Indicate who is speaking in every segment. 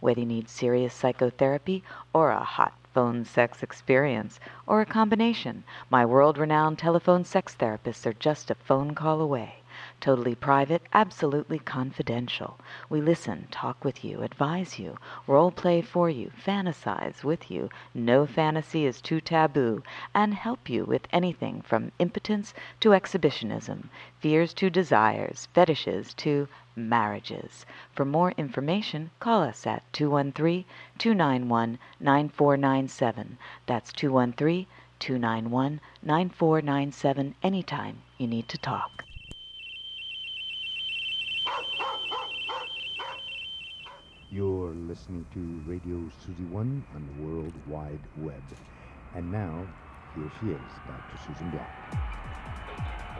Speaker 1: whether you need serious psychotherapy or a hot phone sex experience, or a combination. My world renowned telephone sex therapists are just a phone call away. Totally private, absolutely confidential. We listen, talk with you, advise you, role play for you, fantasize with you. No fantasy is too taboo, and help you with anything from impotence to exhibitionism, fears to desires, fetishes to marriages. For more information, call us at 213 291 9497. That's 213 291 9497 anytime you need to talk.
Speaker 2: You're listening to Radio Susie One on the World Wide Web. And now, here she is, Dr. Susan Block.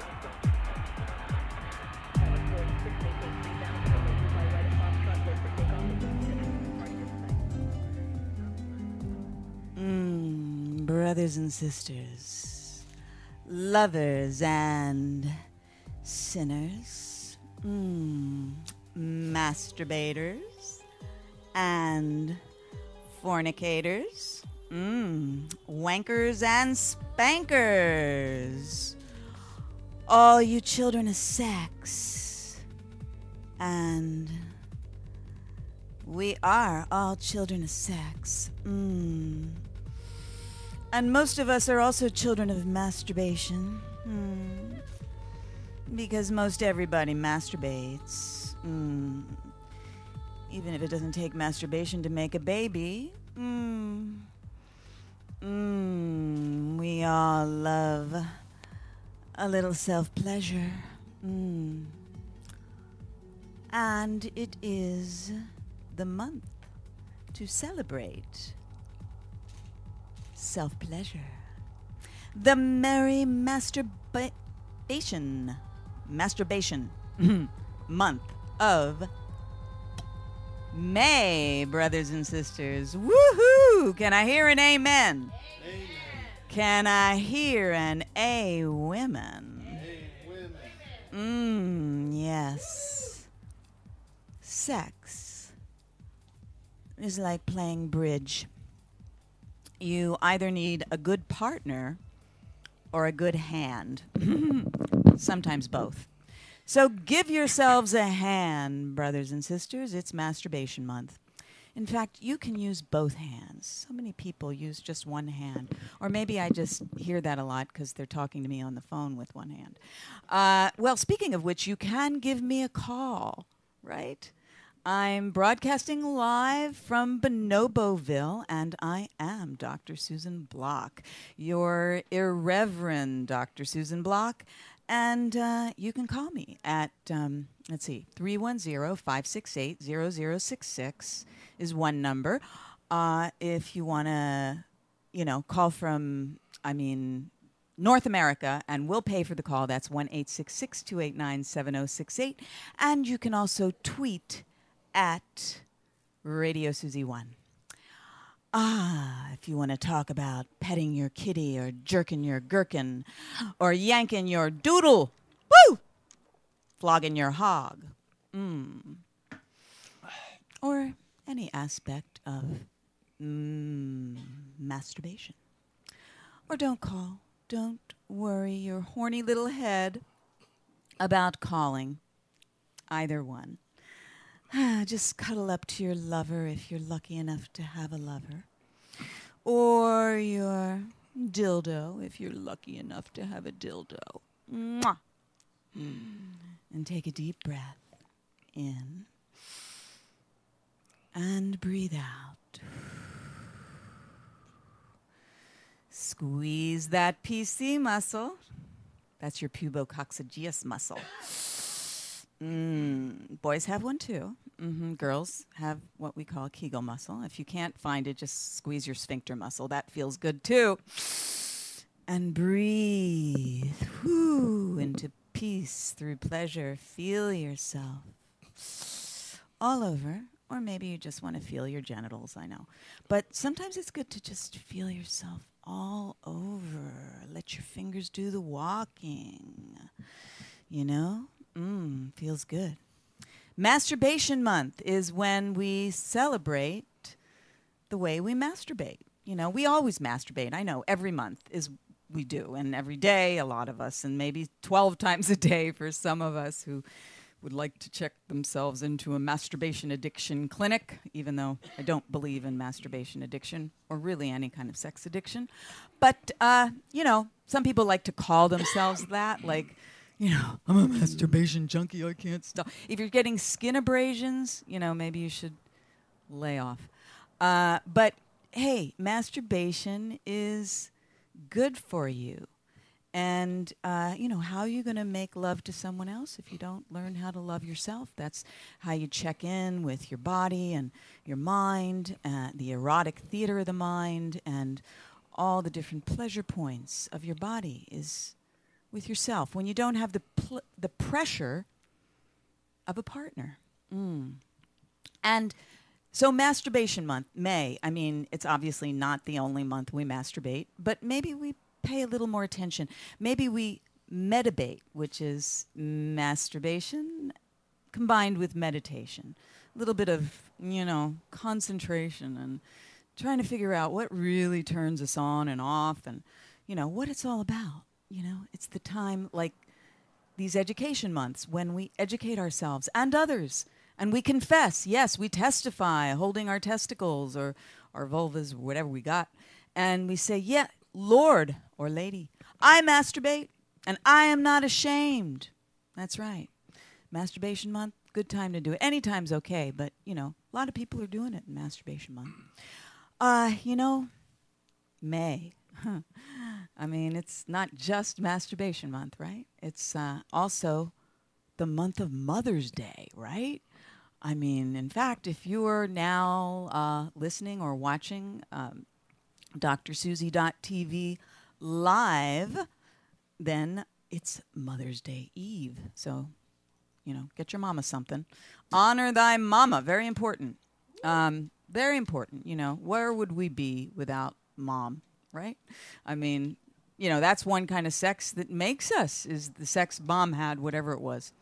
Speaker 3: Mm, brothers and sisters, lovers and sinners, mm, masturbators and fornicators, mm, wankers and spankers, all you children of sex, and we are all children of sex. Mm. And most of us are also children of masturbation. Mm. Because most everybody masturbates. Mm. Even if it doesn't take masturbation to make a baby. Mm. Mm. We all love a little self pleasure. Mm. And it is the month to celebrate self pleasure. The merry masturbation masturbation month of May, brothers and sisters. Woohoo! Can I hear an amen? amen. Can I hear an a women? Mm, yes. Sex is like playing bridge. You either need a good partner or a good hand, sometimes both. So give yourselves a hand, brothers and sisters. It's masturbation month. In fact, you can use both hands. So many people use just one hand. Or maybe I just hear that a lot because they're talking to me on the phone with one hand. Uh, well, speaking of which, you can give me a call, right? I'm broadcasting live from Bonoboville, and I am Dr. Susan Block, your irreverent Dr. Susan Block. And uh, you can call me at, um, let's see, 310 568 0066 is one number. Uh, if you want to, you know, call from, I mean, North America, and we'll pay for the call. That's 1 289 7068. And you can also tweet at Radio Susie One. Ah, if you want to talk about petting your kitty or jerking your gherkin or yanking your doodle, woo, flogging your hog, mm. or any aspect of mm, masturbation. Or don't call. Don't worry your horny little head about calling. Either one. Just cuddle up to your lover if you're lucky enough to have a lover. Or your dildo if you're lucky enough to have a dildo. Mwah. Mm. And take a deep breath in and breathe out. Squeeze that PC muscle. That's your pubococcygeus muscle. Mm, boys have one too. Mm-hmm. Girls have what we call Kegel muscle. If you can't find it, just squeeze your sphincter muscle. That feels good too. And breathe whoo, into peace through pleasure. Feel yourself all over. Or maybe you just want to feel your genitals, I know. But sometimes it's good to just feel yourself all over. Let your fingers do the walking. You know? Mmm, feels good. Masturbation Month is when we celebrate the way we masturbate. You know, we always masturbate. I know every month is we do, and every day, a lot of us, and maybe 12 times a day for some of us who would like to check themselves into a masturbation addiction clinic, even though I don't believe in masturbation addiction or really any kind of sex addiction. But, uh, you know, some people like to call themselves that, like, you know, I'm a masturbation junkie, I can't stop. If you're getting skin abrasions, you know, maybe you should lay off. Uh, but hey, masturbation is good for you. And, uh, you know, how are you going to make love to someone else if you don't learn how to love yourself? That's how you check in with your body and your mind, uh, the erotic theater of the mind, and all the different pleasure points of your body is with yourself when you don't have the, pl- the pressure of a partner. Mm. And so, masturbation month, May. I mean, it's obviously not the only month we masturbate, but maybe we pay a little more attention. Maybe we medibate, which is masturbation combined with meditation. A little bit of, you know, concentration and trying to figure out what really turns us on and off and, you know, what it's all about. You know, it's the time like these education months when we educate ourselves and others and we confess. Yes, we testify, holding our testicles or our vulvas, whatever we got, and we say, "Yeah, Lord or Lady, I masturbate, and I am not ashamed." That's right. Masturbation Month, good time to do it. Any time's okay, but you know, a lot of people are doing it in Masturbation Month. Uh, you know, May. I mean, it's not just Masturbation Month, right? It's uh, also the month of Mother's Day, right? I mean, in fact, if you are now uh, listening or watching um, drsusie.tv live, then it's Mother's Day Eve. So, you know, get your mama something. Honor thy mama. Very important. Um, very important. You know, where would we be without mom, right? I mean, you know, that's one kind of sex that makes us is the sex mom had, whatever it was.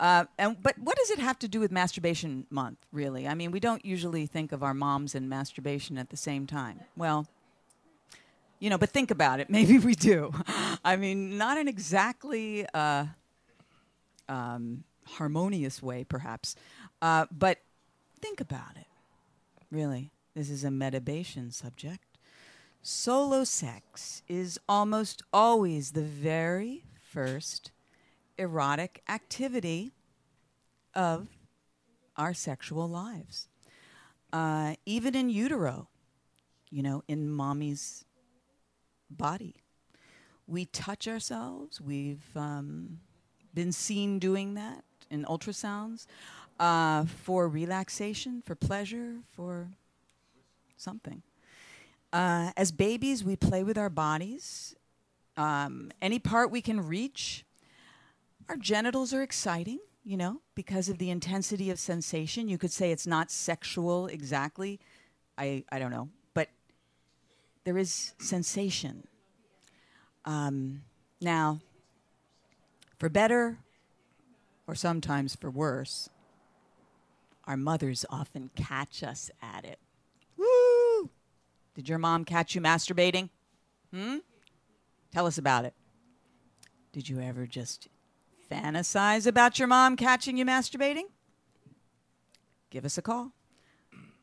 Speaker 3: Uh, and but what does it have to do with masturbation month really i mean we don't usually think of our moms and masturbation at the same time well you know but think about it maybe we do i mean not in exactly uh, um, harmonious way perhaps uh, but think about it really this is a meditation subject solo sex is almost always the very first erotic activity of our sexual lives. Uh, even in utero, you know, in mommy's body, we touch ourselves. We've um, been seen doing that in ultrasounds uh, for relaxation, for pleasure, for something. Uh, as babies, we play with our bodies. Um, any part we can reach, our genitals are exciting, you know, because of the intensity of sensation. You could say it's not sexual exactly. I, I don't know. But there is sensation. Um, now, for better or sometimes for worse, our mothers often catch us at it. Woo! Did your mom catch you masturbating? Hmm? Tell us about it. Did you ever just fantasize about your mom catching you masturbating? Give us a call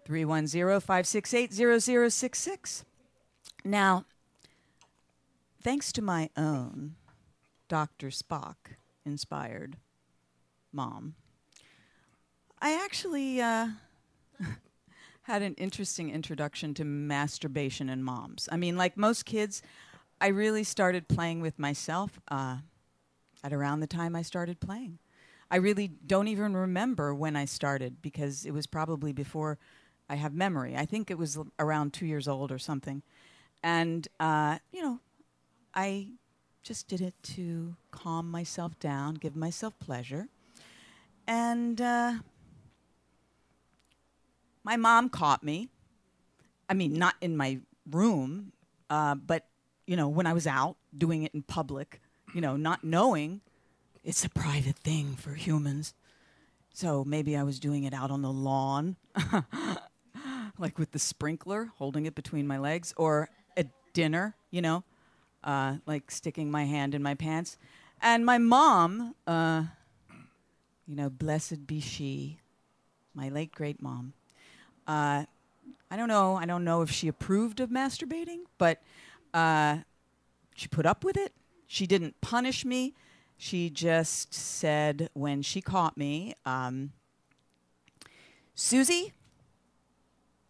Speaker 3: 310 568 0066. Now, thanks to my own Dr. Spock inspired mom, I actually uh, had an interesting introduction to masturbation and moms. I mean, like most kids, I really started playing with myself. Uh, at around the time I started playing. I really don't even remember when I started because it was probably before I have memory. I think it was l- around two years old or something. And, uh, you know, I just did it to calm myself down, give myself pleasure. And uh, my mom caught me. I mean, not in my room, uh, but, you know, when I was out doing it in public, you know, not knowing it's a private thing for humans. So maybe I was doing it out on the lawn, like with the sprinkler, holding it between my legs, or at dinner, you know, uh, like sticking my hand in my pants. And my mom, uh, you know, blessed be she, my late great mom. Uh, I don't know. I don't know if she approved of masturbating, but uh, she put up with it. She didn't punish me. She just said when she caught me, um, Susie,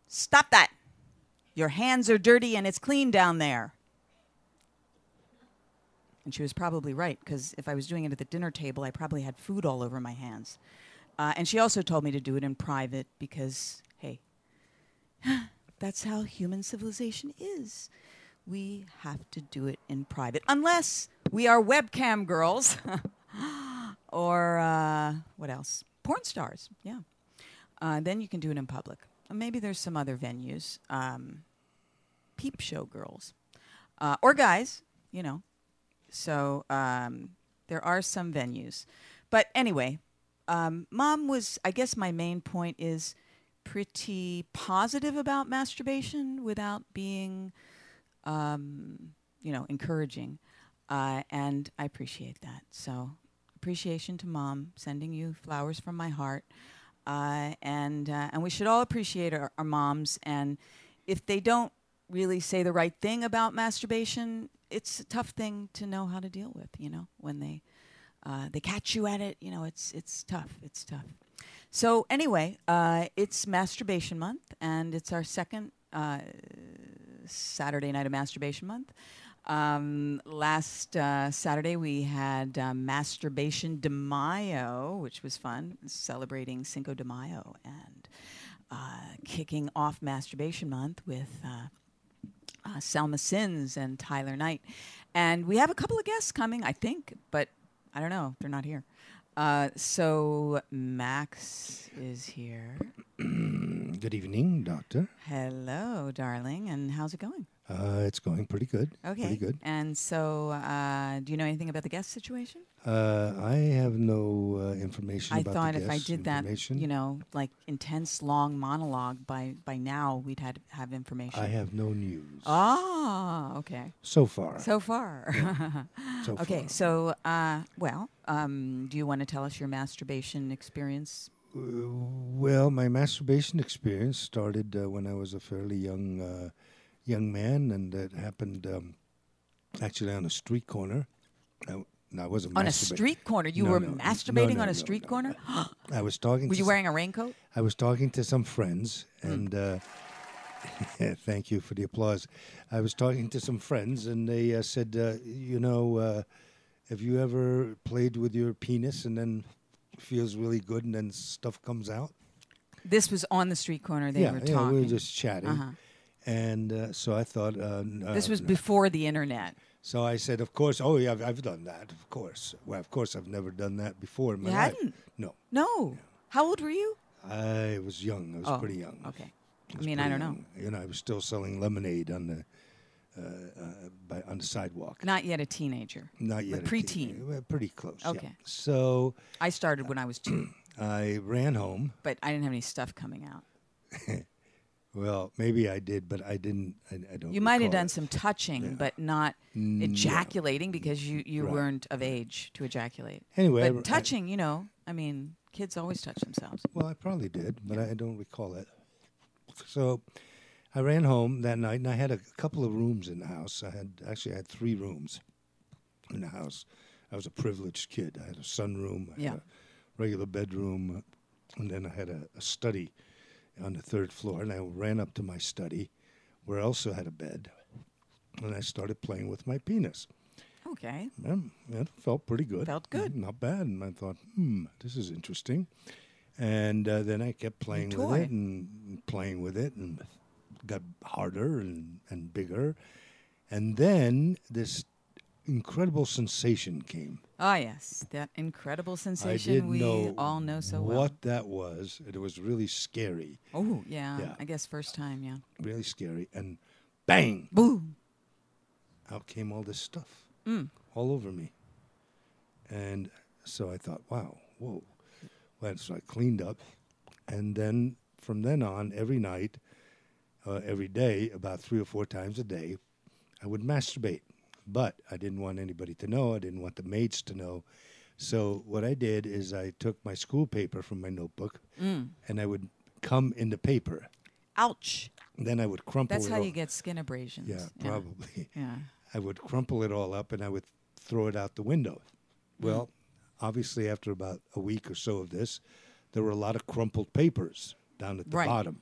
Speaker 3: stop that. Your hands are dirty and it's clean down there. And she was probably right, because if I was doing it at the dinner table, I probably had food all over my hands. Uh, and she also told me to do it in private because, hey, that's how human civilization is. We have to do it in private, unless we are webcam girls or uh, what else? Porn stars, yeah. Uh, then you can do it in public. Uh, Maybe there's some other venues, um, peep show girls uh, or guys, you know. So um, there are some venues. But anyway, um, mom was, I guess my main point is pretty positive about masturbation without being, um, you know, encouraging. Uh, and I appreciate that. So appreciation to mom, sending you flowers from my heart. Uh, and, uh, and we should all appreciate our, our moms. And if they don't really say the right thing about masturbation, it's a tough thing to know how to deal with, you know, when they uh, they catch you at it. You know, it's it's tough. It's tough. So anyway, uh, it's Masturbation Month, and it's our second uh, Saturday night of Masturbation Month. Um, last uh, Saturday we had uh, Masturbation de Mayo, which was fun, celebrating Cinco de Mayo and uh, kicking off Masturbation Month with. Uh, uh, Selma Sins and Tyler Knight. And we have a couple of guests coming, I think, but I don't know. They're not here. Uh, so Max is here.
Speaker 2: Good evening, Doctor.
Speaker 3: Hello, darling. And how's it going?
Speaker 2: Uh, it's going pretty good.
Speaker 3: Okay.
Speaker 2: Pretty good.
Speaker 3: And so, uh, do you know anything about the guest situation?
Speaker 2: Uh, I have no uh, information
Speaker 3: I
Speaker 2: about
Speaker 3: thought
Speaker 2: the
Speaker 3: if I
Speaker 2: guests'
Speaker 3: did that,
Speaker 2: information.
Speaker 3: you know, like intense long monologue, by by now we'd had have information.
Speaker 2: I have no news
Speaker 3: Ah, okay.
Speaker 2: so far.
Speaker 3: So far.
Speaker 2: so
Speaker 3: okay,
Speaker 2: far.
Speaker 3: so uh, well, um, do you want to tell us your masturbation experience?
Speaker 2: Well, my masturbation experience started uh, when I was a fairly young uh, young man, and it happened um, actually on a street corner. I, no, I wasn't
Speaker 3: On a
Speaker 2: masturba-
Speaker 3: street corner, you
Speaker 2: No,
Speaker 3: were
Speaker 2: no, no,
Speaker 3: masturbating
Speaker 2: no,
Speaker 3: on
Speaker 2: no,
Speaker 3: a street
Speaker 2: no.
Speaker 3: corner.
Speaker 2: I was talking.
Speaker 3: were
Speaker 2: to
Speaker 3: you
Speaker 2: s-
Speaker 3: wearing Hmm. a raincoat?
Speaker 2: I was talking to some friends, and uh, thank you for the applause. I was talking to some friends, and they uh, said, uh, "You know, uh, have you ever played with your penis and then feels really good, and then stuff comes out?"
Speaker 3: This was on the street corner. They
Speaker 2: yeah,
Speaker 3: were
Speaker 2: yeah,
Speaker 3: talking. Uh-huh.
Speaker 2: we were just chatting, and uh, so I thought uh, n-
Speaker 3: this
Speaker 2: uh,
Speaker 3: was
Speaker 2: n-
Speaker 3: before the internet.
Speaker 2: So I said, "Of course, oh yeah, I've, I've done that. Of course, well, of course, I've never done that before in my
Speaker 3: You
Speaker 2: life.
Speaker 3: hadn't?
Speaker 2: No,
Speaker 3: No. How old were you?
Speaker 2: I was young. I was
Speaker 3: Oh,
Speaker 2: pretty young.
Speaker 3: Okay. I
Speaker 2: was
Speaker 3: mean, I
Speaker 2: pretty
Speaker 3: don't know.
Speaker 2: young. You know, I was still selling lemonade on the uh, uh, by, on the sidewalk.
Speaker 3: Not yet a teenager.
Speaker 2: Not yet.
Speaker 3: Like
Speaker 2: a
Speaker 3: preteen.
Speaker 2: teen- well, Pretty close. yeah.
Speaker 3: Okay.
Speaker 2: So
Speaker 3: I started when I was two,
Speaker 2: I ran home.
Speaker 3: but I didn't have any stuff coming out.
Speaker 2: Well, maybe I did, but I didn't. I, I don't.
Speaker 3: You might have
Speaker 2: recall
Speaker 3: done
Speaker 2: it.
Speaker 3: some touching, but not ejaculating because you, you weren't of age to ejaculate.
Speaker 2: Anyway, I
Speaker 3: but
Speaker 2: re- I-
Speaker 3: touching, you know, I mean, kids always touch themselves.
Speaker 2: Well, I probably did, but I, I don't recall it. So I ran home that night, and I had a couple of rooms in the house. I had actually I had three rooms in the house. I was a privileged kid. I had a sunroom, I
Speaker 3: Yeah.
Speaker 2: had a regular bedroom, and then I had a, a study on the third floor. And I ran up to my study, where I also had a bed, and I started playing with my penis.
Speaker 3: Okay.
Speaker 2: Yeah, it felt pretty good.
Speaker 3: Felt good.
Speaker 2: Mm, Not bad. And I thought, hmm, this is interesting. And uh, then I kept playing with
Speaker 3: toy.
Speaker 2: it and and playing with it and got harder and, and bigger. And then this incredible sensation came.
Speaker 3: Ah, yes, that incredible sensation
Speaker 2: I didn't
Speaker 3: we
Speaker 2: know
Speaker 3: all know so
Speaker 2: what
Speaker 3: well.
Speaker 2: that was. and It was really scary,
Speaker 3: Oh, yeah,
Speaker 2: Yeah.
Speaker 3: I guess first time, yeah.
Speaker 2: really scary. And bang,
Speaker 3: Boom.
Speaker 2: out came all this stuff
Speaker 3: Mm.
Speaker 2: all over me. And so I thought, wow, whoa. Well, so I cleaned up. And then from then on, every night, uh, every day, about three or four times a day, I would masturbate. But I didn't want anybody to know. I didn't want the maids to know. So what I did is I took my school paper from my notebook
Speaker 3: Mm.
Speaker 2: and I would come in the paper.
Speaker 3: Ouch.
Speaker 2: Then I would crumple
Speaker 3: That's
Speaker 2: it
Speaker 3: how
Speaker 2: all-
Speaker 3: you get skin abrasions.
Speaker 2: oh. Yeah, probably.
Speaker 3: Yeah.
Speaker 2: I would crumple it all up and I would throw it out the window.
Speaker 3: Mm-hmm.
Speaker 2: Well, obviously, after about a week or so of this, there were a lot of crumpled papers down at the
Speaker 3: Right.
Speaker 2: bottom.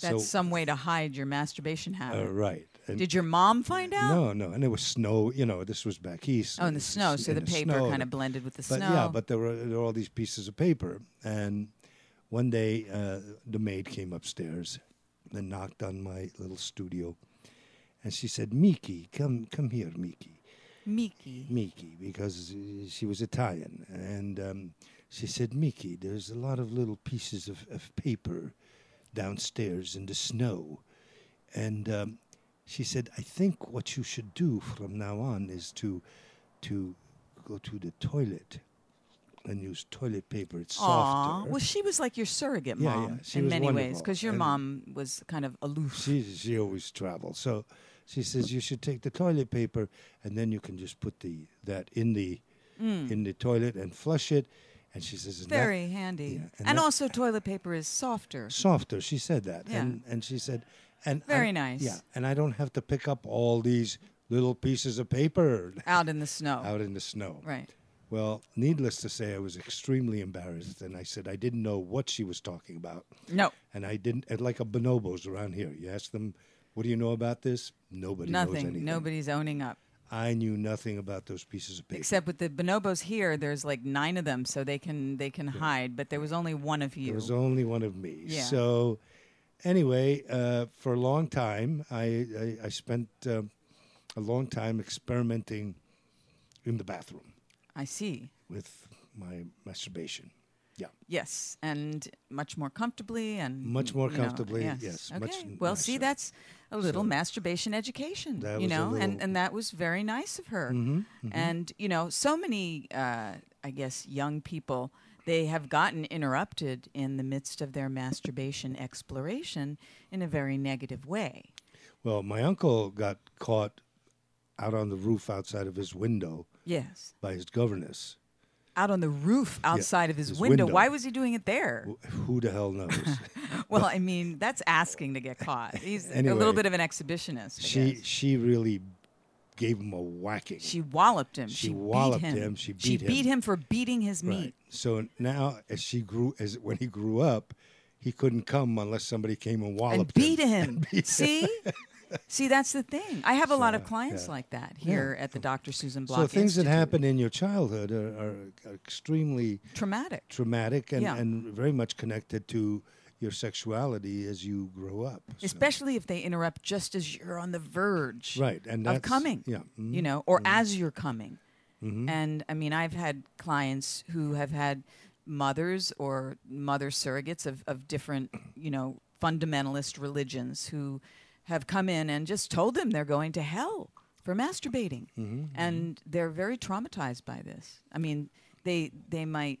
Speaker 3: That's
Speaker 2: so,
Speaker 3: some way to hide your masturbation
Speaker 2: uh,
Speaker 3: habit.
Speaker 2: right. And
Speaker 3: Did your mom find out?
Speaker 2: no, no, and there was snow. You know, this was back east.
Speaker 3: Oh, in the
Speaker 2: This is
Speaker 3: snow, so
Speaker 2: in
Speaker 3: the paper
Speaker 2: snow,
Speaker 3: kind
Speaker 2: the-
Speaker 3: of blended with the
Speaker 2: but
Speaker 3: snow.
Speaker 2: yeah, but there were, there were all these pieces of paper. And one day, uh, the maid came upstairs and knocked on my little studio, and she said, "Miki, come, come here, Miki."
Speaker 3: Miki.
Speaker 2: Miki because uh, she was Italian, and um, she said, "Miki, there's a lot of little pieces of, of paper downstairs in the snow," and um, she said, "I think what you should do from now on is to to go to the toilet and use toilet paper. It's
Speaker 3: Aw,
Speaker 2: softer."
Speaker 3: well, she was like your surrogate
Speaker 2: Yeah, yeah,
Speaker 3: mom
Speaker 2: she
Speaker 3: in
Speaker 2: was
Speaker 3: many ways
Speaker 2: wonderful,
Speaker 3: because your
Speaker 2: and-
Speaker 3: mom was kind of aloof.
Speaker 2: she she always travels. So she says you should take the toilet paper and then you can just put the that in the in the toilet and flush it. And she says "And that-
Speaker 3: Mm. Very handy.
Speaker 2: yeah,
Speaker 3: and
Speaker 2: and that-
Speaker 3: also, toilet paper is softer.
Speaker 2: softer. She said that.
Speaker 3: Yeah.
Speaker 2: And and she said and I-
Speaker 3: Very nice.
Speaker 2: Yeah. And I don't have to pick up all these little pieces of paper
Speaker 3: out in the snow.
Speaker 2: out in the snow.
Speaker 3: Right.
Speaker 2: Well, needless to say, I was extremely embarrassed, and I said I didn't know what she was talking about.
Speaker 3: No.
Speaker 2: and I didn't. And like a bonobos around here, you ask them, "What do you know about this?" Nobody knows
Speaker 3: Nothing.
Speaker 2: anything.
Speaker 3: Nobody's owning up.
Speaker 2: I knew nothing about those pieces of paper.
Speaker 3: Except with the bonobos here, there's like nine of them, so they can they can hide. But there was only one of you.
Speaker 2: there was only one of me.
Speaker 3: Yeah.
Speaker 2: So, anyway, uh, for a long time, I I, I spent um, a long time experimenting in the bathroom
Speaker 3: I see.
Speaker 2: with my masturbation. Yeah,
Speaker 3: Yes, and much more comfortably and
Speaker 2: Much more
Speaker 3: you know,
Speaker 2: comfortably,
Speaker 3: yes.
Speaker 2: yes,
Speaker 3: Okay.
Speaker 2: much
Speaker 3: well, see,
Speaker 2: nicer.
Speaker 3: that's a little masturbation education.
Speaker 2: That
Speaker 3: you
Speaker 2: was a
Speaker 3: know, and
Speaker 2: little- Mm-hmm,
Speaker 3: and that was very nice of her. And you know, so many, uh, I guess, young people they have gotten interrupted in the midst of their masturbation exploration in a very negative way.
Speaker 2: Well, my uncle got caught out on the roof outside of his window
Speaker 3: Yes.
Speaker 2: by his governess.
Speaker 3: Out on the roof outside of his,
Speaker 2: his
Speaker 3: window.
Speaker 2: window.
Speaker 3: Why was he doing it there?
Speaker 2: Who the hell knows?
Speaker 3: Well, I mean, that's asking to get caught. He's a little
Speaker 2: Anyway,
Speaker 3: bit of an exhibitionist. I
Speaker 2: she
Speaker 3: guess.
Speaker 2: she really gave him a whacking.
Speaker 3: She walloped him.
Speaker 2: She
Speaker 3: beat
Speaker 2: walloped
Speaker 3: him.
Speaker 2: him. She beat him.
Speaker 3: for beating his meat.
Speaker 2: right. So now, as she grew, as when he grew up, he couldn't come unless somebody came and
Speaker 3: And
Speaker 2: walloped
Speaker 3: beat
Speaker 2: him.
Speaker 3: him. See? See, that's the thing. I have a lot of clients
Speaker 2: yeah.
Speaker 3: like that here at the Dr. Susan Block.
Speaker 2: So things that
Speaker 3: Institute.
Speaker 2: happen in your childhood are, are extremely
Speaker 3: Traumatic.
Speaker 2: traumatic and,
Speaker 3: Yeah.
Speaker 2: and very much connected to your sexuality as you grow up. So-
Speaker 3: Especially if they interrupt just as you're on the verge
Speaker 2: Right, and
Speaker 3: of
Speaker 2: that's-
Speaker 3: coming. Uh,
Speaker 2: yeah, mhm,
Speaker 3: You know, or as you're coming. And I mean, I've had clients who have had mothers or mother surrogates of, of different, you know, fundamentalist religions who have come in and just told them they're going to hell for masturbating. And they're very traumatized by this. I mean, they they might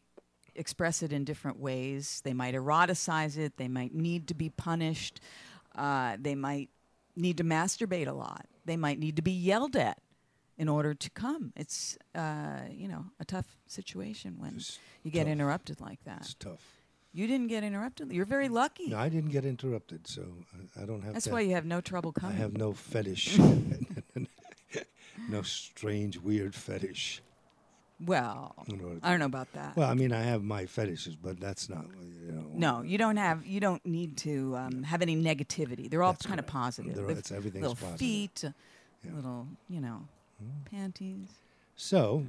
Speaker 3: express it in different ways. They might eroticize it. They might need to be punished. Uh, they might need to masturbate a lot. They might need to be yelled at in order to come. It's uh, you know a tough situation when you get interrupted like that.
Speaker 2: it's tough.
Speaker 3: You didn't get interrupted. You're very lucky.
Speaker 2: No, I didn't get interrupted, so I, I don't have.
Speaker 3: That's
Speaker 2: that.
Speaker 3: why you have no trouble
Speaker 2: I
Speaker 3: coming.
Speaker 2: have no fetish. no strange, weird fetish.
Speaker 3: well,
Speaker 2: know,
Speaker 3: I don't know about that.
Speaker 2: Well, I mean, I have my fetishes, but that's not, you know.
Speaker 3: no, you don't have. You don't need to um, have any negativity. They're all
Speaker 2: That's
Speaker 3: kind of
Speaker 2: correct.
Speaker 3: positive.
Speaker 2: They're all-
Speaker 3: They've
Speaker 2: it's- everything's
Speaker 3: little
Speaker 2: positive. Hmm.
Speaker 3: feet, uh, little you know, panties.
Speaker 2: So,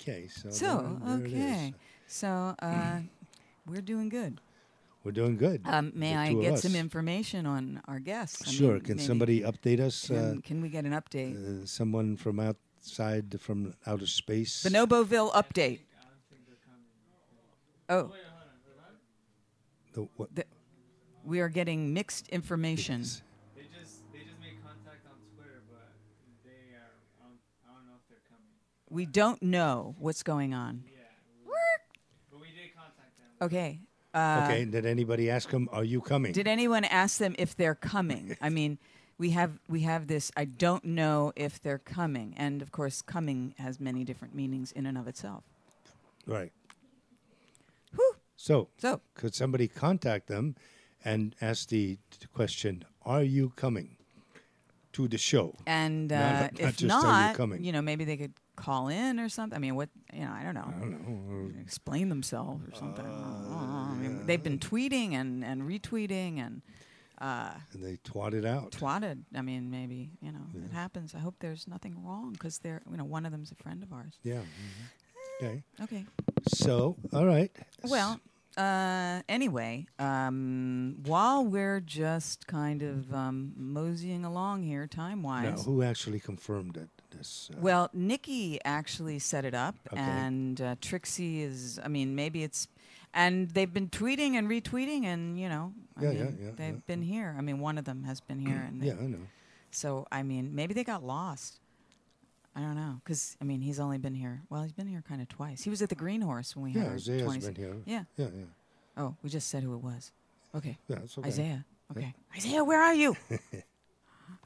Speaker 2: okay. So,
Speaker 3: So
Speaker 2: there- there it is.
Speaker 3: okay, so uh, we're doing good.
Speaker 2: We're doing good.
Speaker 3: Um, may
Speaker 2: the
Speaker 3: I
Speaker 2: two of
Speaker 3: get some
Speaker 2: us.
Speaker 3: information on our guests? I
Speaker 2: Sure.
Speaker 3: mean,
Speaker 2: Can
Speaker 3: maybe
Speaker 2: somebody update us?
Speaker 3: Can,
Speaker 2: Uh,
Speaker 3: can we get an update?
Speaker 2: uh, someone from out side from outer space.
Speaker 3: Bonoboville update. Oh,
Speaker 2: The what?
Speaker 3: the, we are getting mixed information.
Speaker 2: Yes.
Speaker 4: They just they just made contact on Twitter, but they are I don't, I don't know if they're coming.
Speaker 3: We don't know what's going on.
Speaker 4: But we did contact them.
Speaker 3: Okay. Uh,
Speaker 2: okay. Did anybody ask him? Are you coming?
Speaker 3: Did anyone ask them if they're coming? I mean, we have we have this. I don't know if they're coming, and of course, coming has many different meanings in and of itself.
Speaker 2: right.
Speaker 3: Whew.
Speaker 2: So
Speaker 3: So
Speaker 2: could somebody contact them and ask the t- question, "Are you coming to the show?"
Speaker 3: and uh,
Speaker 2: Not- not
Speaker 3: if
Speaker 2: just are you
Speaker 3: not,
Speaker 2: coming.
Speaker 3: you know, maybe they could call in or something. I mean, what you know, I don't know. Explain themselves or something. I don't know. I mean, they've been tweeting and and retweeting and uh,
Speaker 2: And they twatted out.
Speaker 3: twatted. I mean, maybe you know, it happens. I hope there's nothing wrong because they're you know, one of them's a friend of ours.
Speaker 2: yeah. mhm. Okay.
Speaker 3: Okay.
Speaker 2: So, all right.
Speaker 3: Well, uh, anyway, um, while we're just kind of um, moseying along here, time
Speaker 2: Now,
Speaker 3: wise.
Speaker 2: who actually confirmed it? This. Uh,
Speaker 3: Well, Nikki actually set it up,
Speaker 2: Okay.
Speaker 3: and uh, Trixie is. I mean, maybe it's. And they've been tweeting and retweeting, and you know, I
Speaker 2: Yeah,
Speaker 3: mean,
Speaker 2: yeah, yeah,
Speaker 3: they've
Speaker 2: yeah.
Speaker 3: been here. I mean, one of them has been here, and they-
Speaker 2: yeah, I know.
Speaker 3: so I mean, maybe they got lost. I don't know, because I mean, he's only been here. Well, he's been here kind of twice. He was at the Green Horse when we
Speaker 2: Yeah,
Speaker 3: had our
Speaker 2: Isaiah's
Speaker 3: 20s
Speaker 2: been here.
Speaker 3: Yeah.
Speaker 2: Yeah, yeah.
Speaker 3: Oh, we just said who it was. Okay.
Speaker 2: Yeah, it's okay.
Speaker 3: Isaiah. Okay. Isaiah, where are you?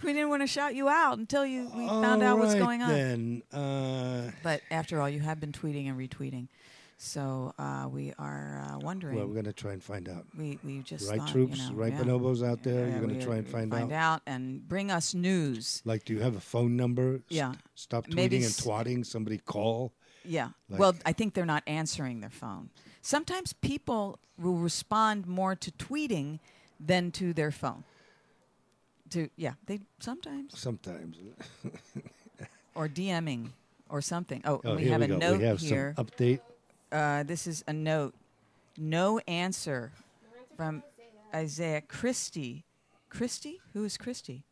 Speaker 3: we didn't want to shout you out until you we found out what's
Speaker 2: Alright
Speaker 3: going on.
Speaker 2: Then, uh,
Speaker 3: But after all, you have been tweeting and retweeting. So uh, we are uh, wondering.
Speaker 2: well, we're gonna try and find out.
Speaker 3: we, we just
Speaker 2: Right
Speaker 3: thought,
Speaker 2: troops,
Speaker 3: you know,
Speaker 2: right
Speaker 3: yeah.
Speaker 2: bonobos out there.
Speaker 3: Yeah,
Speaker 2: You're gonna
Speaker 3: we-
Speaker 2: try and
Speaker 3: we
Speaker 2: find,
Speaker 3: find
Speaker 2: out.
Speaker 3: out and bring us news.
Speaker 2: Like, do you have a phone number? St-
Speaker 3: Yeah.
Speaker 2: Stop tweeting
Speaker 3: Maybe
Speaker 2: and
Speaker 3: s-
Speaker 2: twatting. Somebody call.
Speaker 3: Yeah.
Speaker 2: Like-
Speaker 3: well, I think they're not answering their phone. Sometimes people will respond more to tweeting than to their phone. To yeah, they sometimes
Speaker 2: Sometimes.
Speaker 3: or DMing or something. Oh,
Speaker 2: Oh,
Speaker 3: and we
Speaker 2: here
Speaker 3: have
Speaker 2: we
Speaker 3: a
Speaker 2: go.
Speaker 3: note
Speaker 2: we have
Speaker 3: here.
Speaker 2: some update.
Speaker 3: uh, this is a note. No answer from Isaiah Christie. Christie? Who is Christie?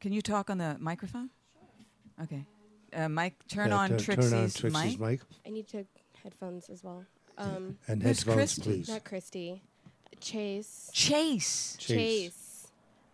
Speaker 3: Can you talk on the microphone? Okay. Uh, Mike, turn,
Speaker 2: Uh,
Speaker 3: on
Speaker 2: tu-
Speaker 3: Trixie's
Speaker 2: turn on Trixie's mic,
Speaker 3: mic.
Speaker 5: I need to headphones as well. Um,
Speaker 2: and
Speaker 3: Who's
Speaker 2: headphones,
Speaker 3: Christy?
Speaker 2: please.
Speaker 5: not Christy. Chase.
Speaker 3: Chase.
Speaker 2: Chase.
Speaker 5: Chase.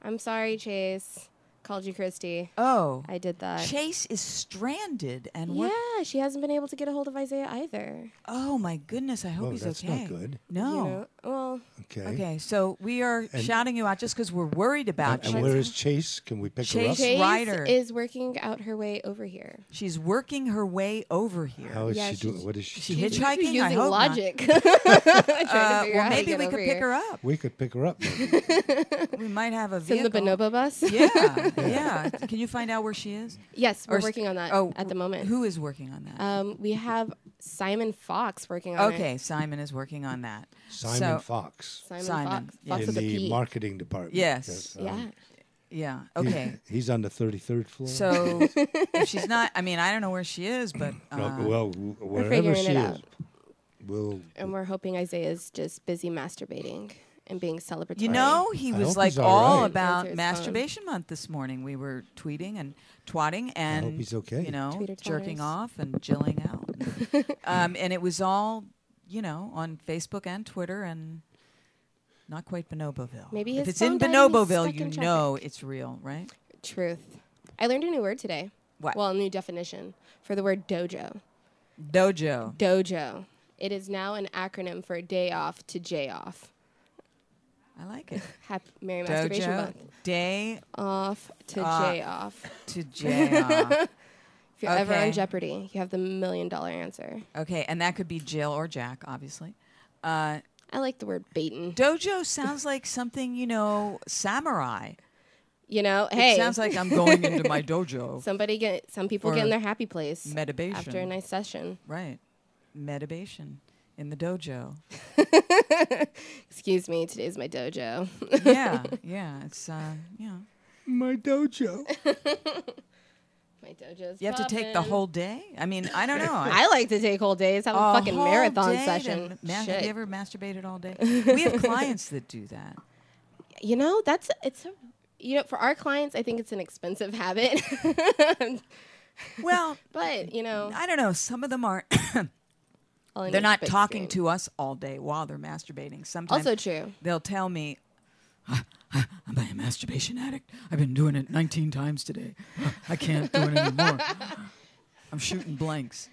Speaker 5: I'm sorry, Chase. Called you Christy.
Speaker 3: Oh.
Speaker 5: I did that.
Speaker 3: Chase is stranded and what?
Speaker 5: Yeah, she hasn't been able to get a hold of Isaiah either.
Speaker 3: Oh my goodness! I hope
Speaker 2: Oh,
Speaker 3: he's
Speaker 2: that's not
Speaker 3: okay.
Speaker 2: good.
Speaker 5: You
Speaker 3: No.
Speaker 5: know? Well,
Speaker 2: Okay.
Speaker 3: Okay, so we are shouting you out just because we're worried about
Speaker 2: And,
Speaker 3: you.
Speaker 2: and where is Chase? Can we pick
Speaker 3: Chase-
Speaker 2: her up?
Speaker 5: Chase
Speaker 3: Ryder.
Speaker 5: is working out her way over here.
Speaker 3: She's working her way over here.
Speaker 2: How is
Speaker 5: Yeah,
Speaker 2: she
Speaker 5: she-
Speaker 2: doing? What is she?
Speaker 3: she
Speaker 2: doing?
Speaker 3: hitchhiked? Hitchhiking? I
Speaker 5: Using
Speaker 3: hope not.
Speaker 5: logic. Trying to
Speaker 3: Uh,
Speaker 5: figure
Speaker 3: well,
Speaker 5: out how to
Speaker 3: maybe
Speaker 5: get
Speaker 3: we could
Speaker 5: over
Speaker 3: pick
Speaker 5: here.
Speaker 3: her up.
Speaker 2: We could pick her up. maybe.
Speaker 3: We might have a
Speaker 5: It's in
Speaker 3: vehicle.
Speaker 5: the bonobo bus.
Speaker 3: Yeah, yeah. Can you find out where she is?
Speaker 5: yes, we're
Speaker 3: Or s- oh,
Speaker 5: working on that at the moment.
Speaker 3: Who is working on that?
Speaker 5: Um, we have Simon Fox working on it.
Speaker 3: okay, Simon is working on that.
Speaker 2: Simon
Speaker 3: so,
Speaker 2: Fox
Speaker 5: Simon,
Speaker 3: Simon,
Speaker 5: Fox.
Speaker 3: yeah.
Speaker 5: Fox
Speaker 2: in
Speaker 5: with a
Speaker 2: the
Speaker 5: P.
Speaker 2: marketing department.
Speaker 3: E. Yes.
Speaker 2: um,
Speaker 5: yeah.
Speaker 3: Yeah.
Speaker 2: he's-
Speaker 3: Okay.
Speaker 2: He's on the 33rd floor.
Speaker 3: So if she's not, I mean, I don't know where she is, but
Speaker 2: No,
Speaker 3: uh,
Speaker 2: well, w- wherever
Speaker 5: figuring
Speaker 2: she
Speaker 5: it
Speaker 2: is,
Speaker 5: out.
Speaker 2: we'll.
Speaker 5: And we're hoping Isaiah's just busy masturbating and being celebratory.
Speaker 3: you know, he
Speaker 2: I
Speaker 3: was
Speaker 2: hope
Speaker 3: like
Speaker 2: he's
Speaker 3: all,
Speaker 2: all right.
Speaker 5: Answer
Speaker 3: about
Speaker 5: his
Speaker 3: masturbation month this morning. We were tweeting and twatting and
Speaker 2: he's okay.
Speaker 3: you know,
Speaker 5: Tweeter
Speaker 3: jerking
Speaker 5: twatters.
Speaker 3: off and jilling out. um, and it was all, you know, on Facebook and Twitter and not quite Bonoboville.
Speaker 5: Maybe
Speaker 3: if
Speaker 5: his
Speaker 3: it's
Speaker 5: phone
Speaker 3: in
Speaker 5: died and he's
Speaker 3: Bonoboville,
Speaker 5: stuck
Speaker 3: you
Speaker 5: in
Speaker 3: know it's real, right?
Speaker 5: Truth. I learned a new word today.
Speaker 3: What?
Speaker 5: Well, a new definition for the word dojo.
Speaker 3: Dojo.
Speaker 5: Dojo. It is now an acronym for day off to J off.
Speaker 3: I like it.
Speaker 5: Happy Merry Masturbation
Speaker 3: Dojo.
Speaker 5: Month.
Speaker 3: Day
Speaker 5: Off to
Speaker 3: Uh,
Speaker 5: J off.
Speaker 3: to jail.
Speaker 5: If you're ever
Speaker 3: okay.
Speaker 5: on Jeopardy, you have the million dollar answer.
Speaker 3: okay, and that could be jail or Jack, obviously. Uh,
Speaker 5: I like the word baitin.
Speaker 3: dojo sounds like something, you know, samurai.
Speaker 5: You know, hey,
Speaker 3: It sounds like I'm going into my dojo.
Speaker 5: somebody get some people get
Speaker 3: Or
Speaker 5: in their happy place after a
Speaker 3: Meditation.
Speaker 5: nice session.
Speaker 3: Right. Meditation in the dojo.
Speaker 5: Excuse me, today's my dojo.
Speaker 3: yeah, yeah. It's uh, yeah.
Speaker 2: My dojo.
Speaker 5: my dojo's.
Speaker 3: You have to take the
Speaker 5: poppin'.
Speaker 3: whole day. I mean, I don't know. I-
Speaker 5: I like to take whole days. Have a,
Speaker 3: a
Speaker 5: fucking
Speaker 3: whole
Speaker 5: marathon
Speaker 3: day to
Speaker 5: session.
Speaker 3: ma- Have
Speaker 5: Shit.
Speaker 3: you ever masturbated all day? we have clients that do that.
Speaker 5: You know, that's it's a, you know for our clients, I think it's an expensive habit.
Speaker 3: Well,
Speaker 5: But you know,
Speaker 3: I don't know. Some of them aren't.
Speaker 5: all in
Speaker 3: they're
Speaker 5: each
Speaker 3: not
Speaker 5: big
Speaker 3: talking
Speaker 5: screen.
Speaker 3: to us all day while they're masturbating. Sometimes
Speaker 5: Also true.
Speaker 3: they'll tell me,
Speaker 1: I'm a masturbation addict. I've been doing it 19 times today. I can't do it anymore. I'm shooting blanks.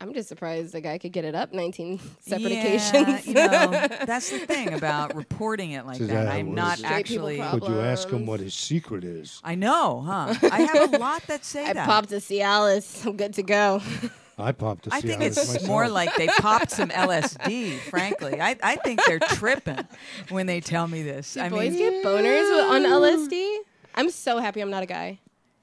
Speaker 5: I'm just surprised the guy could get it up 19 separate
Speaker 3: yeah,
Speaker 5: occasions.
Speaker 3: you know, that's the thing about reporting it like
Speaker 2: Is
Speaker 3: that.
Speaker 2: that how it
Speaker 3: I'm not
Speaker 2: is?
Speaker 5: Straight people
Speaker 3: actually.
Speaker 5: problem.
Speaker 2: Could you ask him
Speaker 5: Problems.
Speaker 2: what his secret is?
Speaker 3: I know, huh? I have a lot that say
Speaker 5: I
Speaker 3: that.
Speaker 5: popped a Cialis. I'm good to go.
Speaker 2: I popped a
Speaker 3: I think
Speaker 2: Cialis
Speaker 3: it's
Speaker 2: myself.
Speaker 3: more like they popped some LSD. Frankly, I, I think they're tripping when they tell me this. I
Speaker 5: Boys
Speaker 3: mean,
Speaker 5: get boners with- on LSD. I'm so happy I'm not a guy.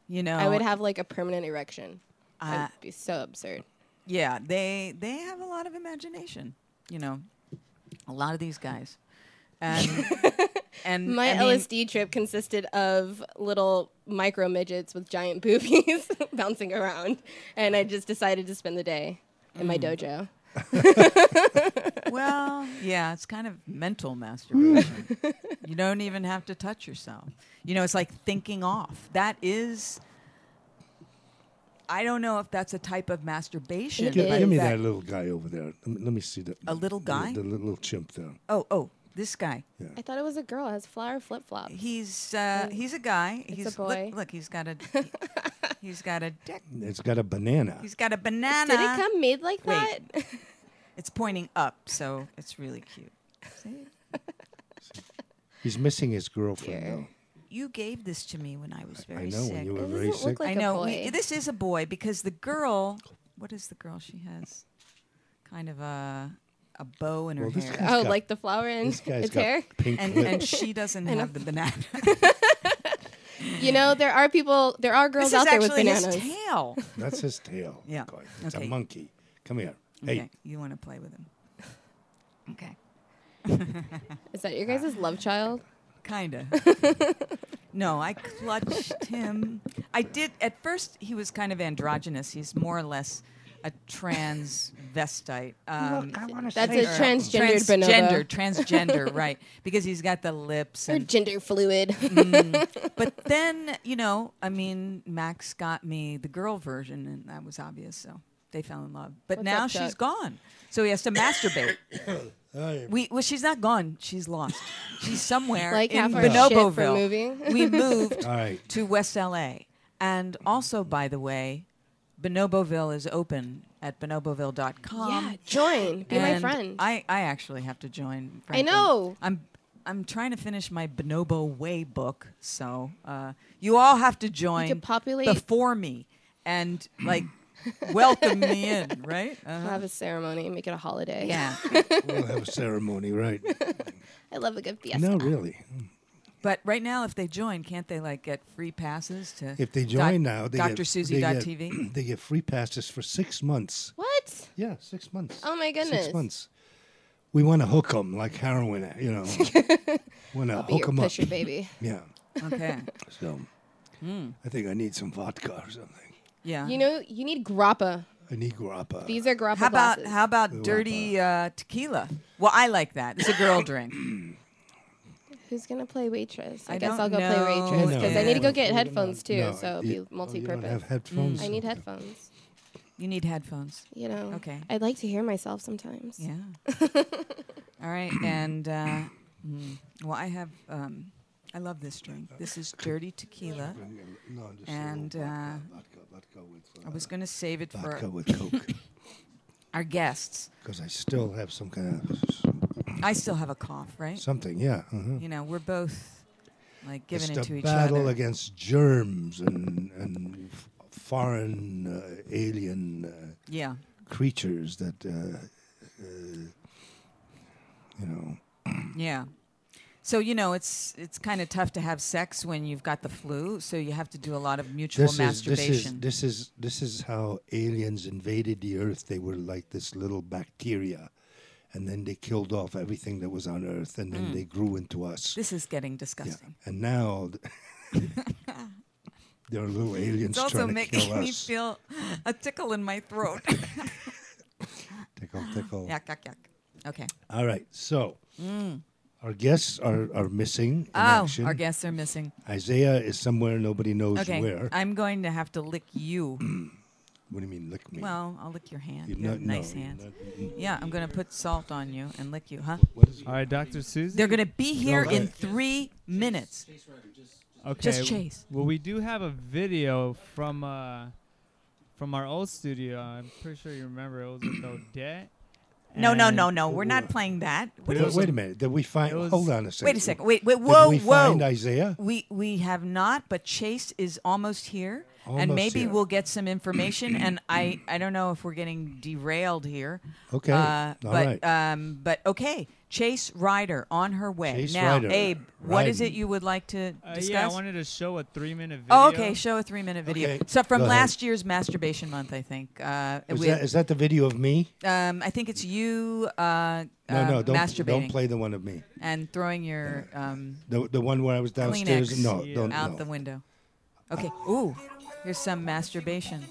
Speaker 3: you know,
Speaker 5: I would have like a permanent erection.
Speaker 3: Oh. uh,
Speaker 5: That would be so absurd.
Speaker 3: yeah, they they have a lot of imagination. You know, a lot of these guys, and and
Speaker 5: My
Speaker 3: I mean,
Speaker 5: LSD trip consisted of little micro midgets with giant boobies bouncing around, and I just decided to spend the day in my dojo.
Speaker 3: Well, yeah, it's kind of mental masturbation. you don't even have to touch yourself. You know, it's like thinking off. That is. I don't know if that's a type of masturbation.
Speaker 5: It
Speaker 2: Gi-
Speaker 5: is.
Speaker 3: but
Speaker 2: give me
Speaker 5: Back.
Speaker 2: that little guy over there. Let me, let me see that.
Speaker 3: A little
Speaker 2: the-
Speaker 3: guy?
Speaker 2: The, little little chimp there.
Speaker 3: Oh, oh, this guy.
Speaker 5: I thought it was a girl. It has flower flip flops.
Speaker 3: He's uh, he's a guy.
Speaker 5: a
Speaker 3: he's look-
Speaker 5: boy.
Speaker 3: Look, he's got a he's got a dick.
Speaker 2: It's got a banana.
Speaker 3: He's got a
Speaker 5: Did
Speaker 3: banana.
Speaker 5: it come made like
Speaker 3: Wait.
Speaker 5: that?
Speaker 3: It's pointing up, so it's really cute. See?
Speaker 2: He's missing his girlfriend
Speaker 5: Dear.
Speaker 2: though.
Speaker 3: You gave this to me when I was very
Speaker 2: I know
Speaker 3: sick.
Speaker 2: when you were
Speaker 5: It
Speaker 2: very
Speaker 5: doesn't
Speaker 2: sick.
Speaker 5: look like
Speaker 3: I know.
Speaker 5: a
Speaker 3: we-
Speaker 5: boy.
Speaker 3: this is a boy because the girl. What is the girl? She has kind of a a bow in her
Speaker 2: Well, this
Speaker 3: hair,
Speaker 2: guy-
Speaker 5: oh,
Speaker 2: got-
Speaker 5: like the flower in
Speaker 2: this guy's
Speaker 5: its
Speaker 2: got
Speaker 5: hair.
Speaker 2: pink
Speaker 3: and
Speaker 2: lip.
Speaker 3: and she doesn't have the banana.
Speaker 5: You know, there are people, there are girls
Speaker 3: this
Speaker 5: out
Speaker 3: is
Speaker 5: there with
Speaker 3: actually his
Speaker 5: bananas.
Speaker 3: tail.
Speaker 2: That's his tail.
Speaker 3: Yeah.
Speaker 2: God, it's
Speaker 3: Okay.
Speaker 2: a monkey. Come here.
Speaker 3: Okay,
Speaker 2: Hey,
Speaker 3: you want to play with him? Okay,
Speaker 5: Is that your guys' love child?
Speaker 3: kinda. no, I clutched him. I did. At first, he was kind of androgynous. He's more or less a transvestite. Um,
Speaker 2: look, I want to
Speaker 5: That's
Speaker 2: say
Speaker 5: a
Speaker 2: something.
Speaker 5: transgendered
Speaker 3: transgender,
Speaker 5: bonobo.
Speaker 3: transgender, right? Because he's got the lips
Speaker 5: Or
Speaker 3: and
Speaker 5: gender fluid.
Speaker 3: but then you know i mean max got me the girl version and that was obvious so they fell in love but
Speaker 5: What's
Speaker 3: now
Speaker 5: up,
Speaker 3: she's
Speaker 5: Chuck?
Speaker 3: gone so he has to masturbate
Speaker 2: Hey,
Speaker 3: we well she's not gone she's lost she's somewhere
Speaker 5: Like
Speaker 3: in
Speaker 5: half our shit from
Speaker 3: Bonoboville.
Speaker 5: moving.
Speaker 3: we moved
Speaker 2: All right.
Speaker 3: to west la and also by the way bonoboville is open at bonoboville.com
Speaker 5: yeah, join. Be my
Speaker 3: and
Speaker 5: friend.
Speaker 3: I, I actually have to join. Frankly.
Speaker 5: know.
Speaker 3: I'm I'm trying to finish my Bonobo Way book, so uh, you all have to join
Speaker 5: populate-
Speaker 3: before me and like welcome me in, right?
Speaker 5: We'll
Speaker 3: Uh-huh.
Speaker 5: have a ceremony, make it a holiday.
Speaker 3: Yeah,
Speaker 2: We'll have a ceremony, right?
Speaker 5: I love a good fiesta.
Speaker 2: no, really.
Speaker 3: but right now, if they join, can't they like get free passes to?
Speaker 2: If they
Speaker 3: doc-
Speaker 2: join now, they
Speaker 3: Dr.
Speaker 2: get,
Speaker 3: Susie
Speaker 2: they get-
Speaker 3: dot TV.
Speaker 2: They get free passes for six months.
Speaker 5: What?
Speaker 2: Yeah, six months.
Speaker 5: Oh, my goodness.
Speaker 2: Six months. We want to hook them like heroin, you know. want to
Speaker 5: Be
Speaker 2: hook
Speaker 5: your
Speaker 2: them up.
Speaker 5: pusher, baby.
Speaker 2: Yeah.
Speaker 3: Okay.
Speaker 2: So I think I need some vodka or something.
Speaker 3: Yeah.
Speaker 5: You know, you need grappa.
Speaker 2: I need uh, grappa.
Speaker 5: These are grappa
Speaker 3: how about
Speaker 5: glasses.
Speaker 3: how about dirty uh, tequila? Well, I like that. It's a girl drink.
Speaker 5: Who's gonna play waitress? I,
Speaker 3: I
Speaker 5: guess
Speaker 3: don't
Speaker 5: I'll go
Speaker 3: know.
Speaker 5: play waitress
Speaker 3: No,
Speaker 5: because
Speaker 3: no,
Speaker 5: I need to
Speaker 3: no,
Speaker 5: go get
Speaker 2: no,
Speaker 5: headphones too,
Speaker 2: no,
Speaker 5: so it'll
Speaker 2: you-
Speaker 5: be
Speaker 2: oh, you don't
Speaker 5: multi-purpose. Hmm.
Speaker 2: have headphones.
Speaker 5: I need
Speaker 2: Okay.
Speaker 5: headphones.
Speaker 3: You need headphones.
Speaker 5: You know.
Speaker 3: Okay.
Speaker 5: I'd like to hear myself sometimes.
Speaker 3: Yeah. All right, and uh, mm, well, I have. Um, I love this drink. This is dirty tequila.
Speaker 2: No, just a little
Speaker 3: And,
Speaker 2: vodka,
Speaker 3: uh,
Speaker 2: vodka, vodka with,
Speaker 3: I
Speaker 2: uh,
Speaker 3: was going to save it for
Speaker 2: vodka with coke
Speaker 3: our guests.
Speaker 2: because I still have some kind of
Speaker 3: I still have a cough, right?
Speaker 2: something. Yeah, uh-huh.
Speaker 3: You know, we're both like giving
Speaker 2: it's
Speaker 3: it
Speaker 2: the
Speaker 3: to each
Speaker 2: battle
Speaker 3: other.
Speaker 2: against germs and and f- foreign uh, alien uh,
Speaker 3: Yeah.
Speaker 2: creatures that uh, uh, you know.
Speaker 3: Yeah. So you know it's it's kind of tough to have sex when you've got the flu, so you have to do a lot of mutual
Speaker 2: This is this is
Speaker 3: masturbation.
Speaker 2: this is this is how aliens invaded the Earth. They were like this little bacteria, and then they killed off everything that was on Earth, and
Speaker 3: Hmm.
Speaker 2: then they grew into us.
Speaker 3: This is getting
Speaker 2: Yeah.
Speaker 3: disgusting.
Speaker 2: And now th- there are little aliens
Speaker 3: It's also
Speaker 2: trying to
Speaker 3: making
Speaker 2: kill us.
Speaker 3: me feel a tickle in my throat.
Speaker 2: tickle, tickle.
Speaker 3: yuck, yuck, yuck. Okay.
Speaker 2: All right, so Our guests are, are missing in
Speaker 3: Mm. Oh,
Speaker 2: action.
Speaker 3: our guests are missing.
Speaker 2: Isaiah is somewhere nobody knows
Speaker 3: Okay, Uh,
Speaker 2: where.
Speaker 3: I'm going to have to lick you.
Speaker 2: what do you mean, lick me?
Speaker 3: well, I'll lick your hand.
Speaker 2: You're
Speaker 3: You have
Speaker 2: not- no,
Speaker 3: nice
Speaker 2: you're
Speaker 3: hands.
Speaker 2: not-
Speaker 3: yeah, I'm going to put salt on you and lick you, huh?
Speaker 2: what is it?
Speaker 4: All right, Dr. Susan.
Speaker 3: They're going to be here in
Speaker 2: Okay.
Speaker 3: three minutes.
Speaker 4: okay.
Speaker 3: Just chase.
Speaker 4: Well, we do have a video from uh, from our old studio. I'm pretty sure you remember it was with Odette.
Speaker 3: No, no,
Speaker 4: and-
Speaker 3: no, no. We're not playing that. What
Speaker 4: It
Speaker 3: do
Speaker 2: Wait-
Speaker 3: you-
Speaker 4: was
Speaker 2: uh, wait
Speaker 4: a-
Speaker 2: a minute. Did we find?
Speaker 4: it was-
Speaker 2: hold on a second.
Speaker 3: Wait a second. Wait, wait.
Speaker 2: Did
Speaker 3: Whoa,
Speaker 2: we
Speaker 3: whoa.
Speaker 2: find Isaiah?
Speaker 3: We we have not, but Chase is almost here,
Speaker 2: Almost
Speaker 3: and maybe
Speaker 2: here.
Speaker 3: we'll get some information. and I I don't know if we're getting derailed here.
Speaker 2: Okay,
Speaker 3: Uh,
Speaker 2: all
Speaker 3: but
Speaker 2: right.
Speaker 3: um, but okay. Chase Ryder on her way
Speaker 2: Chase
Speaker 3: now.
Speaker 2: Ryder,
Speaker 3: Abe, what is it
Speaker 2: riding.
Speaker 3: you would like to
Speaker 4: Uh,
Speaker 3: discuss?
Speaker 4: yeah, I wanted to show a three-minute video.
Speaker 3: Oh, okay. Show a three-minute video.
Speaker 2: Okay,
Speaker 3: So from
Speaker 2: go ahead.
Speaker 3: last year's masturbation month, I think. Uh,
Speaker 2: Is
Speaker 3: with-
Speaker 2: that, is that the video of me?
Speaker 3: um, I think it's you uh,
Speaker 2: No,
Speaker 3: uh,
Speaker 2: no. Don't
Speaker 3: masturbating
Speaker 2: don't play the one of me.
Speaker 3: and throwing your um,
Speaker 2: The the one where I was downstairs.
Speaker 3: Kleenex
Speaker 2: No,
Speaker 4: Yeah.
Speaker 2: don't.
Speaker 3: out
Speaker 2: no.
Speaker 3: the window. Okay. Ooh, here's some masturbation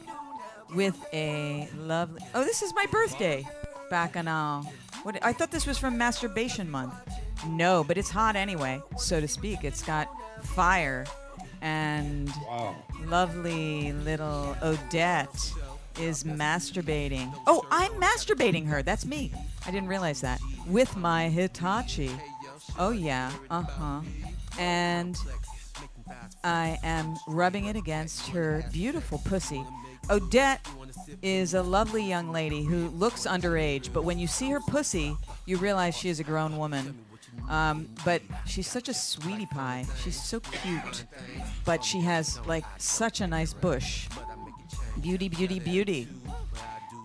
Speaker 3: with a lovely. Oh, this is my birthday. Bacchanal. What? I thought this was from Masturbation Month. No, but it's hot anyway, so to speak. It's got fire and
Speaker 2: Wow.
Speaker 3: lovely little Odette is masturbating. Oh, I'm masturbating her. That's me. I didn't realize that. With my Hitachi. Oh, yeah. Uh huh. And I am rubbing it against her beautiful pussy. Odette is a lovely young lady who looks underage, but when you see her pussy, you realize she is a grown woman. Um, but she's such a sweetie pie. She's so cute, but she has like such a nice bush. Beauty, beauty, beauty.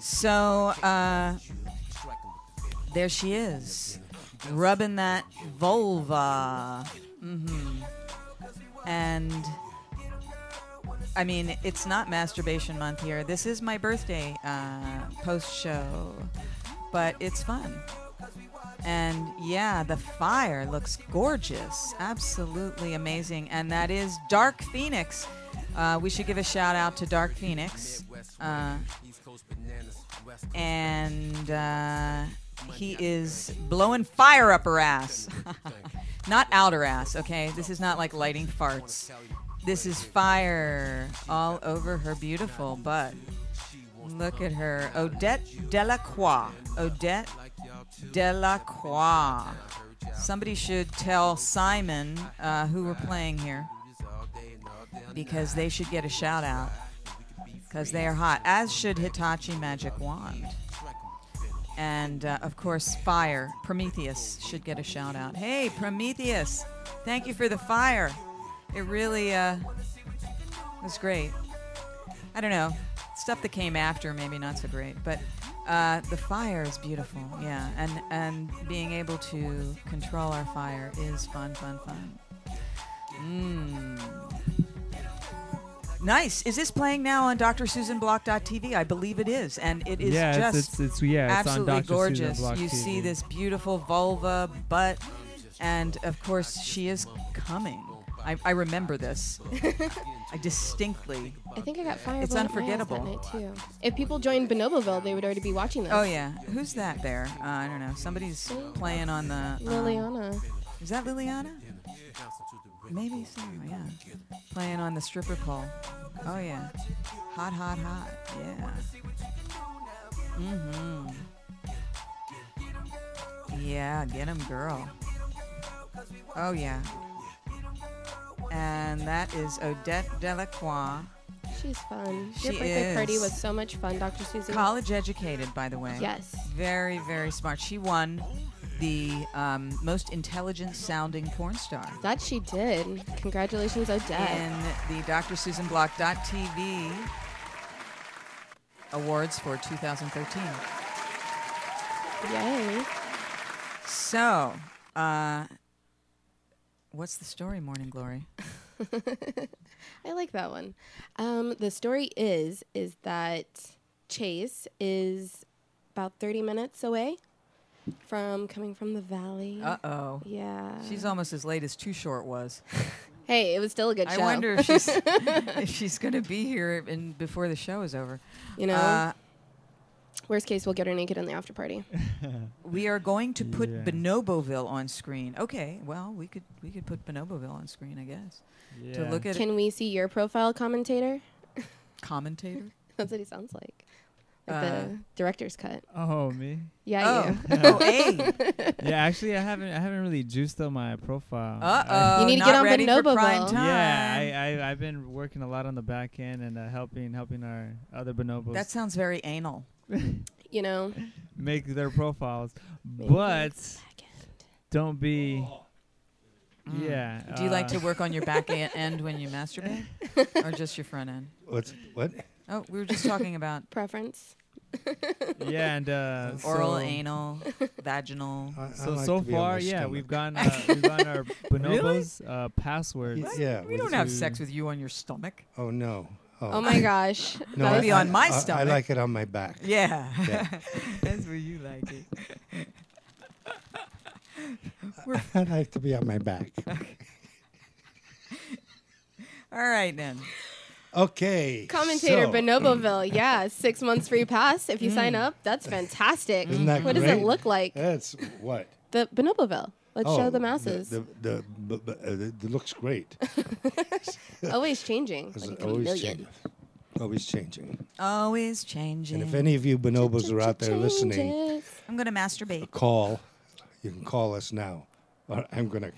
Speaker 3: So uh, there she is, rubbing that vulva. hmm and I mean, it's not masturbation month here. This is my birthday uh, post show, but it's fun. And yeah, the fire looks gorgeous, absolutely amazing. And that is Dark Phoenix. Uh, we should give a shout out to Dark Phoenix. Uh, and uh, he is blowing fire up her ass. not outer ass, okay? This is not like lighting farts. This is fire all over her beautiful butt. Look at her. Odette Delacroix. Odette Delacroix. Somebody should tell Simon uh, who we're playing here because they should get a shout out because they are hot, as should Hitachi Magic Wand. And uh, of course, fire. Prometheus should get a shout out. Hey, Prometheus, thank you for the fire. It really uh, was great. I don't know. Stuff that came after, maybe not so great, but uh, the fire is beautiful, yeah. And and being able to control our fire is fun, fun, fun. Mm. Nice. Is this playing now on drsusanblock.tv? I believe it is, and it is
Speaker 4: yeah,
Speaker 3: just
Speaker 4: it's, it's, it's yeah, it's on
Speaker 3: absolutely
Speaker 4: Dr. Susan
Speaker 3: gorgeous.
Speaker 4: Block
Speaker 3: You
Speaker 4: TV.
Speaker 3: see this beautiful vulva butt, and of course she is coming. I, I remember this. I distinctly.
Speaker 5: I think I got fired.
Speaker 3: It's unforgettable.
Speaker 5: That night too. If people joined Bonoboville, they would already be watching this.
Speaker 3: Oh yeah, who's that there? Uh, I don't know. Somebody's playing on the. um,
Speaker 5: Liliana.
Speaker 3: Is that Liliana? Maybe so. Yeah, playing on the stripper pole. Oh yeah, hot, hot, hot. Yeah. Mhm. Yeah, get 'em, girl. Oh yeah. And that is Odette Delacroix,
Speaker 5: She's fun.
Speaker 3: She
Speaker 5: Your birthday party
Speaker 3: is.
Speaker 5: was so much fun, Dr. Susan.
Speaker 3: college educated, by the way.
Speaker 5: Yes.
Speaker 3: Very, very smart. She won the um, most intelligent sounding porn star.
Speaker 5: That she did. Congratulations, Odette.
Speaker 3: in the drsusanblock.tv awards for 2013.
Speaker 5: Yay.
Speaker 3: So, uh, what's the story, Morning Glory?
Speaker 5: I like that one. Um, the story is is that Chase is about 30 minutes away from coming from the valley.
Speaker 3: Uh oh.
Speaker 5: yeah.
Speaker 3: She's almost as late as Too Short was.
Speaker 5: hey, it was still a good
Speaker 3: I
Speaker 5: show.
Speaker 3: wonder if she's if she's gonna be here in, before the show is over.
Speaker 5: You know,
Speaker 3: Uh,
Speaker 5: Worst case, we'll get her naked in the after party.
Speaker 3: We are going to put
Speaker 4: Yeah.
Speaker 3: Bonoboville on screen. Okay, well, we could we could put Bonoboville on screen, I guess.
Speaker 4: yeah.
Speaker 3: To look at it.
Speaker 5: Can we see your profile, commentator?
Speaker 3: commentator.
Speaker 5: That's what he sounds like. Like
Speaker 3: Uh,
Speaker 5: the director's cut.
Speaker 4: Oh me.
Speaker 5: Yeah, you.
Speaker 3: oh, oh, hey.
Speaker 4: Yeah, actually, I haven't. I haven't really juiced up my profile. I-
Speaker 3: Uh oh.
Speaker 5: You need to get on
Speaker 3: ready for
Speaker 5: Bonoboville.
Speaker 3: prime time.
Speaker 4: Yeah, I, I I've been working a lot on the back end and uh, helping helping our other bonobos
Speaker 3: that sounds very anal.
Speaker 5: You know.
Speaker 4: make their profiles,
Speaker 5: Make
Speaker 4: but
Speaker 5: Second.
Speaker 4: don't be. Yeah.
Speaker 3: Mm. Do you like
Speaker 4: uh,
Speaker 3: to work on your back e- end when you masturbate, or just your front end?
Speaker 2: What's what?
Speaker 3: Oh, we were just talking about
Speaker 5: Preference.
Speaker 4: Yeah, and uh,
Speaker 3: oral,
Speaker 4: so-
Speaker 3: anal, vaginal.
Speaker 2: I, I
Speaker 4: So
Speaker 2: like
Speaker 4: so
Speaker 2: to be on
Speaker 4: far,
Speaker 2: my
Speaker 4: yeah, we've
Speaker 2: stomach.
Speaker 4: gotten uh, we've gotten our bonobos uh, passwords.
Speaker 2: Y- Yeah,
Speaker 6: We don't
Speaker 2: with-
Speaker 6: have
Speaker 4: to-
Speaker 6: sex with you on your stomach.
Speaker 2: Oh no.
Speaker 5: Oh my gosh.
Speaker 2: No,
Speaker 5: That
Speaker 2: I-
Speaker 5: was-
Speaker 3: be on my
Speaker 2: I- I-
Speaker 3: stomach.
Speaker 2: I like it on my back.
Speaker 3: Yeah,
Speaker 2: Yeah.
Speaker 3: that's where you like it.
Speaker 2: I like to be on my back.
Speaker 3: All right then.
Speaker 2: Okay.
Speaker 5: Commentator
Speaker 2: so, Mm.
Speaker 5: Bonoboville, yeah, six months free pass. If you sign up, that's fantastic.
Speaker 2: Isn't that
Speaker 5: what does it
Speaker 2: great?
Speaker 5: look like?
Speaker 2: That's what.
Speaker 5: The Bonoboville. Let's
Speaker 2: Oh,
Speaker 5: show the masses.
Speaker 2: The, the, the, b- b- uh, the- it looks great.
Speaker 5: always changing,
Speaker 2: It's
Speaker 5: like a
Speaker 2: always
Speaker 5: chameleon.
Speaker 2: changing. Always changing.
Speaker 3: Always changing.
Speaker 2: And if any of you bonobos are out there listening,
Speaker 5: Changes.
Speaker 3: I'm gonna masturbate.
Speaker 2: call. You can call us now. Or I'm gonna,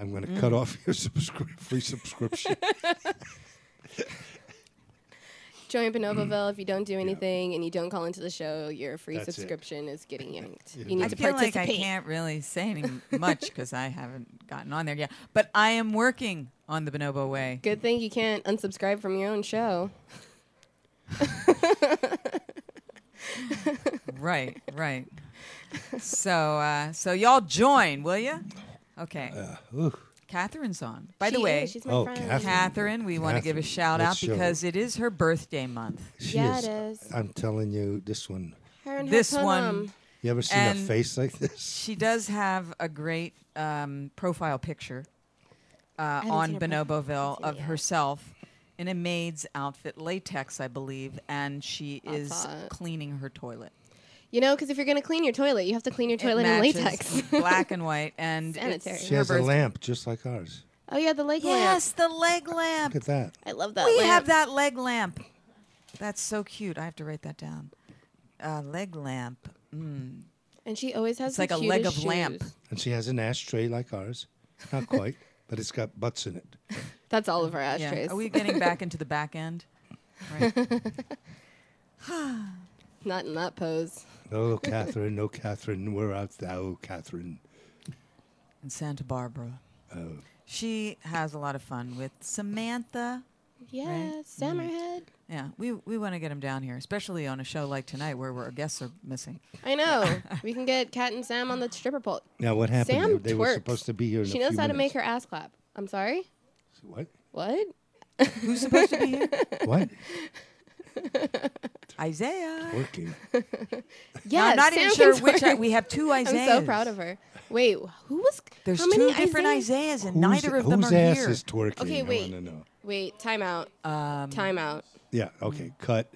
Speaker 2: I'm gonna cut
Speaker 5: Mm.
Speaker 2: off your subscri- free subscription.
Speaker 5: Join Bonoboville. If you don't do anything and you don't call into the show, your free
Speaker 2: Mm. That's it.
Speaker 5: subscription is getting yanked.
Speaker 2: Yeah.
Speaker 5: You need
Speaker 3: I
Speaker 5: to
Speaker 3: feel like I
Speaker 5: participate.
Speaker 3: can't really say any much because I haven't gotten on there yet. But I am working on the bonobo way.
Speaker 5: Good thing you can't unsubscribe from your own show.
Speaker 3: Right, right. So, uh, so y'all join, will you? Okay.
Speaker 2: Uh, Ooh,
Speaker 3: Catherine's on. By the
Speaker 5: She
Speaker 3: way,
Speaker 5: is. she's my
Speaker 2: Oh,
Speaker 5: friend.
Speaker 2: Catherine.
Speaker 3: Catherine, we want to give a
Speaker 2: Catherine,
Speaker 3: shout out
Speaker 2: let's show her.
Speaker 3: because it is her birthday month.
Speaker 2: she
Speaker 5: Yeah,
Speaker 2: is,
Speaker 5: it is.
Speaker 2: I'm telling you, this one.
Speaker 5: Her and her
Speaker 3: This
Speaker 5: poem.
Speaker 3: one-
Speaker 2: You ever seen
Speaker 3: And-
Speaker 2: a face like this?
Speaker 3: She does have a great um, profile picture uh,
Speaker 5: haven't
Speaker 3: on
Speaker 5: seen her profile. I haven't
Speaker 3: Bonoboville
Speaker 5: seen it
Speaker 3: of
Speaker 5: yet.
Speaker 3: herself in a maid's outfit, latex, I believe, and she
Speaker 5: Hot
Speaker 3: is
Speaker 5: pot.
Speaker 3: cleaning her toilet.
Speaker 5: You know, because if you're going to clean your toilet, you have to clean your toilet in
Speaker 3: matches
Speaker 5: latex.
Speaker 3: black and white, and it's
Speaker 5: Sanitary.
Speaker 2: She
Speaker 3: her
Speaker 2: has a
Speaker 3: birthday.
Speaker 2: lamp just like ours.
Speaker 5: oh, yeah, the leg
Speaker 3: Yes, the leg
Speaker 2: Look
Speaker 3: lamp.
Speaker 2: at that.
Speaker 5: lamp. I love that.
Speaker 3: We
Speaker 5: lamp.
Speaker 3: have that leg lamp. That's so cute. I have to write that down. Uh, leg lamp. Mm.
Speaker 5: And she always has
Speaker 3: It's
Speaker 5: the
Speaker 3: like a leg
Speaker 5: cutest
Speaker 3: of lamp.
Speaker 5: shoes.
Speaker 2: And she has an ashtray like ours. Not quite, but it's got butts in it.
Speaker 5: That's all of our
Speaker 3: Yeah.
Speaker 5: ashtrays.
Speaker 3: Are we getting back into the back end? Right.
Speaker 5: Not in that pose.
Speaker 2: Oh, Catherine, oh, Catherine, where art thou, oh, Catherine?
Speaker 3: in Santa Barbara.
Speaker 2: Oh.
Speaker 3: She has a lot of fun with Samantha.
Speaker 5: Yeah,
Speaker 3: Right? Mm.
Speaker 5: Summerhead.
Speaker 3: Yeah, we, we want to get him down here, especially on a show like tonight where our guests are missing.
Speaker 5: I know. we can get Kat and Sam on the stripper pole.
Speaker 2: Now, what happened?
Speaker 5: Sam
Speaker 2: they they were
Speaker 5: twerks.
Speaker 2: supposed to be here. In
Speaker 5: She
Speaker 2: a
Speaker 5: knows
Speaker 2: few
Speaker 5: how to
Speaker 2: minutes.
Speaker 5: make her ass clap. I'm sorry?
Speaker 2: What?
Speaker 5: What?
Speaker 3: Who's supposed to be here?
Speaker 2: What?
Speaker 3: Isaiah.
Speaker 2: Working.
Speaker 5: Yeah,
Speaker 3: I'm not
Speaker 5: Sam
Speaker 3: even sure
Speaker 5: can
Speaker 3: which. I-
Speaker 5: twerk.
Speaker 3: we have two Isaiahs.
Speaker 5: I'm so proud of her. Wait, who was?
Speaker 3: There's
Speaker 5: how
Speaker 3: two
Speaker 5: many
Speaker 3: different
Speaker 5: Isaiahs?
Speaker 3: Isaiahs, and
Speaker 2: Whose-
Speaker 3: neither of them
Speaker 2: whose
Speaker 3: are
Speaker 2: ass
Speaker 3: here.
Speaker 2: is twerking?
Speaker 5: Okay,
Speaker 2: I
Speaker 5: wait.
Speaker 2: wanna know.
Speaker 5: Wait, time out.
Speaker 3: um,
Speaker 5: Time out.
Speaker 2: Yeah, okay, cut.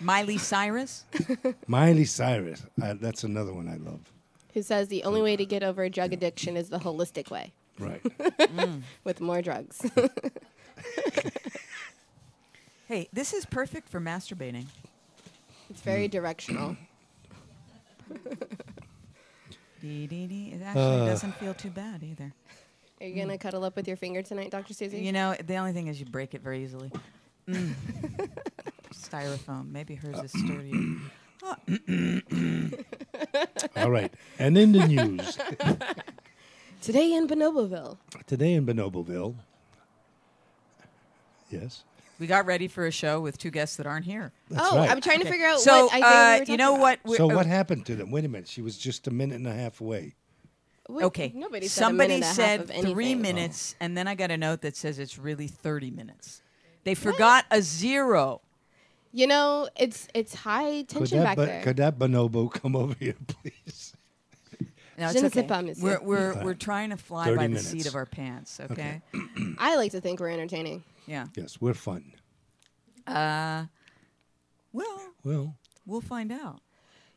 Speaker 3: Miley Cyrus.
Speaker 2: Miley Cyrus. I, that's another one I love.
Speaker 5: Who says the only way to get over drug addiction is the holistic way
Speaker 2: Right.
Speaker 5: with more drugs?
Speaker 3: Hey, this is perfect for masturbating.
Speaker 5: it's very
Speaker 3: Mm.
Speaker 5: directional.
Speaker 3: Dee, dee, dee. It actually
Speaker 2: Uh.
Speaker 3: doesn't feel too bad either.
Speaker 5: Are you gonna cuddle up with your finger tonight, Dr. Susie?
Speaker 3: Mm. You know, the only thing is you break it very easily. Mm. Styrofoam. Maybe hers is sturdier.
Speaker 2: All right. And in the news
Speaker 5: Today in Bonoboville.
Speaker 2: today in Bonoboville. Yes.
Speaker 3: We got ready for a show with two guests that aren't here.
Speaker 5: oh,
Speaker 2: right.
Speaker 5: I'm trying to figure out
Speaker 3: so,
Speaker 5: what
Speaker 3: uh,
Speaker 5: Isaiah we were
Speaker 3: you know
Speaker 5: talking
Speaker 3: what? We're-
Speaker 2: so
Speaker 5: oh,
Speaker 3: uh,
Speaker 2: what happened to them? Wait a minute. She was just a minute and a half away.
Speaker 5: about. Wait,
Speaker 3: Okay.
Speaker 5: Nobody said a
Speaker 3: Somebody
Speaker 5: minute and a half
Speaker 3: said
Speaker 5: of
Speaker 3: three
Speaker 5: anything.
Speaker 3: minutes, and then I got a note that says it's really 30 minutes. They forgot a zero.
Speaker 5: You know, it's it's high
Speaker 2: Could
Speaker 5: tension
Speaker 2: that,
Speaker 5: back
Speaker 2: bo-
Speaker 5: there.
Speaker 2: could that bonobo come over here, please?
Speaker 3: No,
Speaker 5: Je
Speaker 3: it's
Speaker 5: ne sais
Speaker 3: okay.
Speaker 5: pas, monsieur.
Speaker 3: We're, we're, we're trying to fly
Speaker 2: 30
Speaker 3: by the seat
Speaker 2: minutes.
Speaker 3: of our pants, okay?
Speaker 5: I like to think we're entertaining.
Speaker 3: Yeah.
Speaker 2: Yes, we're fun.
Speaker 3: Uh, well,
Speaker 2: Well,
Speaker 3: We'll find out.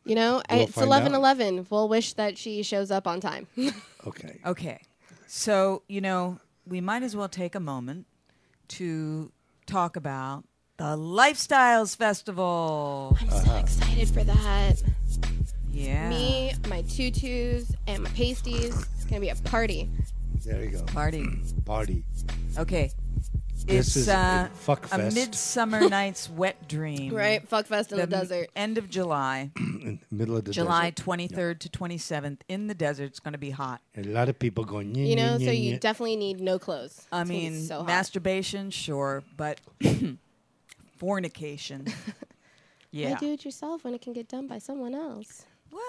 Speaker 5: You know,
Speaker 2: We'll
Speaker 5: it's
Speaker 2: find
Speaker 5: eleven
Speaker 2: out.
Speaker 5: eleven. We'll wish that she shows up on time.
Speaker 2: Okay.
Speaker 3: Okay. So, you know, we might as well take a moment to talk about the Lifestyles Festival.
Speaker 5: I'm so excited for that.
Speaker 3: Uh-huh. Yeah.
Speaker 5: Me, my tutus, and my pasties. It's gonna be a party.
Speaker 2: There you go.
Speaker 3: Party.
Speaker 2: Party.
Speaker 3: Okay.
Speaker 2: This
Speaker 3: It's
Speaker 2: is
Speaker 3: uh,
Speaker 2: a fuck
Speaker 3: a
Speaker 2: fest.
Speaker 3: Midsummer Night's Wet Dream.
Speaker 5: Right? Fuck fest in the, desert.
Speaker 3: End of July,
Speaker 2: Middle of the
Speaker 3: July
Speaker 2: desert.
Speaker 3: 23rd to 27th in the desert. It's going to be hot.
Speaker 2: A lot of people going. "Nyeh,
Speaker 5: You know,
Speaker 2: nyeh,
Speaker 5: so
Speaker 2: nyeh,
Speaker 5: you
Speaker 2: nyeh."
Speaker 5: definitely need no clothes.
Speaker 3: I
Speaker 5: It's gonna be
Speaker 3: mean,
Speaker 5: so hot.
Speaker 3: masturbation, sure, but fornication.
Speaker 5: Why
Speaker 3: yeah.
Speaker 5: do it yourself when it can get done by someone else?
Speaker 3: Well,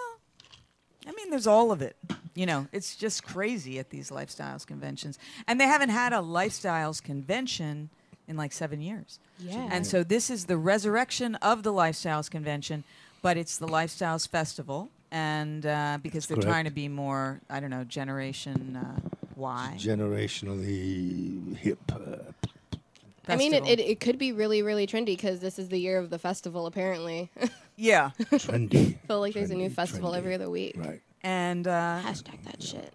Speaker 3: I mean, there's all of it. You know, it's just crazy at these lifestyles conventions. And they haven't had a lifestyles convention in like seven years.
Speaker 5: Yeah.
Speaker 3: And so this is the resurrection of the lifestyles convention, but it's the lifestyles festival. And uh, because they're
Speaker 2: correct.
Speaker 3: trying to be more, I don't know, generation uh, Y.
Speaker 2: generationally hip. Uh,
Speaker 5: I mean, it,
Speaker 3: festival.
Speaker 5: it, it could be really, really trendy because this is the year of the festival, apparently. I
Speaker 3: yeah.
Speaker 2: trendy.
Speaker 5: feel like there's a new
Speaker 2: Trendy,
Speaker 5: festival
Speaker 2: trendy.
Speaker 5: every other week.
Speaker 2: Right.
Speaker 3: And uh,
Speaker 5: Hashtag that shit.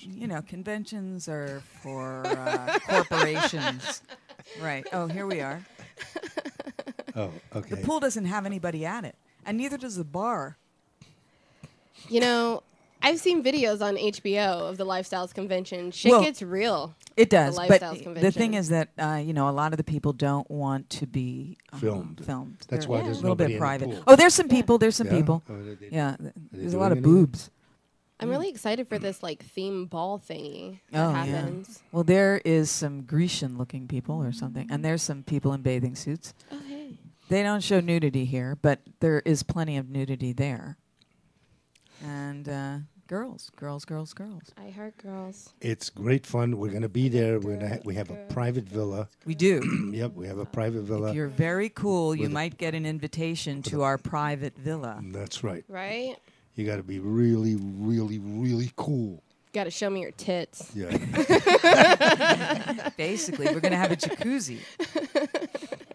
Speaker 3: you know, conventions are for uh, corporations. Right. Oh, here we are.
Speaker 2: Oh,
Speaker 3: The
Speaker 2: okay.
Speaker 3: pool doesn't have anybody at it, and neither does the bar.
Speaker 5: You know, I've seen videos on HBO of the Lifestyles Convention. Shit
Speaker 3: Well-
Speaker 5: gets real.
Speaker 3: It does, but
Speaker 5: Lifestyles
Speaker 3: the thing
Speaker 5: Convention.
Speaker 3: is that uh, you know a lot of the people don't want to be uh,
Speaker 2: Filmed.
Speaker 3: Filmed.
Speaker 2: That's
Speaker 3: They're
Speaker 2: why
Speaker 3: a
Speaker 2: there's
Speaker 3: little bit
Speaker 2: nobody in the
Speaker 3: private.
Speaker 2: pool.
Speaker 3: Oh, there's some people. There's some
Speaker 2: Yeah?
Speaker 3: people.
Speaker 2: Oh, they- they-
Speaker 3: Yeah,
Speaker 2: they
Speaker 3: th- there's a
Speaker 2: doing
Speaker 3: lot of
Speaker 2: anything?
Speaker 3: boobs.
Speaker 5: I'm really excited for this like theme ball thingy that
Speaker 3: Oh, yeah.
Speaker 5: happens.
Speaker 3: Well, there is some Grecian-looking people or something, and there's some people in bathing suits.
Speaker 5: Oh, hey.
Speaker 3: They don't show nudity here, but there is plenty of nudity there. And uh, girls, girls, girls, girls.
Speaker 5: I heart girls.
Speaker 2: It's great fun. We're gonna be there. We're gonna ha- we have a private villa.
Speaker 3: We do.
Speaker 2: yep, we have a private
Speaker 3: if
Speaker 2: villa.
Speaker 3: you're very cool, you
Speaker 2: With a-
Speaker 3: might get an invitation to our private villa.
Speaker 2: That's right.
Speaker 5: Right?
Speaker 2: You got to be really, really, really cool.
Speaker 5: Gotta show me your tits.
Speaker 2: Yeah. Mm.
Speaker 3: Basically, we're going to have a jacuzzi.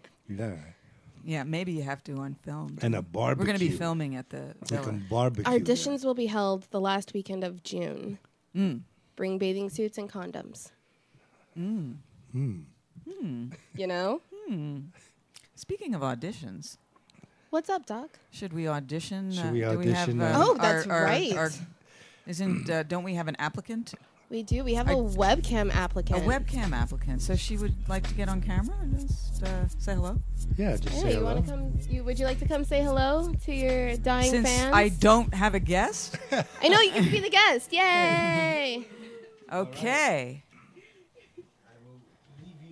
Speaker 2: yeah.
Speaker 3: Yeah, maybe you have to on film.
Speaker 2: And a barbecue.
Speaker 3: We're going to be filming at the
Speaker 2: We
Speaker 3: villa.
Speaker 2: can barbecue. there.
Speaker 5: Auditions will be held the last weekend of June.
Speaker 3: Mm.
Speaker 5: Bring bathing suits and condoms.
Speaker 3: Mm. Hmm.
Speaker 5: You know?
Speaker 3: Speaking of auditions,
Speaker 5: What's up, Doc?
Speaker 3: should we audition?
Speaker 2: Should we
Speaker 3: do we have,
Speaker 2: audition,
Speaker 3: uh,
Speaker 2: uh,
Speaker 5: Oh, that's
Speaker 3: our- our-
Speaker 5: right.
Speaker 3: our- isn't uh, don't we have an applicant?
Speaker 5: We do. We have a
Speaker 3: I-
Speaker 5: webcam
Speaker 3: A
Speaker 5: applicant.
Speaker 3: webcam applicant. So she would like to get on camera and just uh, say hello.
Speaker 2: Yeah, just
Speaker 5: Yeah,
Speaker 2: say
Speaker 5: you
Speaker 2: hello.
Speaker 5: want to come? You, would you like to come say hello to your dying
Speaker 3: Since
Speaker 5: fans?
Speaker 3: I don't have a guest.
Speaker 5: I know you can be the guest. Yay!
Speaker 3: Okay.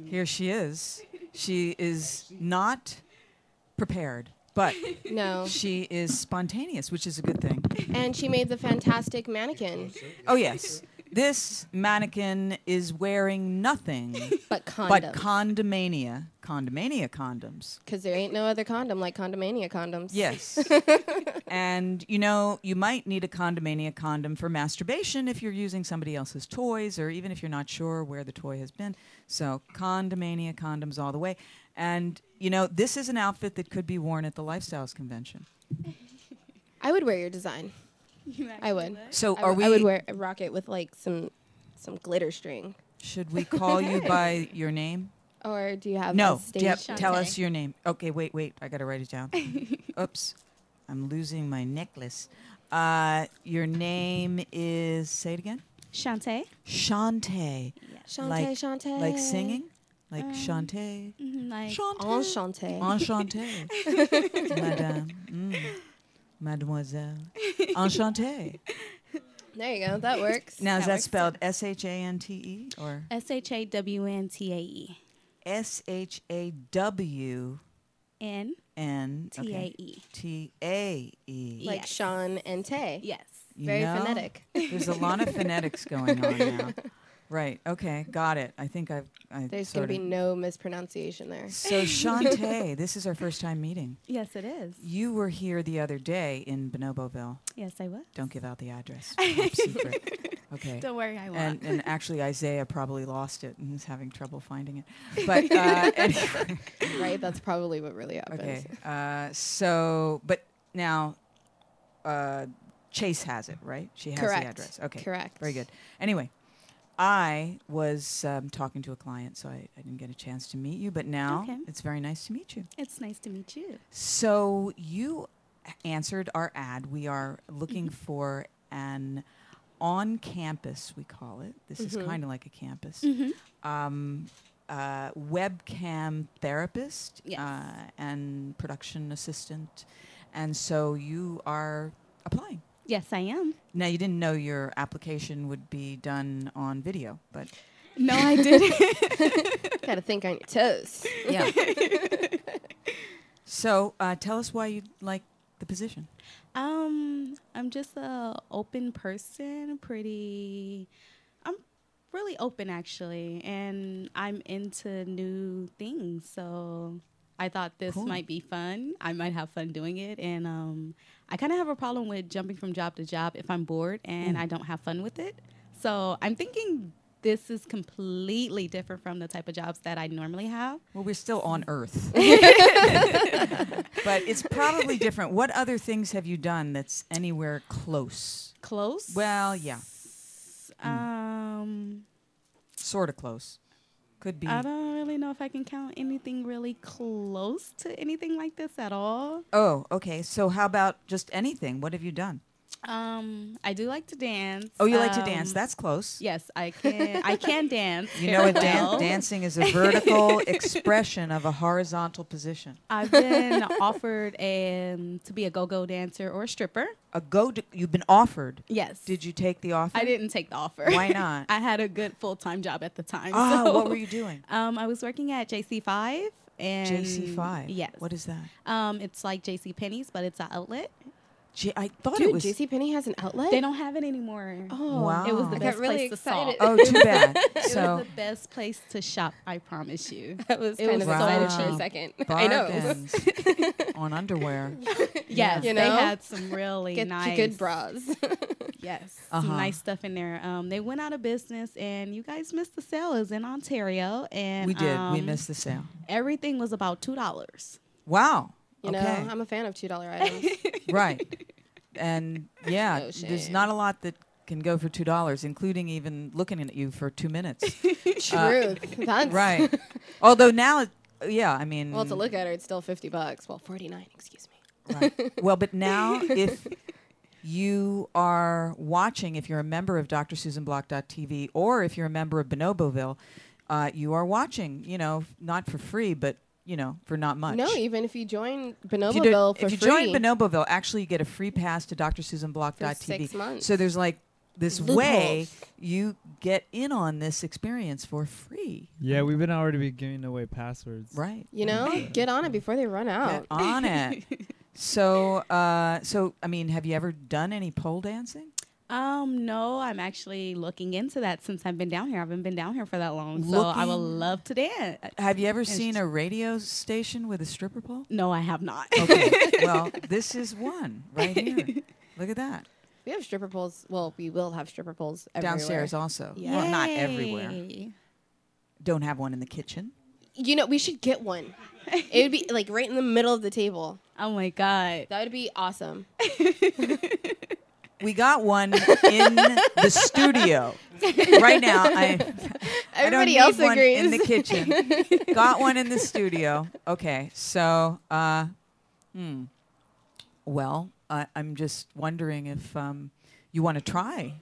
Speaker 3: Here she is. She is not prepared, but
Speaker 5: no.
Speaker 3: she is spontaneous, which is a good thing.
Speaker 5: And she made the fantastic mannequin,
Speaker 3: Oh yes. This mannequin is wearing nothing
Speaker 5: but
Speaker 3: but
Speaker 5: condom.
Speaker 3: condomania, condomania condoms.
Speaker 5: Because there ain't no other condom like Condomania condoms.
Speaker 3: Yes. and you know, you might need a condomania condom for masturbation if you're using somebody else's toys or even if you're not sure where the toy has been. So, condomania condoms all the way. And you know, this is an outfit that could be worn at the lifestyles convention.
Speaker 5: I would wear your design. I would.
Speaker 3: So,
Speaker 5: I
Speaker 3: are
Speaker 5: would-
Speaker 3: we
Speaker 5: I would wear rock it with like some some glitter string.
Speaker 3: should we call you by your name?
Speaker 5: Or do you have
Speaker 3: No,
Speaker 5: A stage
Speaker 3: yep,
Speaker 5: name?
Speaker 3: tell us your name. Okay, wait, wait. I got to write it down. Oops. I'm losing my necklace. Uh, your name is, say it again.
Speaker 7: Shantae?
Speaker 3: Shantae.
Speaker 5: Shantae,
Speaker 3: like,
Speaker 5: Shantae.
Speaker 3: Like singing? Like
Speaker 5: Um,
Speaker 3: Shantae.
Speaker 7: Mm-hmm, Like,
Speaker 3: Shantae.
Speaker 5: Enchante.
Speaker 3: Enchantée. Madame. Mm. Mademoiselle. Enchantée.
Speaker 5: there you go. That works.
Speaker 3: Now, is
Speaker 7: That
Speaker 3: that
Speaker 7: works.
Speaker 3: spelled S H A N T E or
Speaker 7: S H A W N T A E
Speaker 3: S H A W
Speaker 7: N
Speaker 3: N
Speaker 7: T A E.
Speaker 3: T A E?
Speaker 5: like
Speaker 7: yes.
Speaker 5: Sean and Tay.
Speaker 7: Yes.
Speaker 3: You
Speaker 5: Very
Speaker 3: know,
Speaker 5: phonetic.
Speaker 3: There's a lot of phonetics going on now. Right. Okay. Got it. I think I've. I
Speaker 5: There's
Speaker 3: sort
Speaker 5: gonna be no mispronunciation there.
Speaker 3: So Shantae, this is our first time meeting.
Speaker 7: Yes, it is.
Speaker 3: You were here the other day in Bonoboville.
Speaker 7: Yes, I was.
Speaker 3: Don't give out the address. Top secret. Okay.
Speaker 7: Don't worry, I won't.
Speaker 3: And, and actually, Isaiah probably lost it and is having trouble finding it. But uh, anyway.
Speaker 5: right? That's probably what really happens.
Speaker 3: Okay. Uh, so, but now uh, Chase has it, right? She has
Speaker 5: Correct.
Speaker 3: the address. Okay.
Speaker 5: Correct.
Speaker 3: Very good. Anyway, I was um, talking to a client, so I, I didn't get a chance to meet you, but now
Speaker 7: Okay.
Speaker 3: it's very nice to meet you.
Speaker 7: it's nice to meet you.
Speaker 3: So you answered our ad. We are looking for an on campus, we call it. This is kind of like a campus. Um, uh, webcam therapist
Speaker 7: Yes.
Speaker 3: uh, and production assistant. And so you are applying.
Speaker 7: Yes, I am.
Speaker 3: Now, you didn't know your application would be done on video, but
Speaker 7: No, I didn't.
Speaker 5: Gotta think on your toes.
Speaker 3: yeah. so uh, tell us why you like the position.
Speaker 7: um, I'm just a open person. Pretty. I'm really open actually, and I'm into new things. So I thought this
Speaker 3: Cool.
Speaker 7: might be fun. I might have fun doing it, and um, I kind of have a problem with jumping from job to job if I'm bored and
Speaker 3: Mm.
Speaker 7: I don't have fun with it. So I'm thinking. This is completely different from the type of jobs that I normally have.
Speaker 3: Well, we're still on Earth. but it's probably different. What other things have you done that's anywhere close?
Speaker 7: Close.
Speaker 3: Well, mm. yeah,
Speaker 7: Um,
Speaker 3: sort of close. Could be.
Speaker 7: I don't really know if I can count anything really close to anything like this at all.
Speaker 3: Oh, okay. So how about just anything? What have you done?
Speaker 7: Um, I do like to dance.
Speaker 3: Oh, you like to dance.
Speaker 7: Um,
Speaker 3: That's close.
Speaker 7: yes, I can. I can dance.
Speaker 3: You know, a
Speaker 7: very
Speaker 3: dan-
Speaker 7: well.
Speaker 3: dancing is a vertical expression of a horizontal position.
Speaker 7: I've been offered um, to be a go-go dancer or a stripper.
Speaker 3: A go. you've been offered.
Speaker 7: Yes.
Speaker 3: Did you take the offer?
Speaker 7: I didn't take the offer.
Speaker 3: Why not?
Speaker 7: I had a good full-time job at the time.
Speaker 3: Ah,
Speaker 7: so-
Speaker 3: what were you doing?
Speaker 7: Um, I was working at JC Five and
Speaker 3: JC Five.
Speaker 7: Yes.
Speaker 3: What is that?
Speaker 7: Um, it's like JC Penney's, but it's an outlet.
Speaker 3: J- I thought it
Speaker 5: Dude,
Speaker 3: was.
Speaker 5: JC Penney has an outlet.
Speaker 7: They don't have it anymore.
Speaker 5: Oh,
Speaker 3: Wow.
Speaker 7: It was the
Speaker 5: I
Speaker 7: best
Speaker 5: got really
Speaker 7: place to shop.
Speaker 5: excited.
Speaker 3: oh, too bad.
Speaker 7: It
Speaker 3: So
Speaker 7: was the best place to shop, I promise you.
Speaker 5: I was
Speaker 7: It
Speaker 5: kind
Speaker 7: was
Speaker 5: of excited
Speaker 3: so
Speaker 5: for
Speaker 3: cheap.
Speaker 5: a second. I know.
Speaker 3: bargains on underwear.
Speaker 7: Yes,
Speaker 5: You
Speaker 7: they
Speaker 5: know?
Speaker 7: had some really
Speaker 5: Get
Speaker 7: nice,
Speaker 5: you good bras.
Speaker 7: Yes,
Speaker 3: Uh-huh.
Speaker 7: some nice stuff in there. Um, they went out of business, and you guys missed the sale. It was in Ontario, and
Speaker 3: We did. we
Speaker 7: um,
Speaker 3: missed the sale.
Speaker 7: Everything was about two dollars.
Speaker 3: Wow.
Speaker 5: You know,
Speaker 3: okay. Uh,
Speaker 5: I'm a fan of two dollar items.
Speaker 3: right. And yeah, there's
Speaker 5: shame.
Speaker 3: not a lot that can go for two dollars, including even looking at you for two minutes.
Speaker 5: Truth. That's
Speaker 3: right. Although now, it, yeah, I mean,
Speaker 5: Well, to look at her, it's still fifty bucks. Well, forty nine. Excuse me.
Speaker 3: right. well, but now if you are watching, if you're a member of drsusanblock.tv, or if you're a member of Bonoboville, uh, you are watching. You know, not for free, but you know, for not much.
Speaker 5: No, even if you join
Speaker 3: if you, do-
Speaker 5: Bonoboville for
Speaker 3: if you
Speaker 5: free.
Speaker 3: join Bonoboville, actually you get a free pass to drsusanblock.tv.
Speaker 5: For six months.
Speaker 3: So there's like this
Speaker 5: Loopholes.
Speaker 3: way you get in on this experience for free,
Speaker 4: Yeah, we've been already be giving away passwords.
Speaker 3: right?
Speaker 5: you know, get on it before they run
Speaker 3: Mm. Get
Speaker 5: out.
Speaker 3: on it. So, uh, so I mean, have you ever done any pole dancing?
Speaker 7: Um, no, I'm actually looking into that since I've been down here. I haven't been down here for that long, so I would
Speaker 3: Looking-
Speaker 7: love to dance.
Speaker 3: Have you ever seen a radio station with a stripper pole?
Speaker 7: No, I have not.
Speaker 3: Okay. well, this is one right here. Look at that.
Speaker 5: We have stripper poles. Well, we will have stripper poles everywhere.
Speaker 3: Downstairs also. Well, not everywhere.
Speaker 7: Yay.
Speaker 3: Don't have one in the kitchen.
Speaker 5: You know, we should get one. It would be like right in the middle of the table.
Speaker 7: Oh my god.
Speaker 5: That would be awesome.
Speaker 3: We got one in the studio right now. I, I don't
Speaker 5: Everybody
Speaker 3: need
Speaker 5: else
Speaker 3: one
Speaker 5: agrees.
Speaker 3: in the kitchen. got one in the studio. Okay, so uh, hmm. Well, I I'm just wondering if um, you want to try.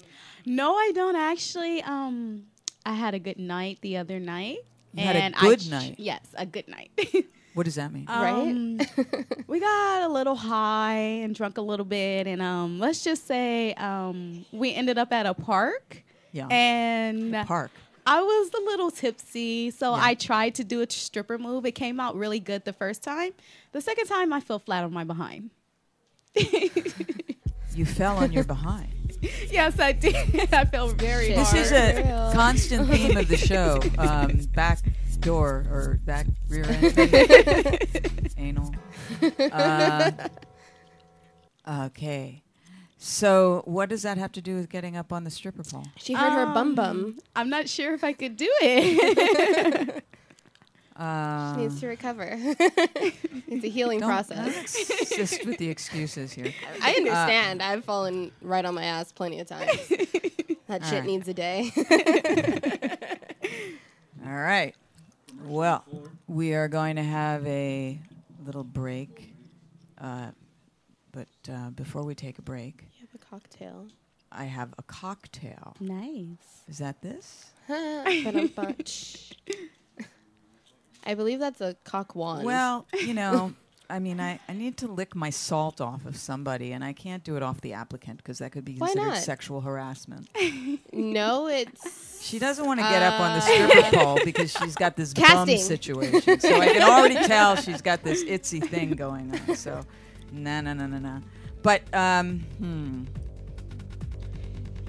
Speaker 7: No, I don't actually. Um, I had a good night the other night.
Speaker 3: You had a
Speaker 7: and
Speaker 3: good
Speaker 7: I ch-
Speaker 3: night?
Speaker 7: Yes, a good night.
Speaker 3: What does that mean?
Speaker 7: Um, we got a little high and drunk a little bit, and um, let's just say um, we ended up at a park.
Speaker 3: Yeah.
Speaker 7: And
Speaker 3: Park.
Speaker 7: I was a little tipsy, so I tried to do a stripper move. It came out really good the first time. The second time, I fell flat on my behind.
Speaker 3: You fell on your behind.
Speaker 7: Yes, I did. I fell very
Speaker 5: Shit.
Speaker 3: This
Speaker 7: hard.
Speaker 3: is a constant theme of the show. Um, back door or back rear end. thing. Anal. Uh, okay. So what does that have to do with getting up on the stripper pole?
Speaker 5: She heard her bum
Speaker 7: Um,
Speaker 5: bum.
Speaker 7: I'm not sure if I could do it.
Speaker 3: Uh,
Speaker 5: She needs to recover. it's a healing
Speaker 3: don't
Speaker 5: process.
Speaker 3: Assist with the excuses here.
Speaker 5: I understand. I've fallen right on my ass plenty of times. that shit
Speaker 3: right.
Speaker 5: needs a day.
Speaker 3: All right. Well, we are going to have a little break. Uh, but uh, before we take a break,
Speaker 5: you have a cocktail.
Speaker 3: I have a cocktail.
Speaker 7: nice.
Speaker 3: Is that this?
Speaker 5: Ba-dum-bunch. I believe that's a cock wand.
Speaker 3: Well, you know, I mean, I, I need to lick my salt off of somebody, and I can't do it off the applicant because that could be
Speaker 5: Why
Speaker 3: considered
Speaker 5: not?
Speaker 3: sexual harassment.
Speaker 5: no, it's
Speaker 3: She doesn't want to get up on the stripper pole because she's got this bum
Speaker 5: Casting.
Speaker 3: situation. So I can already tell she's got this itsy thing going on. So, no, no, no, no, no. But, um, hmm.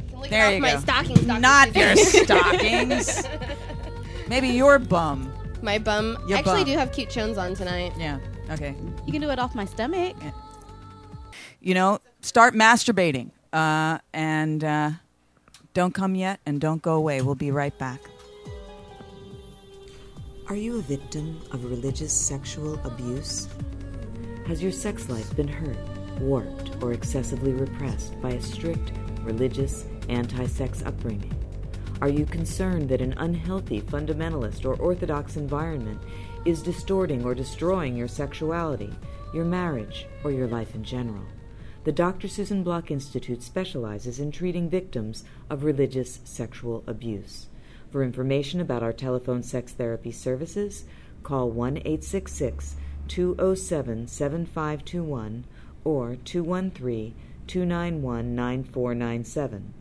Speaker 5: Can lick
Speaker 3: There
Speaker 5: off
Speaker 3: you
Speaker 5: my
Speaker 3: go.
Speaker 5: stockings, Dr.
Speaker 3: Not your
Speaker 5: Seuss.
Speaker 3: stockings. Maybe your bum.
Speaker 5: my bum.
Speaker 3: Your
Speaker 5: I actually
Speaker 3: bum.
Speaker 5: do have cute chones on tonight.
Speaker 3: Yeah. Okay.
Speaker 7: You can do it off my stomach.
Speaker 3: You know, start masturbating. Uh, and uh, don't come yet and don't go away. We'll be right back.
Speaker 1: Are you a victim of religious sexual abuse? Has your sex life been hurt, warped, or excessively repressed by a strict, religious, anti sex upbringing? Are you concerned that an unhealthy, fundamentalist, or orthodox environment is distorting or destroying your sexuality, your marriage, or your life in general? The Dr. Susan Block Institute specializes in treating victims of religious sexual abuse. For information about our telephone sex therapy services, call 1 866 207 7521 or 213 291 9497.